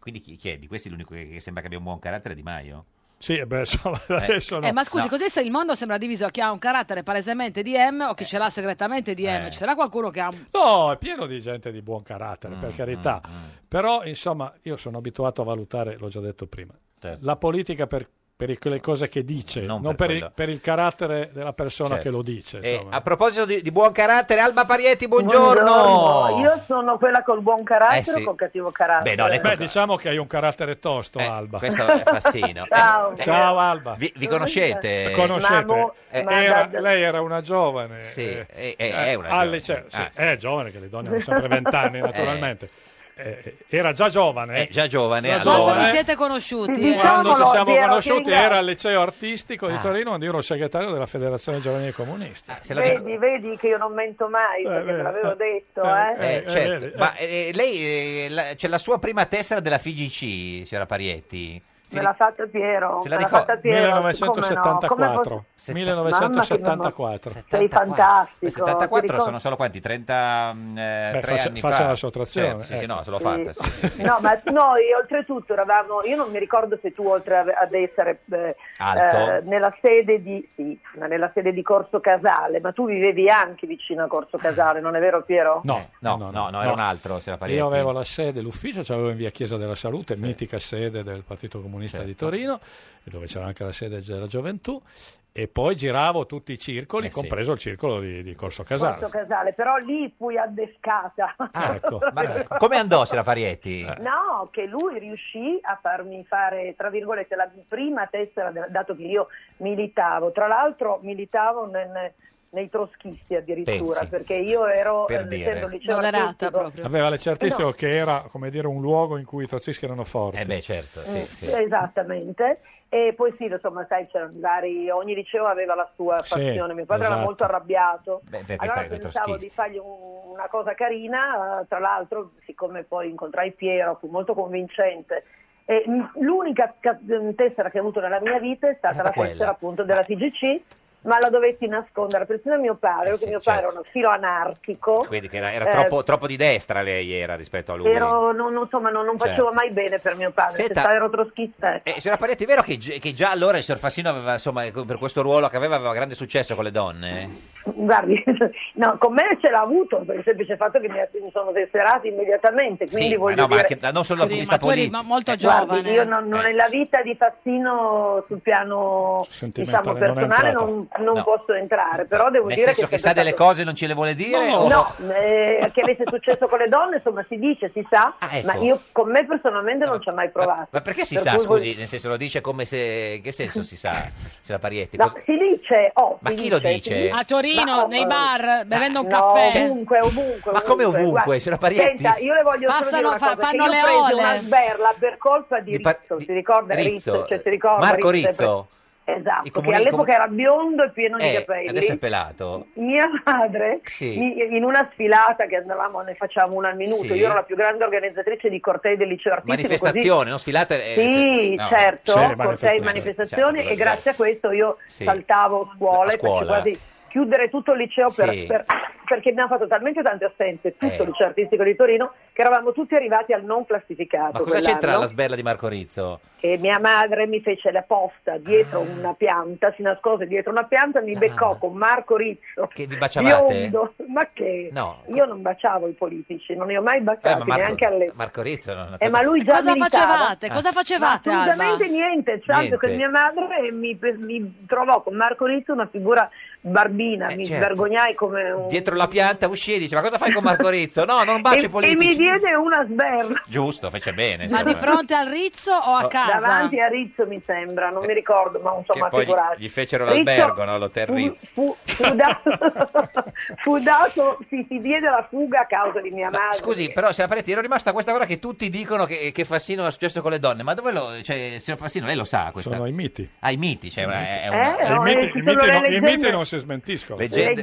[SPEAKER 3] Quindi chi, chi è? Di questi l'unico che che sembra che abbia un buon carattere è Di Maio?
[SPEAKER 19] Sì, eh beh, insomma, adesso no.
[SPEAKER 2] Eh, ma scusi, così se il mondo sembra diviso a chi ha un carattere palesemente di M o chi ce l'ha segretamente di M,
[SPEAKER 19] Eh.
[SPEAKER 2] ci sarà qualcuno che ha un...
[SPEAKER 19] No, è pieno di gente di buon carattere,
[SPEAKER 3] Mm,
[SPEAKER 19] per carità. Però, insomma, io sono abituato a valutare, l'ho già detto prima,
[SPEAKER 3] Certo.
[SPEAKER 19] la politica per, per le cose che dice, non,
[SPEAKER 3] per
[SPEAKER 19] per, il,
[SPEAKER 3] quello.
[SPEAKER 19] per il carattere della persona
[SPEAKER 3] Certo.
[SPEAKER 19] che lo dice.
[SPEAKER 3] Eh,
[SPEAKER 19] insomma.
[SPEAKER 3] a proposito di, di buon carattere, Alba Parietti, buongiorno!
[SPEAKER 22] Io sono quella col buon carattere
[SPEAKER 3] Eh, sì.
[SPEAKER 22] o col cattivo carattere?
[SPEAKER 3] Beh, no, lei-
[SPEAKER 19] Beh, diciamo che hai un carattere tosto, Alba.
[SPEAKER 3] questo è Fassino.
[SPEAKER 22] Ciao.
[SPEAKER 3] Eh,
[SPEAKER 19] Ciao, Alba.
[SPEAKER 3] Vi, vi conoscete?
[SPEAKER 19] Conoscete?
[SPEAKER 3] Eh,
[SPEAKER 19] Era- lei era una giovane.
[SPEAKER 3] Sì,
[SPEAKER 19] eh,
[SPEAKER 3] è- è- è una
[SPEAKER 19] al
[SPEAKER 3] giovane.
[SPEAKER 19] liceo, sì,
[SPEAKER 3] Ah, sì.
[SPEAKER 19] È giovane, che le donne hanno sempre vent'anni,
[SPEAKER 3] Eh.
[SPEAKER 19] naturalmente. eh, era già
[SPEAKER 3] Eh,
[SPEAKER 19] giovane.
[SPEAKER 3] già giovane,
[SPEAKER 19] Già
[SPEAKER 3] allora.
[SPEAKER 2] Quando vi
[SPEAKER 19] giovane.
[SPEAKER 2] siete conosciuti? eh?
[SPEAKER 19] Quando ci siamo conosciuti
[SPEAKER 2] ringrazi-
[SPEAKER 19] era al liceo artistico di
[SPEAKER 3] Ah. Eh,
[SPEAKER 19] Torino, quando io ero segretario della Federazione Giovanili Comunisti. Eh,
[SPEAKER 22] Vedi, vedi che io non mento mai, perché te l'avevo detto, eh.
[SPEAKER 3] Eh, certo.
[SPEAKER 19] eh, eh.
[SPEAKER 3] Ma eh, lei eh, la- c'è la sua prima tessera della FIGC, signora Parietti?
[SPEAKER 22] Me l'ha fatta Piero,
[SPEAKER 3] se la
[SPEAKER 22] me l'ha
[SPEAKER 3] ricor-
[SPEAKER 22] fatta Piero. come no? Come fosse-
[SPEAKER 19] 1974.
[SPEAKER 22] Mamma che
[SPEAKER 19] 1974.
[SPEAKER 22] memoria. Sei fantastico.
[SPEAKER 3] Beh,
[SPEAKER 22] ti
[SPEAKER 3] 74
[SPEAKER 22] ricordi?
[SPEAKER 3] sono solo quanti? 33
[SPEAKER 19] Beh, faccia-
[SPEAKER 3] anni
[SPEAKER 19] faccia
[SPEAKER 3] fa.
[SPEAKER 19] la sottrazione,
[SPEAKER 3] Certo, sì, sì,
[SPEAKER 19] ecco.
[SPEAKER 3] no, se l'ho fatta. sì, sì, sì.
[SPEAKER 22] No, ma noi oltretutto eravamo, io non mi ricordo se tu oltre a- ad essere eh,
[SPEAKER 3] Alto.
[SPEAKER 22] eh, nella, sede di, sì, ma nella sede di Corso Casale, ma tu vivevi anche vicino a Corso Casale, non è vero Piero?
[SPEAKER 19] No,
[SPEAKER 3] Eh, No, no, no, era un altro, signora Parietti.
[SPEAKER 19] Io avevo la sede, l'ufficio ce l'avevo in via Chiesa della Salute, mitica sede del Partito Comunista
[SPEAKER 3] Certo.
[SPEAKER 19] di Torino, dove c'era anche la sede della gioventù, e poi giravo tutti i circoli,
[SPEAKER 3] Eh sì.
[SPEAKER 19] compreso il circolo di, di Corso Casale.
[SPEAKER 22] Corso Casale, però lì fui addescata.
[SPEAKER 19] ecco.
[SPEAKER 3] Ah, Ma come andò, signora Parietti?
[SPEAKER 19] Eh.
[SPEAKER 22] No, che lui riuscì a farmi fare, tra virgolette, la prima tessera, della- dato che io militavo. Tra l'altro militavo nel- nei troschisti addirittura,
[SPEAKER 19] Pensi.
[SPEAKER 22] perché io ero,
[SPEAKER 19] Per
[SPEAKER 22] eh,
[SPEAKER 19] dire.
[SPEAKER 22] essendo liceo
[SPEAKER 2] Moderata
[SPEAKER 22] artistico-
[SPEAKER 19] Aveva le certistiche
[SPEAKER 22] Eh, No.
[SPEAKER 19] che era come dire un luogo in cui i trozzisti erano forti. Eh
[SPEAKER 3] beh, certo,
[SPEAKER 22] Mm, Esattamente. E poi sì, insomma, sai, c'erano i vari, ogni liceo aveva la sua
[SPEAKER 19] Sì,
[SPEAKER 22] passione. Mio padre era
[SPEAKER 19] esatto.
[SPEAKER 22] molto arrabbiato.
[SPEAKER 3] Beh, perché
[SPEAKER 22] allora
[SPEAKER 3] stai con i
[SPEAKER 22] pensavo di
[SPEAKER 3] trotskisti.
[SPEAKER 22] fargli un- una cosa carina, eh, tra l'altro, siccome poi incontrai Piero, fu molto convincente. E mh, l'unica ca- tessera che ho avuto nella mia vita è stata la
[SPEAKER 3] quella.
[SPEAKER 22] tessera appunto della TGC, ma la dovetti nascondere persino a mio padre, perché mio padre era uno filo anarchico.
[SPEAKER 3] Eh certo. Quindi che era, era
[SPEAKER 22] Eh,
[SPEAKER 3] troppo, troppo di destra lei era rispetto a lui.
[SPEAKER 22] Ero, non, non- insomma, non, non
[SPEAKER 3] Certo.
[SPEAKER 22] facevo mai bene per mio padre,
[SPEAKER 3] Senta-
[SPEAKER 22] se ero troschista. ecco.
[SPEAKER 3] Eh, signora Parietti, è vero che, gi- che già allora il signor Fassino aveva, insomma, ecco, per questo ruolo che aveva, aveva grande successo con le donne?
[SPEAKER 22] Guardi, no, con me ce l'ha avuto per il semplice fatto che mi, mi sono tesserati immediatamente. Quindi
[SPEAKER 3] sì, ma,
[SPEAKER 22] voglio
[SPEAKER 3] no, ma
[SPEAKER 22] dire, Eh,
[SPEAKER 3] anche da- non solo dal punto di vista politico. Eh,
[SPEAKER 2] molto
[SPEAKER 22] Guardi,
[SPEAKER 2] giovane.
[SPEAKER 22] io non, non- nella vita di Fassino sul piano
[SPEAKER 3] Sentimentale
[SPEAKER 22] diciamo,
[SPEAKER 3] non è
[SPEAKER 22] personale
[SPEAKER 3] entrata.
[SPEAKER 22] non, non
[SPEAKER 3] No.
[SPEAKER 22] posso entrare, però devo
[SPEAKER 3] Nel
[SPEAKER 22] dire
[SPEAKER 3] senso che
[SPEAKER 22] è
[SPEAKER 3] sa
[SPEAKER 22] sempre
[SPEAKER 3] delle
[SPEAKER 22] stato-
[SPEAKER 3] cose e non ce le vuole dire? o-
[SPEAKER 22] No, eh, che avesse successo con le donne, insomma, si dice, si sa,
[SPEAKER 3] ecco.
[SPEAKER 22] ma io con me personalmente non ci ho mai provato.
[SPEAKER 3] Ma perché si
[SPEAKER 22] Per
[SPEAKER 3] sa,
[SPEAKER 22] cui
[SPEAKER 3] scusi?
[SPEAKER 22] voglio-
[SPEAKER 3] Nel senso lo dice come se... in che senso si sa, signora Parietti?
[SPEAKER 22] No,
[SPEAKER 3] Cosa-
[SPEAKER 22] si dice, oh,
[SPEAKER 3] Ma
[SPEAKER 22] si
[SPEAKER 3] chi lo
[SPEAKER 22] si
[SPEAKER 3] dice? Ah,
[SPEAKER 2] A Torino,
[SPEAKER 22] Ma-
[SPEAKER 2] nei bar, bevendo un
[SPEAKER 22] no,
[SPEAKER 2] caffè.
[SPEAKER 22] ovunque, ovunque.
[SPEAKER 3] Ma come ovunque,
[SPEAKER 22] Guarda,
[SPEAKER 3] signora Parietti?
[SPEAKER 22] Senta, io le voglio solo
[SPEAKER 2] Passano,
[SPEAKER 22] dire una
[SPEAKER 2] fa-
[SPEAKER 22] cosa, che
[SPEAKER 2] fanno
[SPEAKER 22] io
[SPEAKER 2] le
[SPEAKER 22] ho preso
[SPEAKER 2] ole.
[SPEAKER 22] una sberla per colpa di,
[SPEAKER 3] Di par-
[SPEAKER 22] Rizzo, si ricorda
[SPEAKER 3] Rizzo,
[SPEAKER 22] Rizzo? cioè, si ricorda
[SPEAKER 3] Marco
[SPEAKER 22] Rizzo?
[SPEAKER 3] Rizzo. I
[SPEAKER 22] Esatto,
[SPEAKER 3] comuni-
[SPEAKER 22] che all'epoca
[SPEAKER 3] comu-
[SPEAKER 22] era biondo e pieno di
[SPEAKER 3] Eh,
[SPEAKER 22] capelli.
[SPEAKER 3] adesso è pelato.
[SPEAKER 22] Mia madre,
[SPEAKER 3] Sì.
[SPEAKER 22] mi- in una sfilata che andavamo, ne facciamo una al minuto,
[SPEAKER 3] Sì.
[SPEAKER 22] io ero la più grande organizzatrice di cortei del liceo artistico. così-
[SPEAKER 3] Manifestazione, non sfilate... eh,
[SPEAKER 22] sì,
[SPEAKER 3] se- no.
[SPEAKER 22] certo, cortei,
[SPEAKER 3] Certo,
[SPEAKER 22] manifestazioni
[SPEAKER 3] cosa-
[SPEAKER 22] e grazie a questo io
[SPEAKER 3] Sì.
[SPEAKER 22] saltavo scuola
[SPEAKER 3] A
[SPEAKER 22] e
[SPEAKER 3] scuola.
[SPEAKER 22] facevo quasi chiudere tutto il liceo per-
[SPEAKER 3] Sì.
[SPEAKER 22] per- perché abbiamo fatto talmente tante assenze, tutto
[SPEAKER 3] Eh.
[SPEAKER 22] il liceo artistico di Torino, che eravamo tutti arrivati al non classificato.
[SPEAKER 3] Ma cosa
[SPEAKER 22] quell'anno.
[SPEAKER 3] c'entra la sberla di Marco Rizzo?
[SPEAKER 22] E mia madre mi fece la posta
[SPEAKER 3] Ah.
[SPEAKER 22] dietro una pianta, si nascose dietro una pianta, mi beccò con Marco Rizzo.
[SPEAKER 3] Che vi baciavate?
[SPEAKER 22] biondo. ma che?
[SPEAKER 3] No.
[SPEAKER 22] Io non baciavo i politici, non li ho mai baciati,
[SPEAKER 3] Eh, ma Marco-
[SPEAKER 22] Ah, neanche alle...
[SPEAKER 3] Marco Rizzo non
[SPEAKER 22] Eh, ma lui già
[SPEAKER 2] Cosa
[SPEAKER 22] militava.
[SPEAKER 2] facevate? Cosa
[SPEAKER 22] Ah.
[SPEAKER 2] facevate,
[SPEAKER 22] Ma assolutamente
[SPEAKER 2] Alba?
[SPEAKER 22] niente, tanto
[SPEAKER 3] Eh. Niente.
[SPEAKER 22] che mia madre mi, mi trovò con Marco Rizzo una figura barbina, mi
[SPEAKER 3] certo.
[SPEAKER 22] vergognai come un...
[SPEAKER 3] Dietro la pianta uscì e dice ma cosa fai con Marco Rizzo? No, non baci
[SPEAKER 22] e,
[SPEAKER 3] i
[SPEAKER 22] e mi
[SPEAKER 3] politici.
[SPEAKER 22] diede una sberla
[SPEAKER 3] Giusto, fece bene.
[SPEAKER 2] Ma
[SPEAKER 3] insomma.
[SPEAKER 2] di fronte al Rizzo o a
[SPEAKER 3] Oh. Eh,
[SPEAKER 2] casa?
[SPEAKER 22] davanti a Rizzo mi sembra, non mi ricordo, ma insomma
[SPEAKER 3] Che poi gli,
[SPEAKER 22] figurati.
[SPEAKER 3] gli fecero
[SPEAKER 22] Rizzo
[SPEAKER 3] l'albergo, no? L'hotel
[SPEAKER 22] fu-
[SPEAKER 3] Rizzo.
[SPEAKER 22] Fu, fu dato, fu dato- si, si diede la fuga a causa di mia madre.
[SPEAKER 3] Scusi, però, se la parete, ero rimasta a questa cosa che tutti dicono che, che Fassino ha successo con le donne, ma dove lo. cioè, signor Fassino, lei lo sa questa.
[SPEAKER 19] Sono i miti.
[SPEAKER 3] Ah, i miti, cioè, è, è
[SPEAKER 22] Eh,
[SPEAKER 3] una.
[SPEAKER 22] no,
[SPEAKER 19] I miti,
[SPEAKER 22] eh, ci
[SPEAKER 19] i
[SPEAKER 22] sono
[SPEAKER 19] miti
[SPEAKER 22] le
[SPEAKER 19] non, i
[SPEAKER 22] leggende-
[SPEAKER 19] miti non si smentiscono.
[SPEAKER 22] Leggende,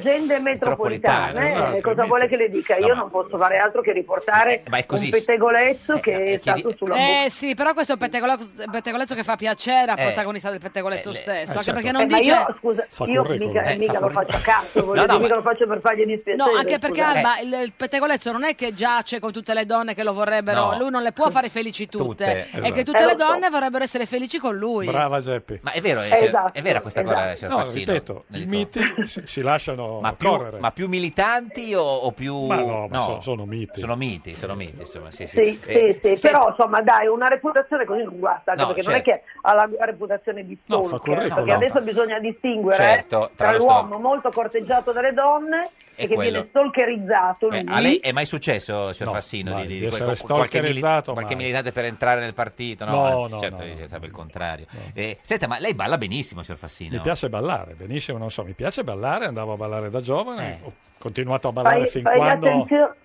[SPEAKER 22] metropolitane,
[SPEAKER 3] metropolitane,
[SPEAKER 22] eh,
[SPEAKER 3] esatto,
[SPEAKER 22] cosa vuole che le dica? Io
[SPEAKER 3] ma-
[SPEAKER 22] non posso fare altro che riportare
[SPEAKER 3] Eh, ma è così. Eh,
[SPEAKER 22] un pettegolezzo che è stato sulla bocca.
[SPEAKER 2] Eh sì, però questo è un pettegolezzo, pettegolezzo che fa piacere al
[SPEAKER 3] Eh,
[SPEAKER 2] protagonista del pettegolezzo
[SPEAKER 3] eh,
[SPEAKER 2] stesso,
[SPEAKER 3] eh,
[SPEAKER 2] anche
[SPEAKER 3] certo.
[SPEAKER 2] perché
[SPEAKER 22] Eh,
[SPEAKER 2] non
[SPEAKER 22] ma
[SPEAKER 2] dice...
[SPEAKER 22] io scusa,
[SPEAKER 3] Fa
[SPEAKER 22] io
[SPEAKER 3] curriculum.
[SPEAKER 22] mica,
[SPEAKER 3] Eh,
[SPEAKER 22] mica
[SPEAKER 3] fa
[SPEAKER 22] lo
[SPEAKER 3] curriculum.
[SPEAKER 22] faccio a caso, voglio
[SPEAKER 3] No, no,
[SPEAKER 22] dire, mica
[SPEAKER 3] ma-
[SPEAKER 22] lo faccio per fargli
[SPEAKER 2] No,
[SPEAKER 22] dispiacere.
[SPEAKER 2] anche perché
[SPEAKER 22] scusate.
[SPEAKER 2] Alba, il, il pettegolezzo non è che giace con tutte le donne che lo vorrebbero,
[SPEAKER 3] No.
[SPEAKER 2] lui non le può fare felici tutte,
[SPEAKER 3] Tutte,
[SPEAKER 2] e
[SPEAKER 3] esatto.
[SPEAKER 2] che tutte
[SPEAKER 22] Eh,
[SPEAKER 2] le
[SPEAKER 22] lo so.
[SPEAKER 2] donne vorrebbero essere felici con lui.
[SPEAKER 19] Brava Geppi.
[SPEAKER 3] Ma è vero, Eh, è,
[SPEAKER 22] Esatto,
[SPEAKER 3] è vera questa cosa,
[SPEAKER 22] esatto.
[SPEAKER 3] signor
[SPEAKER 19] No,
[SPEAKER 3] Fassino?
[SPEAKER 19] ripeto,
[SPEAKER 3] Nel-
[SPEAKER 19] i miti si, si lasciano
[SPEAKER 3] ma, più,
[SPEAKER 19] correre.
[SPEAKER 3] ma più militanti o, o più.
[SPEAKER 19] Ma no, ma so- sono miti.
[SPEAKER 3] Sono miti, sono miti, insomma. Sì, sì.
[SPEAKER 22] Sì, sì,
[SPEAKER 3] Eh,
[SPEAKER 22] sì,
[SPEAKER 3] senta-
[SPEAKER 22] però insomma dai, una reputazione così non guasta, anche
[SPEAKER 3] No,
[SPEAKER 22] perché
[SPEAKER 3] certo.
[SPEAKER 22] non è che ha la reputazione di
[SPEAKER 3] No,
[SPEAKER 22] stalker,
[SPEAKER 3] fa curriculum,
[SPEAKER 22] perché
[SPEAKER 3] no,
[SPEAKER 22] adesso
[SPEAKER 3] fa-
[SPEAKER 22] bisogna distinguere
[SPEAKER 3] Certo,
[SPEAKER 22] eh,
[SPEAKER 3] tra
[SPEAKER 22] tra,
[SPEAKER 3] lo
[SPEAKER 22] l'uomo
[SPEAKER 3] stalker.
[SPEAKER 22] molto corteggiato dalle donne
[SPEAKER 3] E
[SPEAKER 22] e che
[SPEAKER 3] quello.
[SPEAKER 22] viene stalkerizzato
[SPEAKER 3] Eh,
[SPEAKER 22] lui.
[SPEAKER 3] a lei è mai successo, signor Fassino,
[SPEAKER 19] mai,
[SPEAKER 3] di, di,
[SPEAKER 19] di essere
[SPEAKER 3] qual- qualche, mili-
[SPEAKER 19] stalkerizzato,
[SPEAKER 3] qualche
[SPEAKER 19] mai.
[SPEAKER 3] militante per entrare nel partito? No,
[SPEAKER 19] No,
[SPEAKER 3] anzi,
[SPEAKER 19] no,
[SPEAKER 3] certo,
[SPEAKER 19] no, no.
[SPEAKER 3] sarebbe il contrario. Eh, senta, ma lei balla benissimo, signor Fassino.
[SPEAKER 19] Mi piace ballare, benissimo, non
[SPEAKER 3] Eh.
[SPEAKER 19] so, mi piace ballare, andavo a ballare da giovane, ho continuato a ballare
[SPEAKER 22] Fai-
[SPEAKER 19] fin
[SPEAKER 22] fai
[SPEAKER 19] quando...
[SPEAKER 22] attenzio-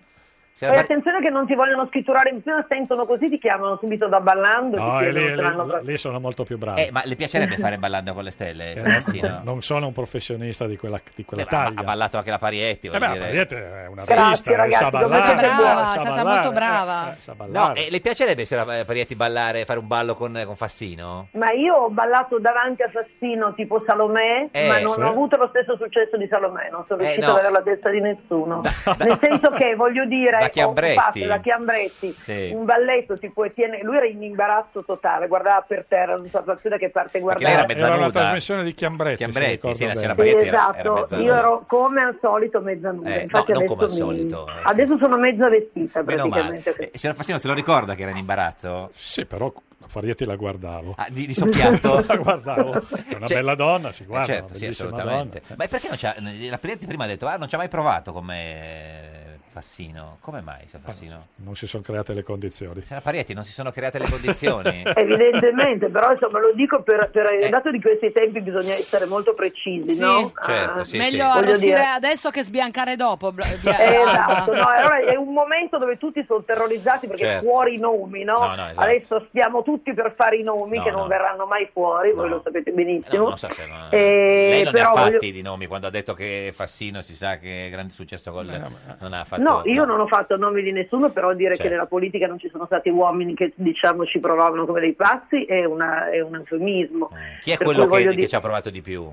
[SPEAKER 3] Cioè,
[SPEAKER 22] Poi attenzione che non ti vogliono scritturare in pieno, sentono così, ti chiamano subito da ballando. e ti
[SPEAKER 19] No, e
[SPEAKER 22] chiedono
[SPEAKER 19] lì,
[SPEAKER 22] se l'hanno
[SPEAKER 19] lì- lì sono molto più bravi.
[SPEAKER 3] Eh, ma le piacerebbe fare Ballando con le Stelle?
[SPEAKER 19] Eh,
[SPEAKER 3] signor Massino?
[SPEAKER 19] non sono un professionista di quella, di quella
[SPEAKER 3] Eh, ma-
[SPEAKER 19] taglia.
[SPEAKER 3] ha ballato anche la Parietti.
[SPEAKER 19] Eh
[SPEAKER 3] voglio
[SPEAKER 19] beh,
[SPEAKER 3] dire.
[SPEAKER 19] Mariette è una
[SPEAKER 3] Grazie,
[SPEAKER 19] artista,
[SPEAKER 3] ragazzi,
[SPEAKER 19] sa
[SPEAKER 3] dovete
[SPEAKER 19] ballare,
[SPEAKER 2] brava,
[SPEAKER 3] essere
[SPEAKER 19] sa
[SPEAKER 2] è stata
[SPEAKER 19] ballare,
[SPEAKER 2] molto brava.
[SPEAKER 19] sa
[SPEAKER 3] No,
[SPEAKER 19] ballare.
[SPEAKER 3] eh, le piacerebbe se la eh, Parietti ballare, fare un ballo con, con Fassino?
[SPEAKER 22] Ma io ho ballato davanti a Fassino tipo Salomè,
[SPEAKER 3] Eh,
[SPEAKER 22] ma non
[SPEAKER 3] sì.
[SPEAKER 22] ho avuto lo stesso successo di Salomè, non sono
[SPEAKER 3] Eh,
[SPEAKER 22] riuscito
[SPEAKER 3] no.
[SPEAKER 22] ad avere la testa di nessuno. Nel senso che voglio
[SPEAKER 3] Da
[SPEAKER 22] dire, ho
[SPEAKER 3] Chiambretti.
[SPEAKER 22] fatto da Chiambretti
[SPEAKER 3] Sì.
[SPEAKER 22] un balletto tipo Etienne, lui era in imbarazzo totale, guardava per terra, non sapeva più da che parte guardava.
[SPEAKER 19] una
[SPEAKER 3] mezzanuda.
[SPEAKER 19] trasmissione di Chiambretti.
[SPEAKER 3] Chiambretti,
[SPEAKER 19] se ricordo
[SPEAKER 3] sì, la
[SPEAKER 19] bene.
[SPEAKER 3] signora
[SPEAKER 22] Sì, esatto, io ero come al solito mezzanuda,
[SPEAKER 3] Eh,
[SPEAKER 22] infatti
[SPEAKER 3] no, non
[SPEAKER 22] adesso,
[SPEAKER 3] come al
[SPEAKER 22] mi-
[SPEAKER 3] solito, eh, sì.
[SPEAKER 22] adesso sono mezza vestita
[SPEAKER 3] Meno male.
[SPEAKER 22] praticamente.
[SPEAKER 3] Eh, signor Fassino, se lo ricorda che era in imbarazzo?
[SPEAKER 19] Sì, però la Parietti la guardavo.
[SPEAKER 3] Ah, di, di soppiatto?
[SPEAKER 19] la guardavo. È una
[SPEAKER 3] Cioè-
[SPEAKER 19] bella donna, si
[SPEAKER 3] Eh,
[SPEAKER 19] guarda.
[SPEAKER 3] certo,
[SPEAKER 19] una
[SPEAKER 3] sì,
[SPEAKER 19] bellissima
[SPEAKER 3] assolutamente.
[SPEAKER 19] donna.
[SPEAKER 3] Ma perché non c'ha, la Parietti prima ha detto, ah, non ci ha mai provato come eh, Fassino. Come mai,
[SPEAKER 19] Eh,
[SPEAKER 3] signor Fassino?
[SPEAKER 19] Non si sono create le condizioni.
[SPEAKER 3] Signora Parietti, non si sono create le condizioni?
[SPEAKER 22] Evidentemente, però insomma lo dico per, per
[SPEAKER 3] Eh.
[SPEAKER 22] dato di questi tempi bisogna essere molto precisi,
[SPEAKER 2] Sì.
[SPEAKER 22] no? Ah,
[SPEAKER 3] Certo, sì,
[SPEAKER 2] Meglio
[SPEAKER 3] sì.
[SPEAKER 2] arrossire
[SPEAKER 22] Voglio dire-
[SPEAKER 2] adesso che sbiancare dopo. bla- bia-
[SPEAKER 22] Eh,
[SPEAKER 2] Alba.
[SPEAKER 22] esatto, no, allora è un momento dove tutti sono terrorizzati perché
[SPEAKER 3] Certo.
[SPEAKER 22] fuori i nomi, no?
[SPEAKER 3] No, no, esatto.
[SPEAKER 22] Adesso stiamo tutti per fare i nomi
[SPEAKER 3] No,
[SPEAKER 22] che non
[SPEAKER 3] no.
[SPEAKER 22] verranno mai fuori, voi lo sapete benissimo.
[SPEAKER 3] No, non so se- no,
[SPEAKER 22] Eh,
[SPEAKER 3] lei non ne ha
[SPEAKER 22] però
[SPEAKER 3] fatti
[SPEAKER 22] voglio-
[SPEAKER 3] di nomi quando ha detto che Fassino si sa che è grande successo col non ha fatto
[SPEAKER 22] No, io non ho fatto nomi di nessuno, però dire
[SPEAKER 3] Certo.
[SPEAKER 22] che nella politica non ci sono stati uomini che diciamo ci provavano come dei pazzi è, una- è un eufemismo.
[SPEAKER 3] Mm. chi è
[SPEAKER 22] Per
[SPEAKER 3] quello
[SPEAKER 22] cui
[SPEAKER 3] che,
[SPEAKER 22] voglio
[SPEAKER 3] che
[SPEAKER 22] dire-
[SPEAKER 3] ci ha provato di più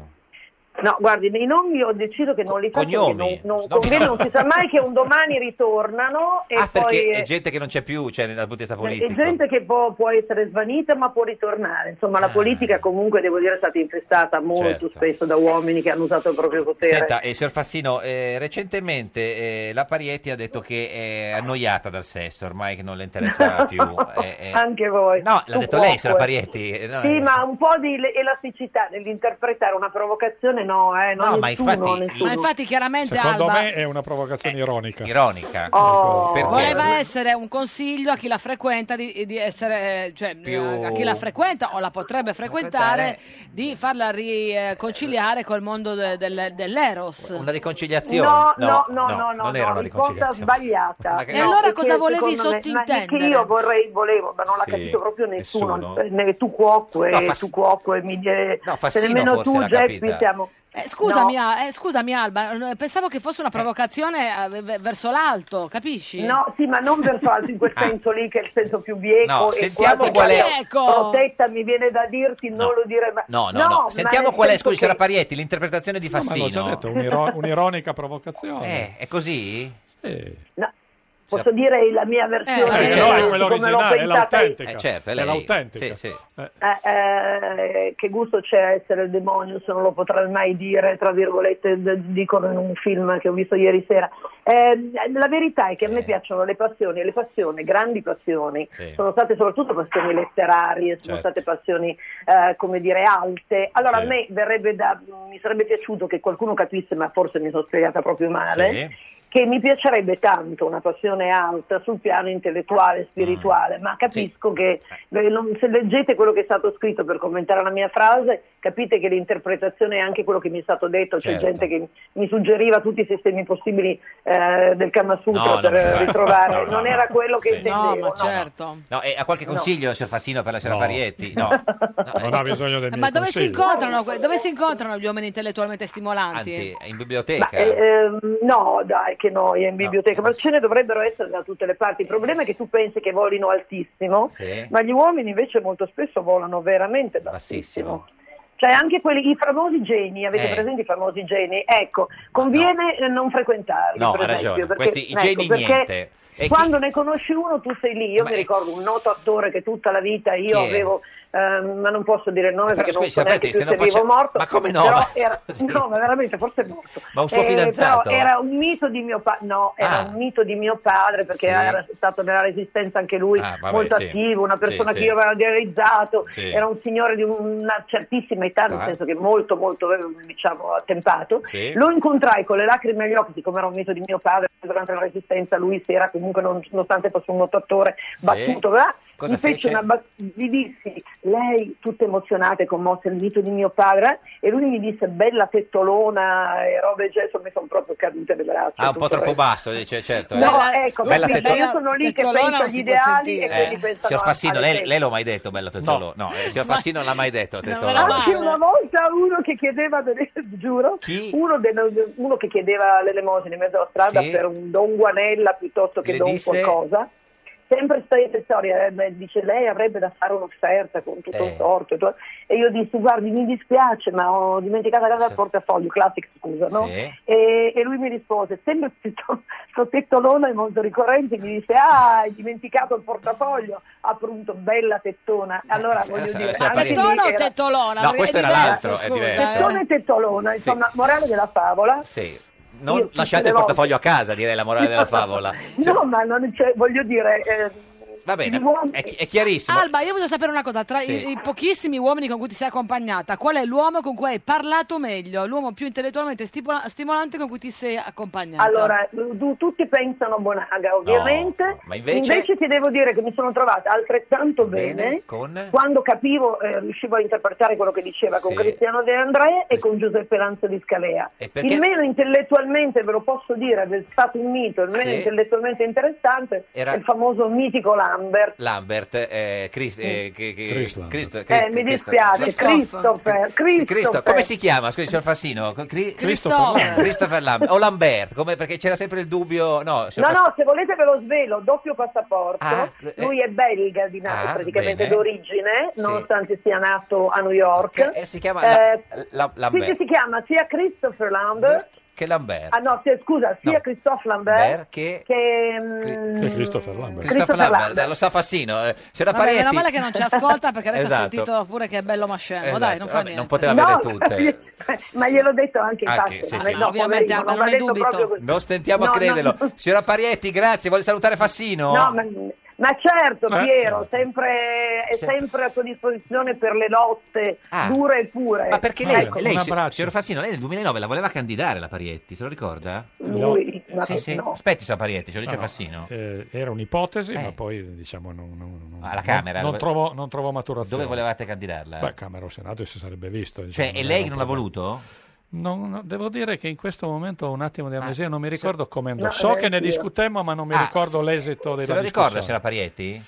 [SPEAKER 22] No, guardi, nei nomi ho deciso che non li faccio perché
[SPEAKER 3] cognomi?
[SPEAKER 22] non, non,
[SPEAKER 3] No,
[SPEAKER 22] conviene,
[SPEAKER 3] no.
[SPEAKER 22] non si sa mai che un domani ritornano e
[SPEAKER 3] ah
[SPEAKER 22] poi
[SPEAKER 3] perché
[SPEAKER 22] eh,
[SPEAKER 3] è gente che non c'è più cioè dal punto di vista
[SPEAKER 22] È
[SPEAKER 3] politico
[SPEAKER 22] gente che può, può essere svanita ma può ritornare. Insomma, la politica comunque, devo dire, è stata infestata molto
[SPEAKER 3] Ah. Certo.
[SPEAKER 22] spesso da uomini che hanno usato il proprio potere.
[SPEAKER 3] Senta, eh, signor Fassino, eh, recentemente eh, la Parietti ha detto che è annoiata dal sesso, ormai che non le interessa più. eh, eh.
[SPEAKER 22] Anche voi.
[SPEAKER 3] No, l'ha
[SPEAKER 22] Tu
[SPEAKER 3] detto lei,
[SPEAKER 22] cuoco,
[SPEAKER 3] signora
[SPEAKER 22] eh.
[SPEAKER 3] Parietti. eh, no,
[SPEAKER 22] Sì,
[SPEAKER 3] eh.
[SPEAKER 22] ma un po' di le- elasticità nell'interpretare una provocazione, no, eh, no,
[SPEAKER 3] No, ma
[SPEAKER 22] nessuno,
[SPEAKER 3] infatti-
[SPEAKER 22] nessuno.
[SPEAKER 2] Ma infatti chiaramente
[SPEAKER 19] Secondo
[SPEAKER 2] Alba
[SPEAKER 19] me è una provocazione ironica.
[SPEAKER 3] Eh, Ironica.
[SPEAKER 22] Oh.
[SPEAKER 19] Perché?
[SPEAKER 2] voleva essere un consiglio a chi la frequenta di, di essere, eh, cioè
[SPEAKER 3] Più-
[SPEAKER 2] a chi la frequenta o la potrebbe frequentare, di farla riconciliare col mondo de- del- dell'Eros.
[SPEAKER 3] Una riconciliazione.
[SPEAKER 22] No, no, no, no, no,
[SPEAKER 3] non era una
[SPEAKER 22] risposta
[SPEAKER 3] riconciliazione.
[SPEAKER 22] sbagliata.
[SPEAKER 2] E allora cosa
[SPEAKER 22] perché
[SPEAKER 2] volevi
[SPEAKER 22] secondo me-
[SPEAKER 2] sottintendere?
[SPEAKER 22] ma Che io vorrei, volevo, ma non l'ha
[SPEAKER 3] Sì,
[SPEAKER 22] capito proprio nessuno.
[SPEAKER 3] nessuno.
[SPEAKER 22] Eh, Né tu cuoco,
[SPEAKER 3] No,
[SPEAKER 22] e
[SPEAKER 3] Fass-
[SPEAKER 22] tu cuoco, e mi eh,
[SPEAKER 3] No,
[SPEAKER 22] se
[SPEAKER 3] Fassino
[SPEAKER 22] nemmeno
[SPEAKER 3] forse
[SPEAKER 22] tu,
[SPEAKER 3] l'ha
[SPEAKER 22] Geppi,
[SPEAKER 3] capita.
[SPEAKER 22] siamo...
[SPEAKER 2] Eh, scusami,
[SPEAKER 22] No.
[SPEAKER 2] ah, eh, scusami Alba, eh, pensavo che fosse una provocazione eh, ve- ve- verso l'alto, capisci?
[SPEAKER 22] No, sì, ma non verso l'alto in quel
[SPEAKER 3] Ah.
[SPEAKER 22] senso lì, che è il senso più bieco.
[SPEAKER 3] No,
[SPEAKER 22] e
[SPEAKER 3] sentiamo
[SPEAKER 22] quasi
[SPEAKER 3] qual è-
[SPEAKER 22] quasi
[SPEAKER 2] Ecco.
[SPEAKER 22] Protetta, mi viene da dirti,
[SPEAKER 3] No.
[SPEAKER 22] non lo dire mai.
[SPEAKER 3] No, no, no.
[SPEAKER 22] ma
[SPEAKER 3] Sentiamo
[SPEAKER 22] nel
[SPEAKER 3] qual è,
[SPEAKER 22] senso che-
[SPEAKER 3] scusi, signora Parietti, l'interpretazione di
[SPEAKER 19] No, ma l'ho già
[SPEAKER 3] Fassino.
[SPEAKER 19] detto, un'iro- un'ironica provocazione.
[SPEAKER 3] Eh, è così?
[SPEAKER 19] Sì.
[SPEAKER 22] no, Posso dire la mia versione?
[SPEAKER 19] Eh, sì,
[SPEAKER 22] di
[SPEAKER 19] però è
[SPEAKER 22] come
[SPEAKER 19] quella
[SPEAKER 22] l'ho
[SPEAKER 19] originale, è
[SPEAKER 22] pensata io?
[SPEAKER 19] l'autentica.
[SPEAKER 3] Eh, certo, è
[SPEAKER 19] è
[SPEAKER 3] lei. Sì,
[SPEAKER 19] l'autentica.
[SPEAKER 3] sì.
[SPEAKER 19] Eh,
[SPEAKER 22] Eh, eh, che gusto c'è a essere il demonio se non lo potrei mai dire, tra virgolette, d- dicono in un film che ho visto ieri sera. Eh, la verità è che a me piacciono le passioni, e le passioni, grandi passioni,
[SPEAKER 21] Eh. Sì.
[SPEAKER 22] sono state soprattutto passioni letterarie, sono
[SPEAKER 21] Certo.
[SPEAKER 22] state passioni, eh, come dire, alte. Allora
[SPEAKER 21] Sì.
[SPEAKER 22] a me verrebbe da, mi sarebbe piaciuto che qualcuno capisse, ma forse mi sono spiegata proprio male, che mi piacerebbe tanto una passione alta sul piano intellettuale
[SPEAKER 3] Mm.
[SPEAKER 22] e spirituale, ma capisco
[SPEAKER 3] Eh.
[SPEAKER 22] che beh, non- se leggete quello che è stato scritto per commentare la mia frase, capite che l'interpretazione è anche quello che mi è stato detto, c'è
[SPEAKER 3] Certo.
[SPEAKER 22] gente che mi suggeriva tutti i sistemi possibili eh, del Kama Sutra
[SPEAKER 3] No, no,
[SPEAKER 22] per
[SPEAKER 3] no, no,
[SPEAKER 22] ritrovare,
[SPEAKER 3] no, no,
[SPEAKER 22] non
[SPEAKER 3] no.
[SPEAKER 22] era quello che
[SPEAKER 3] Sì.
[SPEAKER 22] intendevo.
[SPEAKER 2] No, ma certo.
[SPEAKER 3] No, e ha qualche consiglio, signor Fassino, per la signora Parietti? No. eh,
[SPEAKER 19] non ha bisogno dei miei
[SPEAKER 2] Ma dove si,
[SPEAKER 19] consigli.
[SPEAKER 2] incontrano, que- dove si incontrano gli uomini intellettualmente stimolanti?
[SPEAKER 3] Anzi, in
[SPEAKER 22] Ma,
[SPEAKER 3] biblioteca.
[SPEAKER 22] eh, ehm, no, dai, che noia in biblioteca,
[SPEAKER 3] eh.
[SPEAKER 22] ma ce ne dovrebbero essere da tutte le parti. Il problema è che tu pensi che volino altissimo,
[SPEAKER 3] Sì.
[SPEAKER 22] ma gli uomini invece molto spesso volano veramente bassissimo.
[SPEAKER 3] Bassissimo.
[SPEAKER 22] Cioè anche quelli, i famosi geni, avete
[SPEAKER 3] Eh.
[SPEAKER 22] presente i famosi geni? Ecco, conviene eh, non frequentarli.
[SPEAKER 3] No,
[SPEAKER 22] per
[SPEAKER 3] ha
[SPEAKER 22] esempio,
[SPEAKER 3] ragione.
[SPEAKER 22] perché-
[SPEAKER 3] Questi i
[SPEAKER 22] ecco,
[SPEAKER 3] geni
[SPEAKER 22] perché
[SPEAKER 3] niente. E chi-
[SPEAKER 22] quando ne conosci uno tu sei lì, io mi ricordo un noto attore che tutta la vita io
[SPEAKER 3] Chi è?
[SPEAKER 22] avevo, ehm, ma non posso dire il nome
[SPEAKER 3] Però,
[SPEAKER 22] perché non
[SPEAKER 3] scusi,
[SPEAKER 22] so neanche
[SPEAKER 3] sapete,
[SPEAKER 22] più
[SPEAKER 3] se
[SPEAKER 22] se,
[SPEAKER 3] non
[SPEAKER 22] vivo o
[SPEAKER 3] faccia-
[SPEAKER 22] morto,
[SPEAKER 3] ma come no?
[SPEAKER 22] però
[SPEAKER 3] Ma
[SPEAKER 22] era- no, ma veramente forse è morto.
[SPEAKER 3] Ma un suo
[SPEAKER 22] Eh,
[SPEAKER 3] fidanzato?
[SPEAKER 22] Però era un mito di mio padre, no, era
[SPEAKER 3] Ah.
[SPEAKER 22] un mito di mio padre perché
[SPEAKER 3] Sì.
[SPEAKER 22] era stato nella resistenza anche lui,
[SPEAKER 3] Ah, vabbè,
[SPEAKER 22] molto
[SPEAKER 3] sì.
[SPEAKER 22] attivo, una persona
[SPEAKER 3] Sì,
[SPEAKER 22] che
[SPEAKER 3] sì.
[SPEAKER 22] io avevo idealizzato,
[SPEAKER 3] Sì.
[SPEAKER 22] era un signore di una certissima età, nel
[SPEAKER 3] Ah.
[SPEAKER 22] senso che molto molto eh, diciamo attempato.
[SPEAKER 3] Sì.
[SPEAKER 22] Lo incontrai con le lacrime agli occhi, siccome era un mito di mio padre durante la resistenza, lui si era comunque non- nonostante fosse un notatore battuto, bla,
[SPEAKER 23] Cosa
[SPEAKER 22] mi fece
[SPEAKER 23] fece?
[SPEAKER 22] una bat- gli dissi, lei tutta emozionata e commossa, il mito di mio padre, e lui mi disse, bella pettolona e robe del gesso, mi sono proprio cadute le braccia.
[SPEAKER 3] Ah, un po'
[SPEAKER 22] tutto il
[SPEAKER 3] troppo
[SPEAKER 22] resto.
[SPEAKER 3] basso, dice, certo.
[SPEAKER 22] No,
[SPEAKER 3] eh.
[SPEAKER 22] ecco,
[SPEAKER 3] bella
[SPEAKER 22] perché
[SPEAKER 3] tettolona.
[SPEAKER 22] io sono lì che
[SPEAKER 2] Tettolona
[SPEAKER 22] penso
[SPEAKER 2] non
[SPEAKER 22] agli
[SPEAKER 2] si può
[SPEAKER 22] ideali e
[SPEAKER 2] sentire.
[SPEAKER 22] quelli
[SPEAKER 3] Eh,
[SPEAKER 22] pensano
[SPEAKER 3] signor Fassino,
[SPEAKER 22] alle
[SPEAKER 3] lei, lei l'ho mai detto, bello Tetolo? No, eh, signor Fassino non l'ha mai detto, Tetolo.
[SPEAKER 22] Anche una volta uno che chiedeva, delle- giuro, uno, del- uno che chiedeva l'elemosina in mezzo alla strada
[SPEAKER 3] Sì.
[SPEAKER 22] per un don Guanella piuttosto che
[SPEAKER 3] Le
[SPEAKER 22] don
[SPEAKER 3] disse-
[SPEAKER 22] qualcosa. Sempre stessa storia, eh, beh, dice lei avrebbe da fare un'offerta con tutto
[SPEAKER 3] Eh.
[SPEAKER 22] il torto. e tutto- E io dissi, guardi, mi dispiace, ma ho dimenticato la casa
[SPEAKER 3] Sì.
[SPEAKER 22] al portafoglio, classic scusa, no?
[SPEAKER 3] Sì.
[SPEAKER 22] E, e lui mi rispose, sempre piuttosto tettolona e molto ricorrente, mi disse, ah, hai dimenticato il portafoglio, appunto, bella
[SPEAKER 3] Eh.
[SPEAKER 22] tettona. Allora,
[SPEAKER 3] sì,
[SPEAKER 22] voglio
[SPEAKER 3] sì,
[SPEAKER 22] dire,
[SPEAKER 3] sì,
[SPEAKER 22] anche
[SPEAKER 3] Parigi.
[SPEAKER 22] lì
[SPEAKER 3] Tettona
[SPEAKER 2] o
[SPEAKER 22] era-
[SPEAKER 2] tettolona?
[SPEAKER 3] No, questo
[SPEAKER 2] è
[SPEAKER 3] era
[SPEAKER 2] diverso,
[SPEAKER 3] l'altro, è
[SPEAKER 2] scusa,
[SPEAKER 3] diverso.
[SPEAKER 2] eh.
[SPEAKER 22] Tettona e tettolona, insomma, morale della favola.
[SPEAKER 3] Sì. Non
[SPEAKER 22] Io
[SPEAKER 3] lasciate
[SPEAKER 22] tutte le
[SPEAKER 3] il
[SPEAKER 22] volte-
[SPEAKER 3] portafoglio a casa, direi la morale della favola.
[SPEAKER 22] No, ma non c'è, voglio dire, eh,
[SPEAKER 3] Va bene, è, chi- è
[SPEAKER 22] Ah.
[SPEAKER 3] chiarissimo.
[SPEAKER 2] Alba, io voglio sapere una cosa, tra
[SPEAKER 3] Sì.
[SPEAKER 2] i, i pochissimi uomini con cui ti sei accompagnata, qual è l'uomo con cui hai parlato meglio, l'uomo più intellettualmente stipola- stimolante con cui ti sei accompagnata?
[SPEAKER 22] allora, tu- tutti pensano Bonaga, ovviamente,
[SPEAKER 3] ma invece-
[SPEAKER 22] ti devo dire che mi sono trovata altrettanto bene,
[SPEAKER 3] con...
[SPEAKER 22] quando capivo, eh, riuscivo a interpretare quello che diceva con
[SPEAKER 3] Sì.
[SPEAKER 22] Cristiano De André e con Giuseppe Lanza di Scalea.
[SPEAKER 3] E perché-
[SPEAKER 22] Il meno intellettualmente, ve lo posso dire, è stato un mito, il meno
[SPEAKER 3] Sì.
[SPEAKER 22] intellettualmente interessante
[SPEAKER 3] Era-
[SPEAKER 22] è il famoso mitico Lambert.
[SPEAKER 3] Lambert, eh, Chris, eh, che- che- Chris, Chris-
[SPEAKER 22] Eh, mi
[SPEAKER 3] Christopher.
[SPEAKER 22] dispiace, Christopher.
[SPEAKER 3] Sì, Cristo-
[SPEAKER 22] Christopher.
[SPEAKER 3] come si chiama? Scusi, signor Fassino. Co- Cri-
[SPEAKER 22] Christopher.
[SPEAKER 3] Christopher Lambert. O Lambert, come- perché c'era sempre il dubbio. No,
[SPEAKER 22] No,
[SPEAKER 3] signor Fassino.
[SPEAKER 22] no, se volete ve lo svelo, doppio passaporto.
[SPEAKER 3] Ah, eh.
[SPEAKER 22] Lui è belga di nato,
[SPEAKER 3] Ah,
[SPEAKER 22] praticamente
[SPEAKER 3] bene.
[SPEAKER 22] d'origine,
[SPEAKER 3] Sì.
[SPEAKER 22] nonostante sia nato a New York.
[SPEAKER 3] Eh, si chiama
[SPEAKER 22] Eh,
[SPEAKER 3] la, la-
[SPEAKER 22] sì, sì,
[SPEAKER 3] Lambert.
[SPEAKER 22] si chiama sia Christopher Lambert,
[SPEAKER 3] Che Lambert.
[SPEAKER 22] ah no, sì, scusa, sia Christophe Lambert
[SPEAKER 3] Lambert che-
[SPEAKER 22] mm,
[SPEAKER 3] Christopher Lambert.
[SPEAKER 22] Christopher Lambert.
[SPEAKER 3] lo sa Fassino. eh, C'era
[SPEAKER 2] Vabbè, meno
[SPEAKER 3] Parietti.
[SPEAKER 2] male che non ci ascolta perché adesso
[SPEAKER 3] Esatto.
[SPEAKER 2] ha sentito pure che è bello ma scemo,
[SPEAKER 3] Esatto,
[SPEAKER 2] dai, non fa
[SPEAKER 3] vabbè,
[SPEAKER 2] niente.
[SPEAKER 3] non poteva avere tutte.
[SPEAKER 22] ma gliel'ho detto anche in
[SPEAKER 3] Anche,
[SPEAKER 22] faccia,
[SPEAKER 3] sì,
[SPEAKER 22] ma
[SPEAKER 3] sì.
[SPEAKER 22] no,
[SPEAKER 2] Ovviamente,
[SPEAKER 22] poverino,
[SPEAKER 2] Alba,
[SPEAKER 22] non
[SPEAKER 2] non
[SPEAKER 22] ha
[SPEAKER 2] ne
[SPEAKER 22] detto proprio così.
[SPEAKER 3] Non stentiamo
[SPEAKER 22] No,
[SPEAKER 3] a crederlo.
[SPEAKER 22] no.
[SPEAKER 3] Signora Parietti, grazie. Vuole salutare Fassino?
[SPEAKER 22] No, ma, ma certo,
[SPEAKER 3] Eh,
[SPEAKER 22] Piero,
[SPEAKER 3] certo.
[SPEAKER 22] sempre- è
[SPEAKER 3] Sempre.
[SPEAKER 22] sempre a tua disposizione per le lotte
[SPEAKER 3] Ah.
[SPEAKER 22] dure e pure.
[SPEAKER 3] Ma perché lei,
[SPEAKER 22] Ecco.
[SPEAKER 3] lei signor Fassino, lei nel 2009 la voleva candidare la Parietti, se lo ricorda?
[SPEAKER 22] Lui, No. ma
[SPEAKER 3] Sì, sì.
[SPEAKER 22] no.
[SPEAKER 3] Aspetti, signor Parietti, ce lo dice
[SPEAKER 19] No, no,
[SPEAKER 3] Fassino.
[SPEAKER 19] eh, era un'ipotesi,
[SPEAKER 3] Eh.
[SPEAKER 19] ma poi diciamo non, non- non-
[SPEAKER 3] Alla Ah, Camera,
[SPEAKER 19] non,
[SPEAKER 3] dove-
[SPEAKER 19] non trovò, non trovò maturazione.
[SPEAKER 3] Dove volevate candidarla?
[SPEAKER 19] Beh, Camera o Senato si sarebbe visto.
[SPEAKER 3] Cioè,
[SPEAKER 19] diciamo,
[SPEAKER 3] e
[SPEAKER 19] era
[SPEAKER 3] lei
[SPEAKER 19] un
[SPEAKER 3] non l'ha
[SPEAKER 19] problema.
[SPEAKER 3] voluto?
[SPEAKER 19] Non- no, devo dire che in questo momento ho un attimo di amnesia, non mi ricordo come andò.
[SPEAKER 22] No,
[SPEAKER 19] so
[SPEAKER 22] eh,
[SPEAKER 19] che ne
[SPEAKER 22] io.
[SPEAKER 19] discutemmo, ma non mi
[SPEAKER 3] Ah,
[SPEAKER 19] ricordo l'esito della
[SPEAKER 3] Se lo ricorda,
[SPEAKER 19] discussione.
[SPEAKER 3] signora Parietti?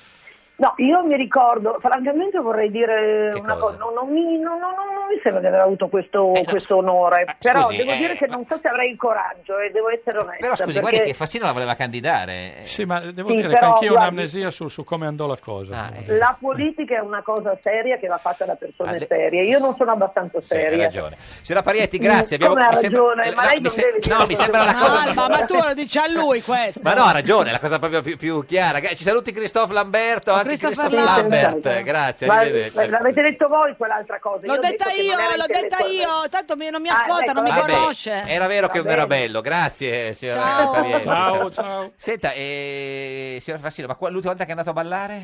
[SPEAKER 22] No, io mi ricordo, francamente vorrei dire
[SPEAKER 3] Che
[SPEAKER 22] una
[SPEAKER 3] cosa?
[SPEAKER 22] cosa,
[SPEAKER 3] Eh,
[SPEAKER 22] non, non mi, non- non- non- non mi sembra di aver avuto questo, questo onore, però
[SPEAKER 3] scusi,
[SPEAKER 22] devo
[SPEAKER 3] eh,
[SPEAKER 22] dire che non so se avrei il coraggio e devo essere onesta.
[SPEAKER 3] Però scusi, guardi
[SPEAKER 22] perché
[SPEAKER 3] che Fassino la voleva candidare.
[SPEAKER 19] Sì, ma devo
[SPEAKER 22] Sì,
[SPEAKER 19] dire che
[SPEAKER 22] però,
[SPEAKER 19] anch'io ho
[SPEAKER 22] guardi-
[SPEAKER 19] un'amnesia su, su come andò la cosa.
[SPEAKER 3] Ah, eh.
[SPEAKER 22] La politica è una cosa seria che va fatta da persone
[SPEAKER 3] Ah, le-
[SPEAKER 22] serie, io non sono abbastanza
[SPEAKER 3] Ha
[SPEAKER 22] seria.
[SPEAKER 3] ragione. Signora Parietti, grazie. Abbiamo,
[SPEAKER 22] Eh, Come ha
[SPEAKER 3] mi sembra-
[SPEAKER 22] ragione? Ma lei
[SPEAKER 3] mi
[SPEAKER 22] non deve dire
[SPEAKER 3] no, mi
[SPEAKER 22] cose
[SPEAKER 3] sembra la
[SPEAKER 22] così.
[SPEAKER 3] cosa...
[SPEAKER 2] Alba, ma tu lo dici a lui questo.
[SPEAKER 3] Ma no, ha ragione, è la cosa proprio più, più chiara. Ci saluti Christophe Lamberto, anche
[SPEAKER 2] Christopher
[SPEAKER 3] Christophe Lambert.
[SPEAKER 22] Lambert.
[SPEAKER 3] Grazie,
[SPEAKER 22] Ma-
[SPEAKER 3] arrivederci.
[SPEAKER 22] l'avete detto voi quell'altra cosa.
[SPEAKER 2] L'ho
[SPEAKER 22] io ho
[SPEAKER 2] detta
[SPEAKER 22] detto che
[SPEAKER 2] io,
[SPEAKER 22] non era
[SPEAKER 2] l'ho detta io,
[SPEAKER 22] intellettualmente-
[SPEAKER 2] tanto mi- non mi
[SPEAKER 22] Ah,
[SPEAKER 2] ascolta, non mi
[SPEAKER 22] ecco,
[SPEAKER 3] Vabbè,
[SPEAKER 2] conosce.
[SPEAKER 3] era vero che
[SPEAKER 22] Va
[SPEAKER 3] non era
[SPEAKER 22] bene.
[SPEAKER 3] bello, grazie signora
[SPEAKER 2] Ciao.
[SPEAKER 3] Parietti.
[SPEAKER 19] Ciao, ciao.
[SPEAKER 3] Senta, eh, signora Fassino, ma qua- l'ultima volta che è andato a ballare?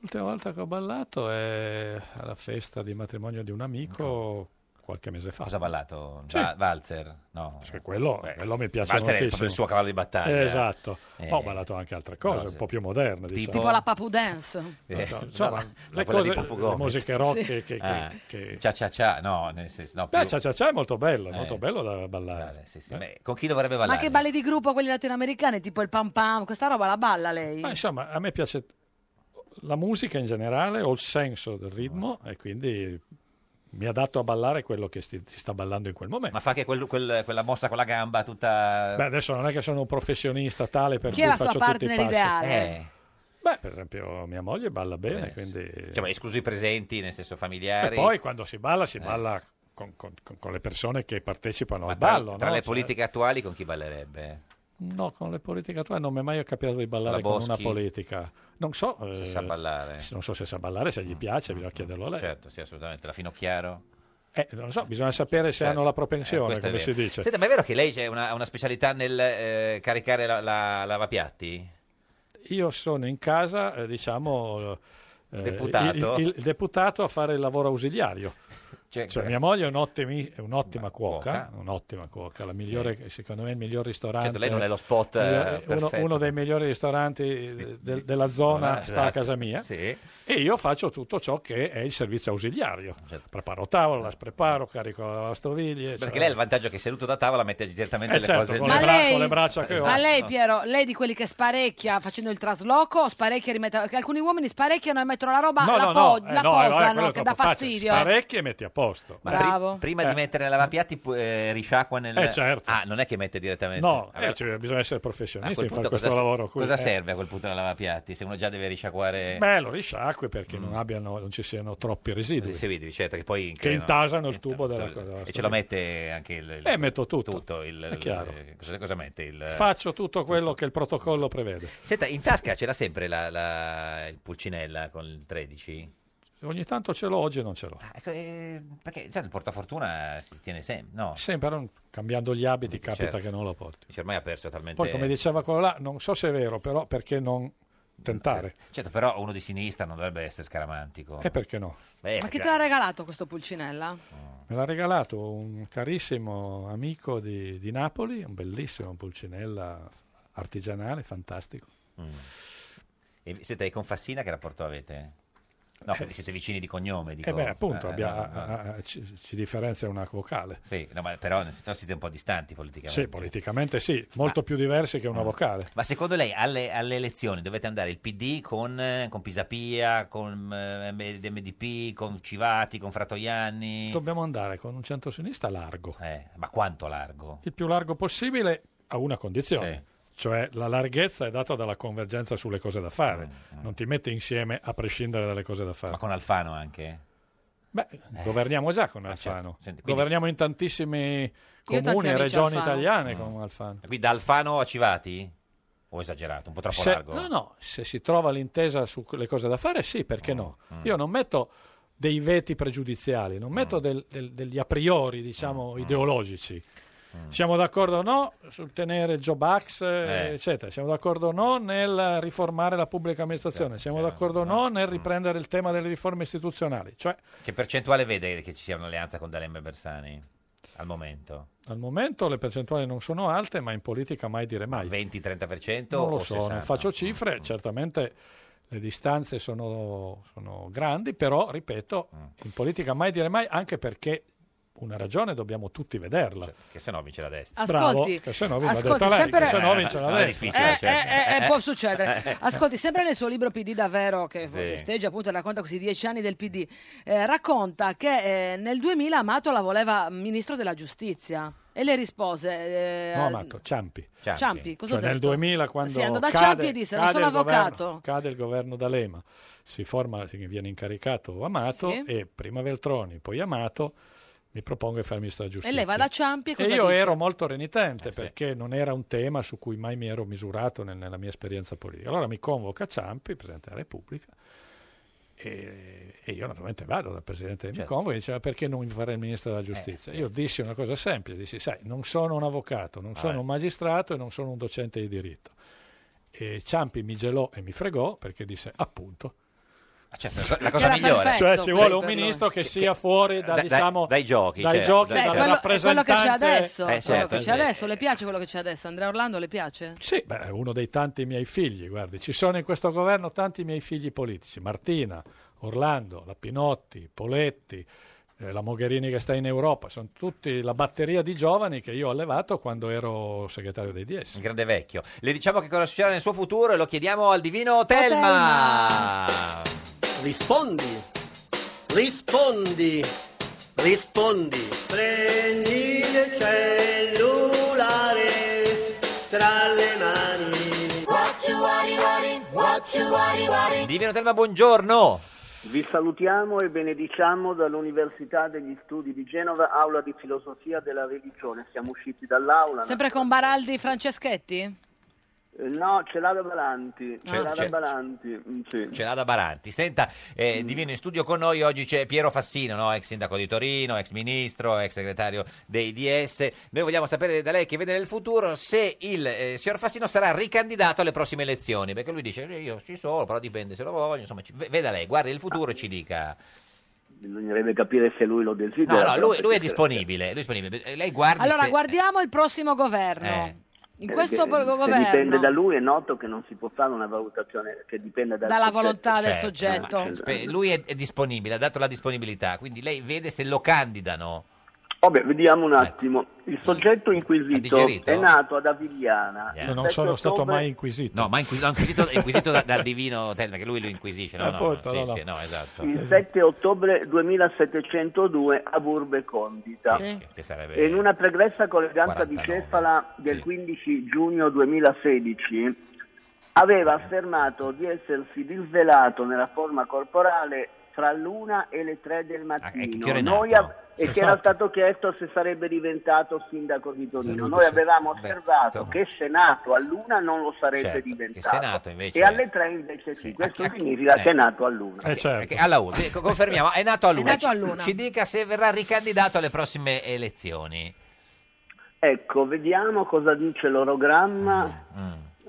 [SPEAKER 19] L'ultima volta che ho ballato è alla festa di matrimonio di un amico qualche mese fa.
[SPEAKER 3] Ecco. Cosa ha ballato?
[SPEAKER 19] Sì. Cioè,
[SPEAKER 3] Va- Walzer? No.
[SPEAKER 19] quello, quello mi piace
[SPEAKER 3] Walzer è
[SPEAKER 19] moltissimo.
[SPEAKER 3] proprio il suo cavallo di battaglia.
[SPEAKER 19] Eh, esatto.
[SPEAKER 3] Eh.
[SPEAKER 19] Ma Ho ballato anche altre cose,
[SPEAKER 3] Cose.
[SPEAKER 19] un po' più moderne.
[SPEAKER 3] Tipo?
[SPEAKER 19] diciamo.
[SPEAKER 2] Tipo la papu dance.
[SPEAKER 3] Eh,
[SPEAKER 19] No, no, insomma,
[SPEAKER 3] no,
[SPEAKER 19] le
[SPEAKER 3] quella
[SPEAKER 19] cose-
[SPEAKER 3] di Papu
[SPEAKER 19] le
[SPEAKER 3] Gomez.
[SPEAKER 19] musiche rock Sì. che- che-
[SPEAKER 3] Ah,
[SPEAKER 19] che-
[SPEAKER 3] Cia cia cia, no, nel senso, no,
[SPEAKER 19] Beh,
[SPEAKER 3] più-
[SPEAKER 19] Cia Cia Cia è molto bello, è
[SPEAKER 3] Eh.
[SPEAKER 19] molto bello da ballare. Eh.
[SPEAKER 3] sì, sì, beh, con chi dovrebbe ballare?
[SPEAKER 2] Ma che balli di gruppo quelli latinoamericani, tipo il pam pam, questa roba la balla lei?
[SPEAKER 19] Ma insomma, a me piace la musica in generale, ho il senso del ritmo e quindi mi adatto a ballare quello che si si sta ballando in quel momento.
[SPEAKER 3] Ma fa anche quel- quel- quella mossa con la gamba tutta...
[SPEAKER 19] Beh, adesso non è che sono un professionista tale per
[SPEAKER 2] Chi è
[SPEAKER 19] cui
[SPEAKER 2] la sua
[SPEAKER 19] faccio tutti i
[SPEAKER 2] partner
[SPEAKER 19] passi.
[SPEAKER 2] ideale?
[SPEAKER 3] Eh.
[SPEAKER 19] Beh, per esempio, mia moglie balla
[SPEAKER 3] Bene,
[SPEAKER 19] bene, quindi...
[SPEAKER 3] Cioè, ma esclusi i presenti, nel senso
[SPEAKER 19] E
[SPEAKER 3] familiari.
[SPEAKER 19] poi quando si balla,
[SPEAKER 3] Eh.
[SPEAKER 19] si balla con, con- con- con le persone che partecipano al
[SPEAKER 3] tra,
[SPEAKER 19] ballo.
[SPEAKER 3] tra
[SPEAKER 19] no?
[SPEAKER 3] le
[SPEAKER 19] Cioè,
[SPEAKER 3] politiche attuali con chi ballerebbe?
[SPEAKER 19] No, con le politiche attuali non mi è mai capitato di ballare
[SPEAKER 3] La
[SPEAKER 19] con
[SPEAKER 3] Boschi?
[SPEAKER 19] una politica. Non so
[SPEAKER 3] Se
[SPEAKER 19] eh,
[SPEAKER 3] sa ballare.
[SPEAKER 19] se- Non so se sa ballare, se gli piace, bisogna chiederlo a lei.
[SPEAKER 3] Certo, sì, assolutamente. La Finocchiaro.
[SPEAKER 19] Eh, non so, bisogna sapere se hanno la propensione,
[SPEAKER 3] Eh, questo è
[SPEAKER 19] come si
[SPEAKER 3] vero.
[SPEAKER 19] dice.
[SPEAKER 3] Senta, ma è vero che lei ha una, una specialità nel eh, caricare la, la lavapiatti?
[SPEAKER 19] Io sono in casa, eh, diciamo, eh,
[SPEAKER 3] Deputato.
[SPEAKER 19] il, il- il deputato a fare il lavoro ausiliario.
[SPEAKER 3] Cioè,
[SPEAKER 19] Cioè, mia moglie è, un ottimi- è un'ottima cuoca,
[SPEAKER 3] cuoca.
[SPEAKER 19] un'ottima cuoca, la migliore, secondo me il miglior ristorante.
[SPEAKER 3] Certo, lei non è lo spot, eh,
[SPEAKER 19] Migliore- uno-
[SPEAKER 3] perfetto.
[SPEAKER 19] uno, dei migliori ristoranti eh, del- della zona
[SPEAKER 3] Esatto.
[SPEAKER 19] sta a casa mia
[SPEAKER 3] Sì.
[SPEAKER 19] e io faccio tutto ciò che è il servizio ausiliario. Preparo tavola, la spreparo, carico la lavastoviglie.
[SPEAKER 3] Certo. Perché
[SPEAKER 19] cioè-
[SPEAKER 3] lei ha il vantaggio che seduto da tavola mette direttamente
[SPEAKER 19] Eh,
[SPEAKER 3] le
[SPEAKER 19] certo,
[SPEAKER 3] cose
[SPEAKER 19] con
[SPEAKER 3] nel-
[SPEAKER 19] le Ma bra- lei- con le braccia che ho. Esatto.
[SPEAKER 2] Ma lei,
[SPEAKER 3] No.
[SPEAKER 2] Piero, lei di quelli che sparecchia facendo il trasloco, o sparecchia e rimette. Perché alcuni uomini sparecchiano e mettono la roba, la, po-
[SPEAKER 19] eh,
[SPEAKER 2] la
[SPEAKER 19] no, eh, vabbè,
[SPEAKER 2] posano,
[SPEAKER 19] quello è
[SPEAKER 2] che
[SPEAKER 19] troppo
[SPEAKER 2] dà
[SPEAKER 19] facile.
[SPEAKER 2] fastidio.
[SPEAKER 19] Sparecchi e metti a posto.
[SPEAKER 3] Ma pri- prima di mettere nel lavapiatti pu- eh, risciacqua nel...
[SPEAKER 19] Eh, certo.
[SPEAKER 3] Ah, non è che mette direttamente...
[SPEAKER 19] No,
[SPEAKER 3] Vabbè,
[SPEAKER 19] eh, cioè, bisogna essere
[SPEAKER 3] a
[SPEAKER 19] professionisti
[SPEAKER 3] quel
[SPEAKER 19] in fare
[SPEAKER 3] punto
[SPEAKER 19] questo
[SPEAKER 3] cosa,
[SPEAKER 19] lavoro qui.
[SPEAKER 3] cosa
[SPEAKER 19] eh.
[SPEAKER 3] serve a quel punto la lavapiatti? Se uno già deve risciacquare...
[SPEAKER 19] Beh, lo risciacqui perché
[SPEAKER 3] Mm.
[SPEAKER 19] non, abbiano, non ci siano troppi residui.
[SPEAKER 3] Se vedi, certo, che poi...
[SPEAKER 19] che
[SPEAKER 3] creano- Cioè,
[SPEAKER 19] intasano il tubo della cosa. della
[SPEAKER 3] E ce lo
[SPEAKER 19] storia.
[SPEAKER 3] mette anche il... il-
[SPEAKER 19] Eh, metto tutto.
[SPEAKER 3] il,
[SPEAKER 19] È chiaro.
[SPEAKER 3] il- cosa, cosa mette? Il,
[SPEAKER 19] Faccio tutto quello che il protocollo prevede.
[SPEAKER 3] eh, Senta, in tasca c'era sempre la, la- il pulcinella con il 13?
[SPEAKER 19] Ogni tanto ce l'ho, oggi non ce l'ho.
[SPEAKER 3] Ecco, eh, perché già il portafortuna si tiene sempre, no?
[SPEAKER 19] Sempre non- cambiando gli abiti capita
[SPEAKER 3] Certo.
[SPEAKER 19] che non lo porti.
[SPEAKER 3] Dice, ormai ha perso talmente...
[SPEAKER 19] Poi, come diceva quello là, non so se è vero, però perché non tentare?
[SPEAKER 3] Certo, però uno di sinistra non dovrebbe essere scaramantico.
[SPEAKER 19] E perché no?
[SPEAKER 3] Eh, Beh, eh,
[SPEAKER 2] Ma chi
[SPEAKER 3] perché-
[SPEAKER 2] te l'ha regalato questo pulcinella?
[SPEAKER 19] Me l'ha regalato un carissimo amico di, di Napoli, un bellissimo pulcinella artigianale, fantastico.
[SPEAKER 3] Mm. E siete con Fassina che rapporto avete? No, perché siete vicini di cognome, dico.
[SPEAKER 19] e Eh, beh, appunto,
[SPEAKER 3] Eh,
[SPEAKER 19] abbia-
[SPEAKER 3] no, no.
[SPEAKER 19] a- a- a- ci, ci differenzia una vocale.
[SPEAKER 3] Sì, no, ma però, però siete un po' distanti politicamente.
[SPEAKER 19] Sì, politicamente sì, molto più diversi che
[SPEAKER 3] eh.
[SPEAKER 19] una vocale.
[SPEAKER 3] Ma secondo lei alle, alle elezioni dovete andare il PD con, eh, con Pisapia, con eh, M- MDP, con Civati, con Fratoianni?
[SPEAKER 19] Dobbiamo andare con un centrosinistra largo,
[SPEAKER 3] Eh, ma quanto largo?
[SPEAKER 19] il più largo possibile a una condizione. Cioè la larghezza è data dalla convergenza sulle cose da fare, non ti metti insieme a prescindere dalle cose da fare.
[SPEAKER 3] Mm, Ma con Alfano anche? Ah, certo.
[SPEAKER 19] Beh,
[SPEAKER 3] Eh.
[SPEAKER 19] governiamo già con Alfano.
[SPEAKER 3] Senti, quindi-
[SPEAKER 19] governiamo in tantissimi
[SPEAKER 3] tanti
[SPEAKER 19] comuni e
[SPEAKER 3] amici
[SPEAKER 19] regioni
[SPEAKER 3] Alfano.
[SPEAKER 19] italiane
[SPEAKER 3] Mm.
[SPEAKER 19] con Alfano.
[SPEAKER 3] Qui da Alfano a Civati? O esagerato, un po' troppo
[SPEAKER 19] Se-
[SPEAKER 3] largo?
[SPEAKER 19] no, no, se si trova l'intesa sulle cose da fare, sì, perché no?
[SPEAKER 3] Mm,
[SPEAKER 19] Io non metto dei veti pregiudiziali, non
[SPEAKER 3] Mm.
[SPEAKER 19] metto del- del- degli a priori, diciamo, ideologici.
[SPEAKER 3] Mm.
[SPEAKER 19] Siamo d'accordo o no sul tenere il job ax, eh,
[SPEAKER 3] Eh.
[SPEAKER 19] eccetera. Siamo d'accordo o no nel riformare la pubblica amministrazione. Siamo d'accordo o no
[SPEAKER 3] Mm.
[SPEAKER 19] nel riprendere il tema delle riforme istituzionali. Cioè,
[SPEAKER 3] Che percentuale vede che ci sia un'alleanza con D'Alema e Bersani al momento?
[SPEAKER 19] al momento le percentuali non sono alte, ma in politica mai dire mai.
[SPEAKER 3] 20-30%
[SPEAKER 19] Non
[SPEAKER 3] o
[SPEAKER 19] lo
[SPEAKER 3] Mm.
[SPEAKER 19] so,
[SPEAKER 3] 60?
[SPEAKER 19] non faccio cifre, certamente le distanze sono, sono grandi, però ripeto,
[SPEAKER 3] Mm.
[SPEAKER 19] in politica mai dire mai, anche perché una ragione dobbiamo tutti vederla.
[SPEAKER 3] Certo, Che se no vince la destra.
[SPEAKER 19] Bravo,
[SPEAKER 2] Ascolti,
[SPEAKER 19] che se no vince
[SPEAKER 2] ascolti,
[SPEAKER 19] la destra,
[SPEAKER 2] sempre-
[SPEAKER 19] che se no vince la
[SPEAKER 3] Eh,
[SPEAKER 19] destra.
[SPEAKER 3] difficile,
[SPEAKER 2] Eh,
[SPEAKER 3] certo.
[SPEAKER 2] eh, eh,
[SPEAKER 3] Eh.
[SPEAKER 2] può succedere. Ascolti, sempre nel suo libro PD davvero, che
[SPEAKER 3] Sì.
[SPEAKER 2] festeggia appunto e racconta questi dieci anni del PD, eh, racconta che eh, nel 2000 Amato la voleva ministro della giustizia e le rispose... eh,
[SPEAKER 19] No, Amato, Ciampi.
[SPEAKER 2] Ciampi. Ciampi, cosa ho
[SPEAKER 19] Cioè, nel
[SPEAKER 2] detto?
[SPEAKER 19] 2000 quando
[SPEAKER 2] Sì, andò da
[SPEAKER 19] cade-
[SPEAKER 2] Ciampi e disse, non
[SPEAKER 19] cade
[SPEAKER 2] sono
[SPEAKER 19] il governo-
[SPEAKER 2] avvocato.
[SPEAKER 19] cade il governo D'Alema, si forma, viene incaricato Amato
[SPEAKER 2] Sì.
[SPEAKER 19] e prima Veltroni, poi Amato, mi propongo di fare ministro della
[SPEAKER 2] E
[SPEAKER 19] giustizia.
[SPEAKER 2] lei va da Ciampi e
[SPEAKER 19] E
[SPEAKER 2] cosa
[SPEAKER 19] io
[SPEAKER 2] dice?
[SPEAKER 19] ero molto renitente
[SPEAKER 2] Eh, sì.
[SPEAKER 19] perché non era un tema su cui mai mi ero misurato nel- nella mia esperienza politica. Allora mi convoca Ciampi, Presidente della Repubblica, e, e io naturalmente vado dal Presidente mi
[SPEAKER 3] Certo.
[SPEAKER 19] convoca e diceva perché non fare il Ministro della Giustizia? Eh, Io dissi una cosa semplice, dissi sai, non sono un avvocato,
[SPEAKER 3] Ah,
[SPEAKER 19] non
[SPEAKER 3] eh.
[SPEAKER 19] sono un magistrato e non sono un docente di diritto. E Ciampi mi gelò e mi fregò perché disse appunto.
[SPEAKER 3] Ah, cioè, la cosa Era migliore. perfetto
[SPEAKER 19] cioè ci vuole un
[SPEAKER 3] per lui.
[SPEAKER 19] ministro che, sia fuori da,
[SPEAKER 3] da-
[SPEAKER 19] diciamo,
[SPEAKER 3] dai Eh, certo, giochi,
[SPEAKER 19] dai
[SPEAKER 3] certo.
[SPEAKER 19] giochi,
[SPEAKER 2] Beh,
[SPEAKER 19] dalle
[SPEAKER 2] Cioè, quello, è quello che c'è
[SPEAKER 19] rappresentanze-
[SPEAKER 2] adesso. quello che c'è adesso. Le piace quello che c'è adesso? Andrea Orlando le piace?
[SPEAKER 19] Sì, beh, è uno dei tanti miei figli, guardi, ci sono in questo governo tanti miei figli politici, Martina, Orlando, la Pinotti, Poletti, eh, la Mogherini che sta in Europa, sono tutti la batteria di giovani che io ho allevato quando ero segretario dei DS.
[SPEAKER 3] Il grande vecchio. Le diciamo che cosa succederà nel suo futuro e lo chiediamo al divino Telma.
[SPEAKER 21] Rispondi. Rispondi. Rispondi. Prendi il cellulare tra le mani.
[SPEAKER 3] Divino Telma, buongiorno.
[SPEAKER 1] Vi salutiamo e benediciamo dall'Università degli Studi di Genova, aula di filosofia della religione. Siamo usciti dall'aula.
[SPEAKER 2] Sempre con Baraldi e Franceschetti?
[SPEAKER 1] Eh, No, ce l'ha da Balanti.
[SPEAKER 3] C'è-
[SPEAKER 1] Ce l'ha
[SPEAKER 3] c'è-
[SPEAKER 1] da Balanti. Ah. mm, Sì. Mm.
[SPEAKER 3] Ce l'ha da Baranti. Senta, eh, divino in studio con noi oggi c'è Piero Fassino, no? ex sindaco di Torino, ex ministro, ex segretario dei DS. Noi vogliamo sapere da lei che vede nel futuro se il eh, signor Fassino sarà ricandidato alle prossime elezioni. Perché lui dice: "Eh, Io ci sono, però dipende se lo voglio. Insomma, ci- v- veda lei, guardi il futuro e ci dica.
[SPEAKER 1] Bisognerebbe capire se lui lo
[SPEAKER 3] No,
[SPEAKER 1] desidera.
[SPEAKER 3] no, lui, lui è
[SPEAKER 1] però-
[SPEAKER 3] disponibile. Lui è disponibile. Eh, Lei guardi
[SPEAKER 2] Allora,
[SPEAKER 3] se...
[SPEAKER 2] guardiamo il prossimo governo.
[SPEAKER 3] Eh.
[SPEAKER 2] In questo
[SPEAKER 1] Perché
[SPEAKER 2] go-
[SPEAKER 1] se dipende
[SPEAKER 2] governo,
[SPEAKER 1] da lui è noto che non si può fare una valutazione che dipende dal
[SPEAKER 2] Dalla
[SPEAKER 1] soggetto.
[SPEAKER 2] volontà del
[SPEAKER 3] Certo,
[SPEAKER 2] soggetto.
[SPEAKER 3] ma- spe- Lui è, è disponibile, ha dato la disponibilità, quindi lei vede se lo candidano.
[SPEAKER 1] Vabbè, vediamo un attimo. Il soggetto inquisito
[SPEAKER 3] Ecco. digerito? Eh.
[SPEAKER 1] è nato ad Avigliana.
[SPEAKER 3] Yeah.
[SPEAKER 1] il
[SPEAKER 19] Non sono
[SPEAKER 1] 7
[SPEAKER 19] stato
[SPEAKER 1] ottobre-
[SPEAKER 19] mai inquisito.
[SPEAKER 3] No, ma inquis- no, inquisito, è inquisito da- dal divino Telma, che lui lo inquisisce. No, no, no,
[SPEAKER 19] Appunto,
[SPEAKER 3] sì,
[SPEAKER 19] no, Eh, no.
[SPEAKER 3] sì, no, esatto.
[SPEAKER 1] Il 7 ottobre 2702 a Burbe Condita.
[SPEAKER 3] Che sarebbe-
[SPEAKER 1] E in una pregressa colleganza
[SPEAKER 3] 49.
[SPEAKER 1] di Cefala del 15 giugno 2016 aveva affermato di essersi disvelato nella forma corporale fra l'una e le tre del
[SPEAKER 3] che
[SPEAKER 1] mattino
[SPEAKER 3] ore Ah, è
[SPEAKER 1] Noi
[SPEAKER 3] nato?
[SPEAKER 1] av- e
[SPEAKER 3] Esatto.
[SPEAKER 1] che era stato chiesto se sarebbe diventato sindaco di Torino.
[SPEAKER 3] Sì,
[SPEAKER 1] Noi
[SPEAKER 3] sì.
[SPEAKER 1] avevamo
[SPEAKER 3] Beh,
[SPEAKER 1] osservato che Senato all'una non lo sarebbe
[SPEAKER 3] Certo, che
[SPEAKER 1] diventato
[SPEAKER 3] Senato invece-
[SPEAKER 1] e alle tre invece sì. Questo
[SPEAKER 3] a chi-
[SPEAKER 1] significa
[SPEAKER 3] eh.
[SPEAKER 1] che è nato all'una.
[SPEAKER 19] Eh, certo.
[SPEAKER 3] Che- alla U, sì, co- confermiamo, eh. è nato a luna.
[SPEAKER 2] nato a luna.
[SPEAKER 3] Ci dica se verrà ricandidato alle prossime elezioni.
[SPEAKER 1] Ecco, vediamo cosa dice l'orogramma.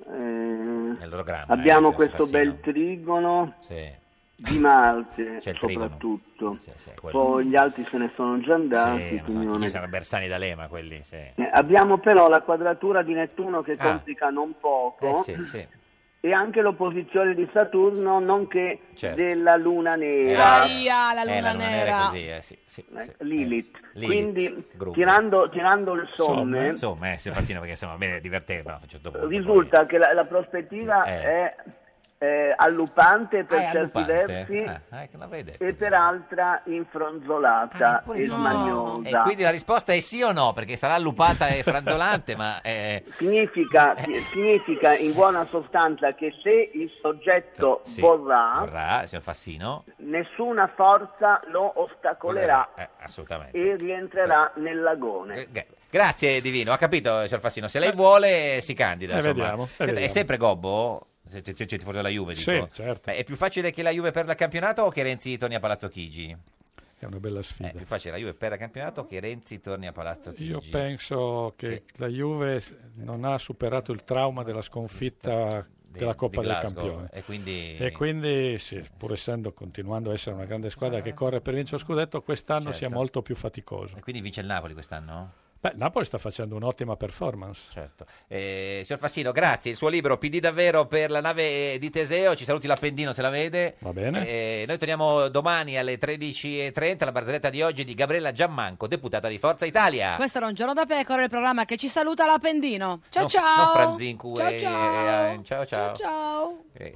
[SPEAKER 1] Eh,
[SPEAKER 3] Nell'orogramma,
[SPEAKER 1] abbiamo
[SPEAKER 3] Mm, eh,
[SPEAKER 1] questo
[SPEAKER 3] sì,
[SPEAKER 1] bel trigono
[SPEAKER 3] Sì.
[SPEAKER 1] di Malte,
[SPEAKER 3] C'è il trigono.
[SPEAKER 1] soprattutto.
[SPEAKER 3] quello.
[SPEAKER 1] Poi gli altri se ne sono già andati.
[SPEAKER 3] Sì, ma
[SPEAKER 1] quindi
[SPEAKER 3] so-
[SPEAKER 1] non
[SPEAKER 3] chi
[SPEAKER 1] è-
[SPEAKER 3] sono Bersani da Lema quelli, sì.
[SPEAKER 1] Eh, abbiamo però la quadratura di Nettuno che
[SPEAKER 3] Ah.
[SPEAKER 1] complica non poco.
[SPEAKER 3] Eh, sì, sì.
[SPEAKER 1] E anche l'opposizione di Saturno, nonché
[SPEAKER 3] Certo.
[SPEAKER 1] della Luna
[SPEAKER 3] Eh,
[SPEAKER 1] Nera.
[SPEAKER 2] Aia, Ah, la
[SPEAKER 3] eh,
[SPEAKER 2] luna nera.
[SPEAKER 3] è così, eh, sì, sì, sì. Eh,
[SPEAKER 1] Lilith.
[SPEAKER 3] Lilith,
[SPEAKER 1] Quindi,
[SPEAKER 3] gruppo.
[SPEAKER 1] tirando, tirando le somme,
[SPEAKER 3] insomma, eh, si fascina perché insomma, bene, è divertente, no, a un certo punto.
[SPEAKER 1] risulta che la, la prospettiva
[SPEAKER 3] Eh.
[SPEAKER 1] è, eh, allupante per
[SPEAKER 3] Ah, è
[SPEAKER 1] certi
[SPEAKER 3] allupante?
[SPEAKER 1] versi
[SPEAKER 3] Ah, eh, che l'avrei detto.
[SPEAKER 1] e per altra
[SPEAKER 2] Ah,
[SPEAKER 1] infronzolata e
[SPEAKER 3] no. E
[SPEAKER 1] smagnosa.
[SPEAKER 3] quindi la risposta è sì o no, perché sarà lupata e franzolante, ma eh,
[SPEAKER 1] Significa, si- significa in buona sostanza che se il soggetto
[SPEAKER 3] sì,
[SPEAKER 1] vorrà,
[SPEAKER 3] vorrà, signor Fassino,
[SPEAKER 1] nessuna forza lo ostacolerà
[SPEAKER 3] Eh, assolutamente.
[SPEAKER 1] e rientrerà nell'agone.
[SPEAKER 3] Eh, Grazie Divino, ha capito signor Fassino, se lei vuole eh, si candida.
[SPEAKER 19] Eh,
[SPEAKER 3] insomma.
[SPEAKER 19] vediamo, eh,
[SPEAKER 3] Senta, È
[SPEAKER 19] vediamo.
[SPEAKER 3] sempre Gobbo? Se ti tifoso della Juve, dico.
[SPEAKER 19] Sì, certo.
[SPEAKER 3] Beh, È più facile che la Juve perda il campionato o che Renzi torni a Palazzo Chigi?
[SPEAKER 19] È una bella sfida.
[SPEAKER 3] È più facile la Juve perda il campionato o che Renzi torni a Palazzo Chigi?
[SPEAKER 19] Io penso che la Juve s- non ha superato il trauma della sconfitta della
[SPEAKER 3] di
[SPEAKER 19] Coppa del
[SPEAKER 3] Glasgow,
[SPEAKER 19] Campione.
[SPEAKER 3] e quindi-
[SPEAKER 19] E quindi, sì, pur essendo continuando a essere una grande squadra che corre per vincere lo scudetto, quest'anno sia
[SPEAKER 3] Certo.
[SPEAKER 19] molto più faticoso.
[SPEAKER 3] E quindi vince il Napoli quest'anno?
[SPEAKER 19] Beh, Napoli sta facendo un'ottima performance.
[SPEAKER 3] Certo. Eh, signor Fassino, grazie. Il suo libro PD davvero per la nave di Teseo. Ci saluti l'Appendino se la vede.
[SPEAKER 19] Va bene.
[SPEAKER 3] Eh, noi torniamo domani alle 13.30. La barzelletta di oggi di Gabriella Giammanco, deputata di Forza Italia.
[SPEAKER 2] Questo era un giorno da pecora, il programma che ci saluta l'Appendino. Ciao
[SPEAKER 3] Non-
[SPEAKER 2] ciao.
[SPEAKER 3] non Franzincu,
[SPEAKER 2] Ciao,
[SPEAKER 3] eh,
[SPEAKER 2] ciao.
[SPEAKER 3] eh, ciao, ciao.
[SPEAKER 2] ciao.
[SPEAKER 3] Eh,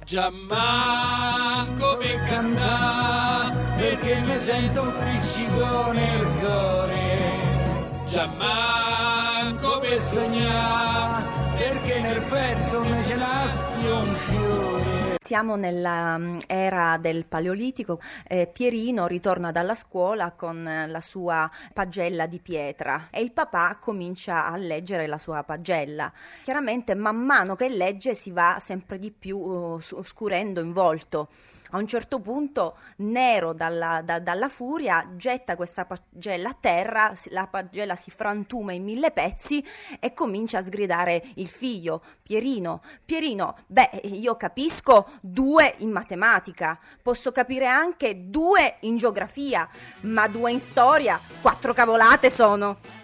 [SPEAKER 4] Giammanco beccannà perché mi sento un friccicone il cuore Giammanco per sognare perché nel petto mi ce naschi un fiore
[SPEAKER 24] Siamo nella mm, era del Paleolitico, eh, Pierino ritorna dalla scuola con eh, la sua pagella di pietra e il papà comincia a leggere la sua pagella. Chiaramente man mano che legge si va sempre di più eh, s- oscurendo in volto. A un certo punto Nero dalla, da- dalla furia getta questa pagella a terra, si- la pagella si frantuma in mille pezzi e comincia a sgridare il figlio, Pierino, Pierino, beh, io capisco due in matematica, posso capire anche due in geografia, ma due in storia, quattro cavolate sono.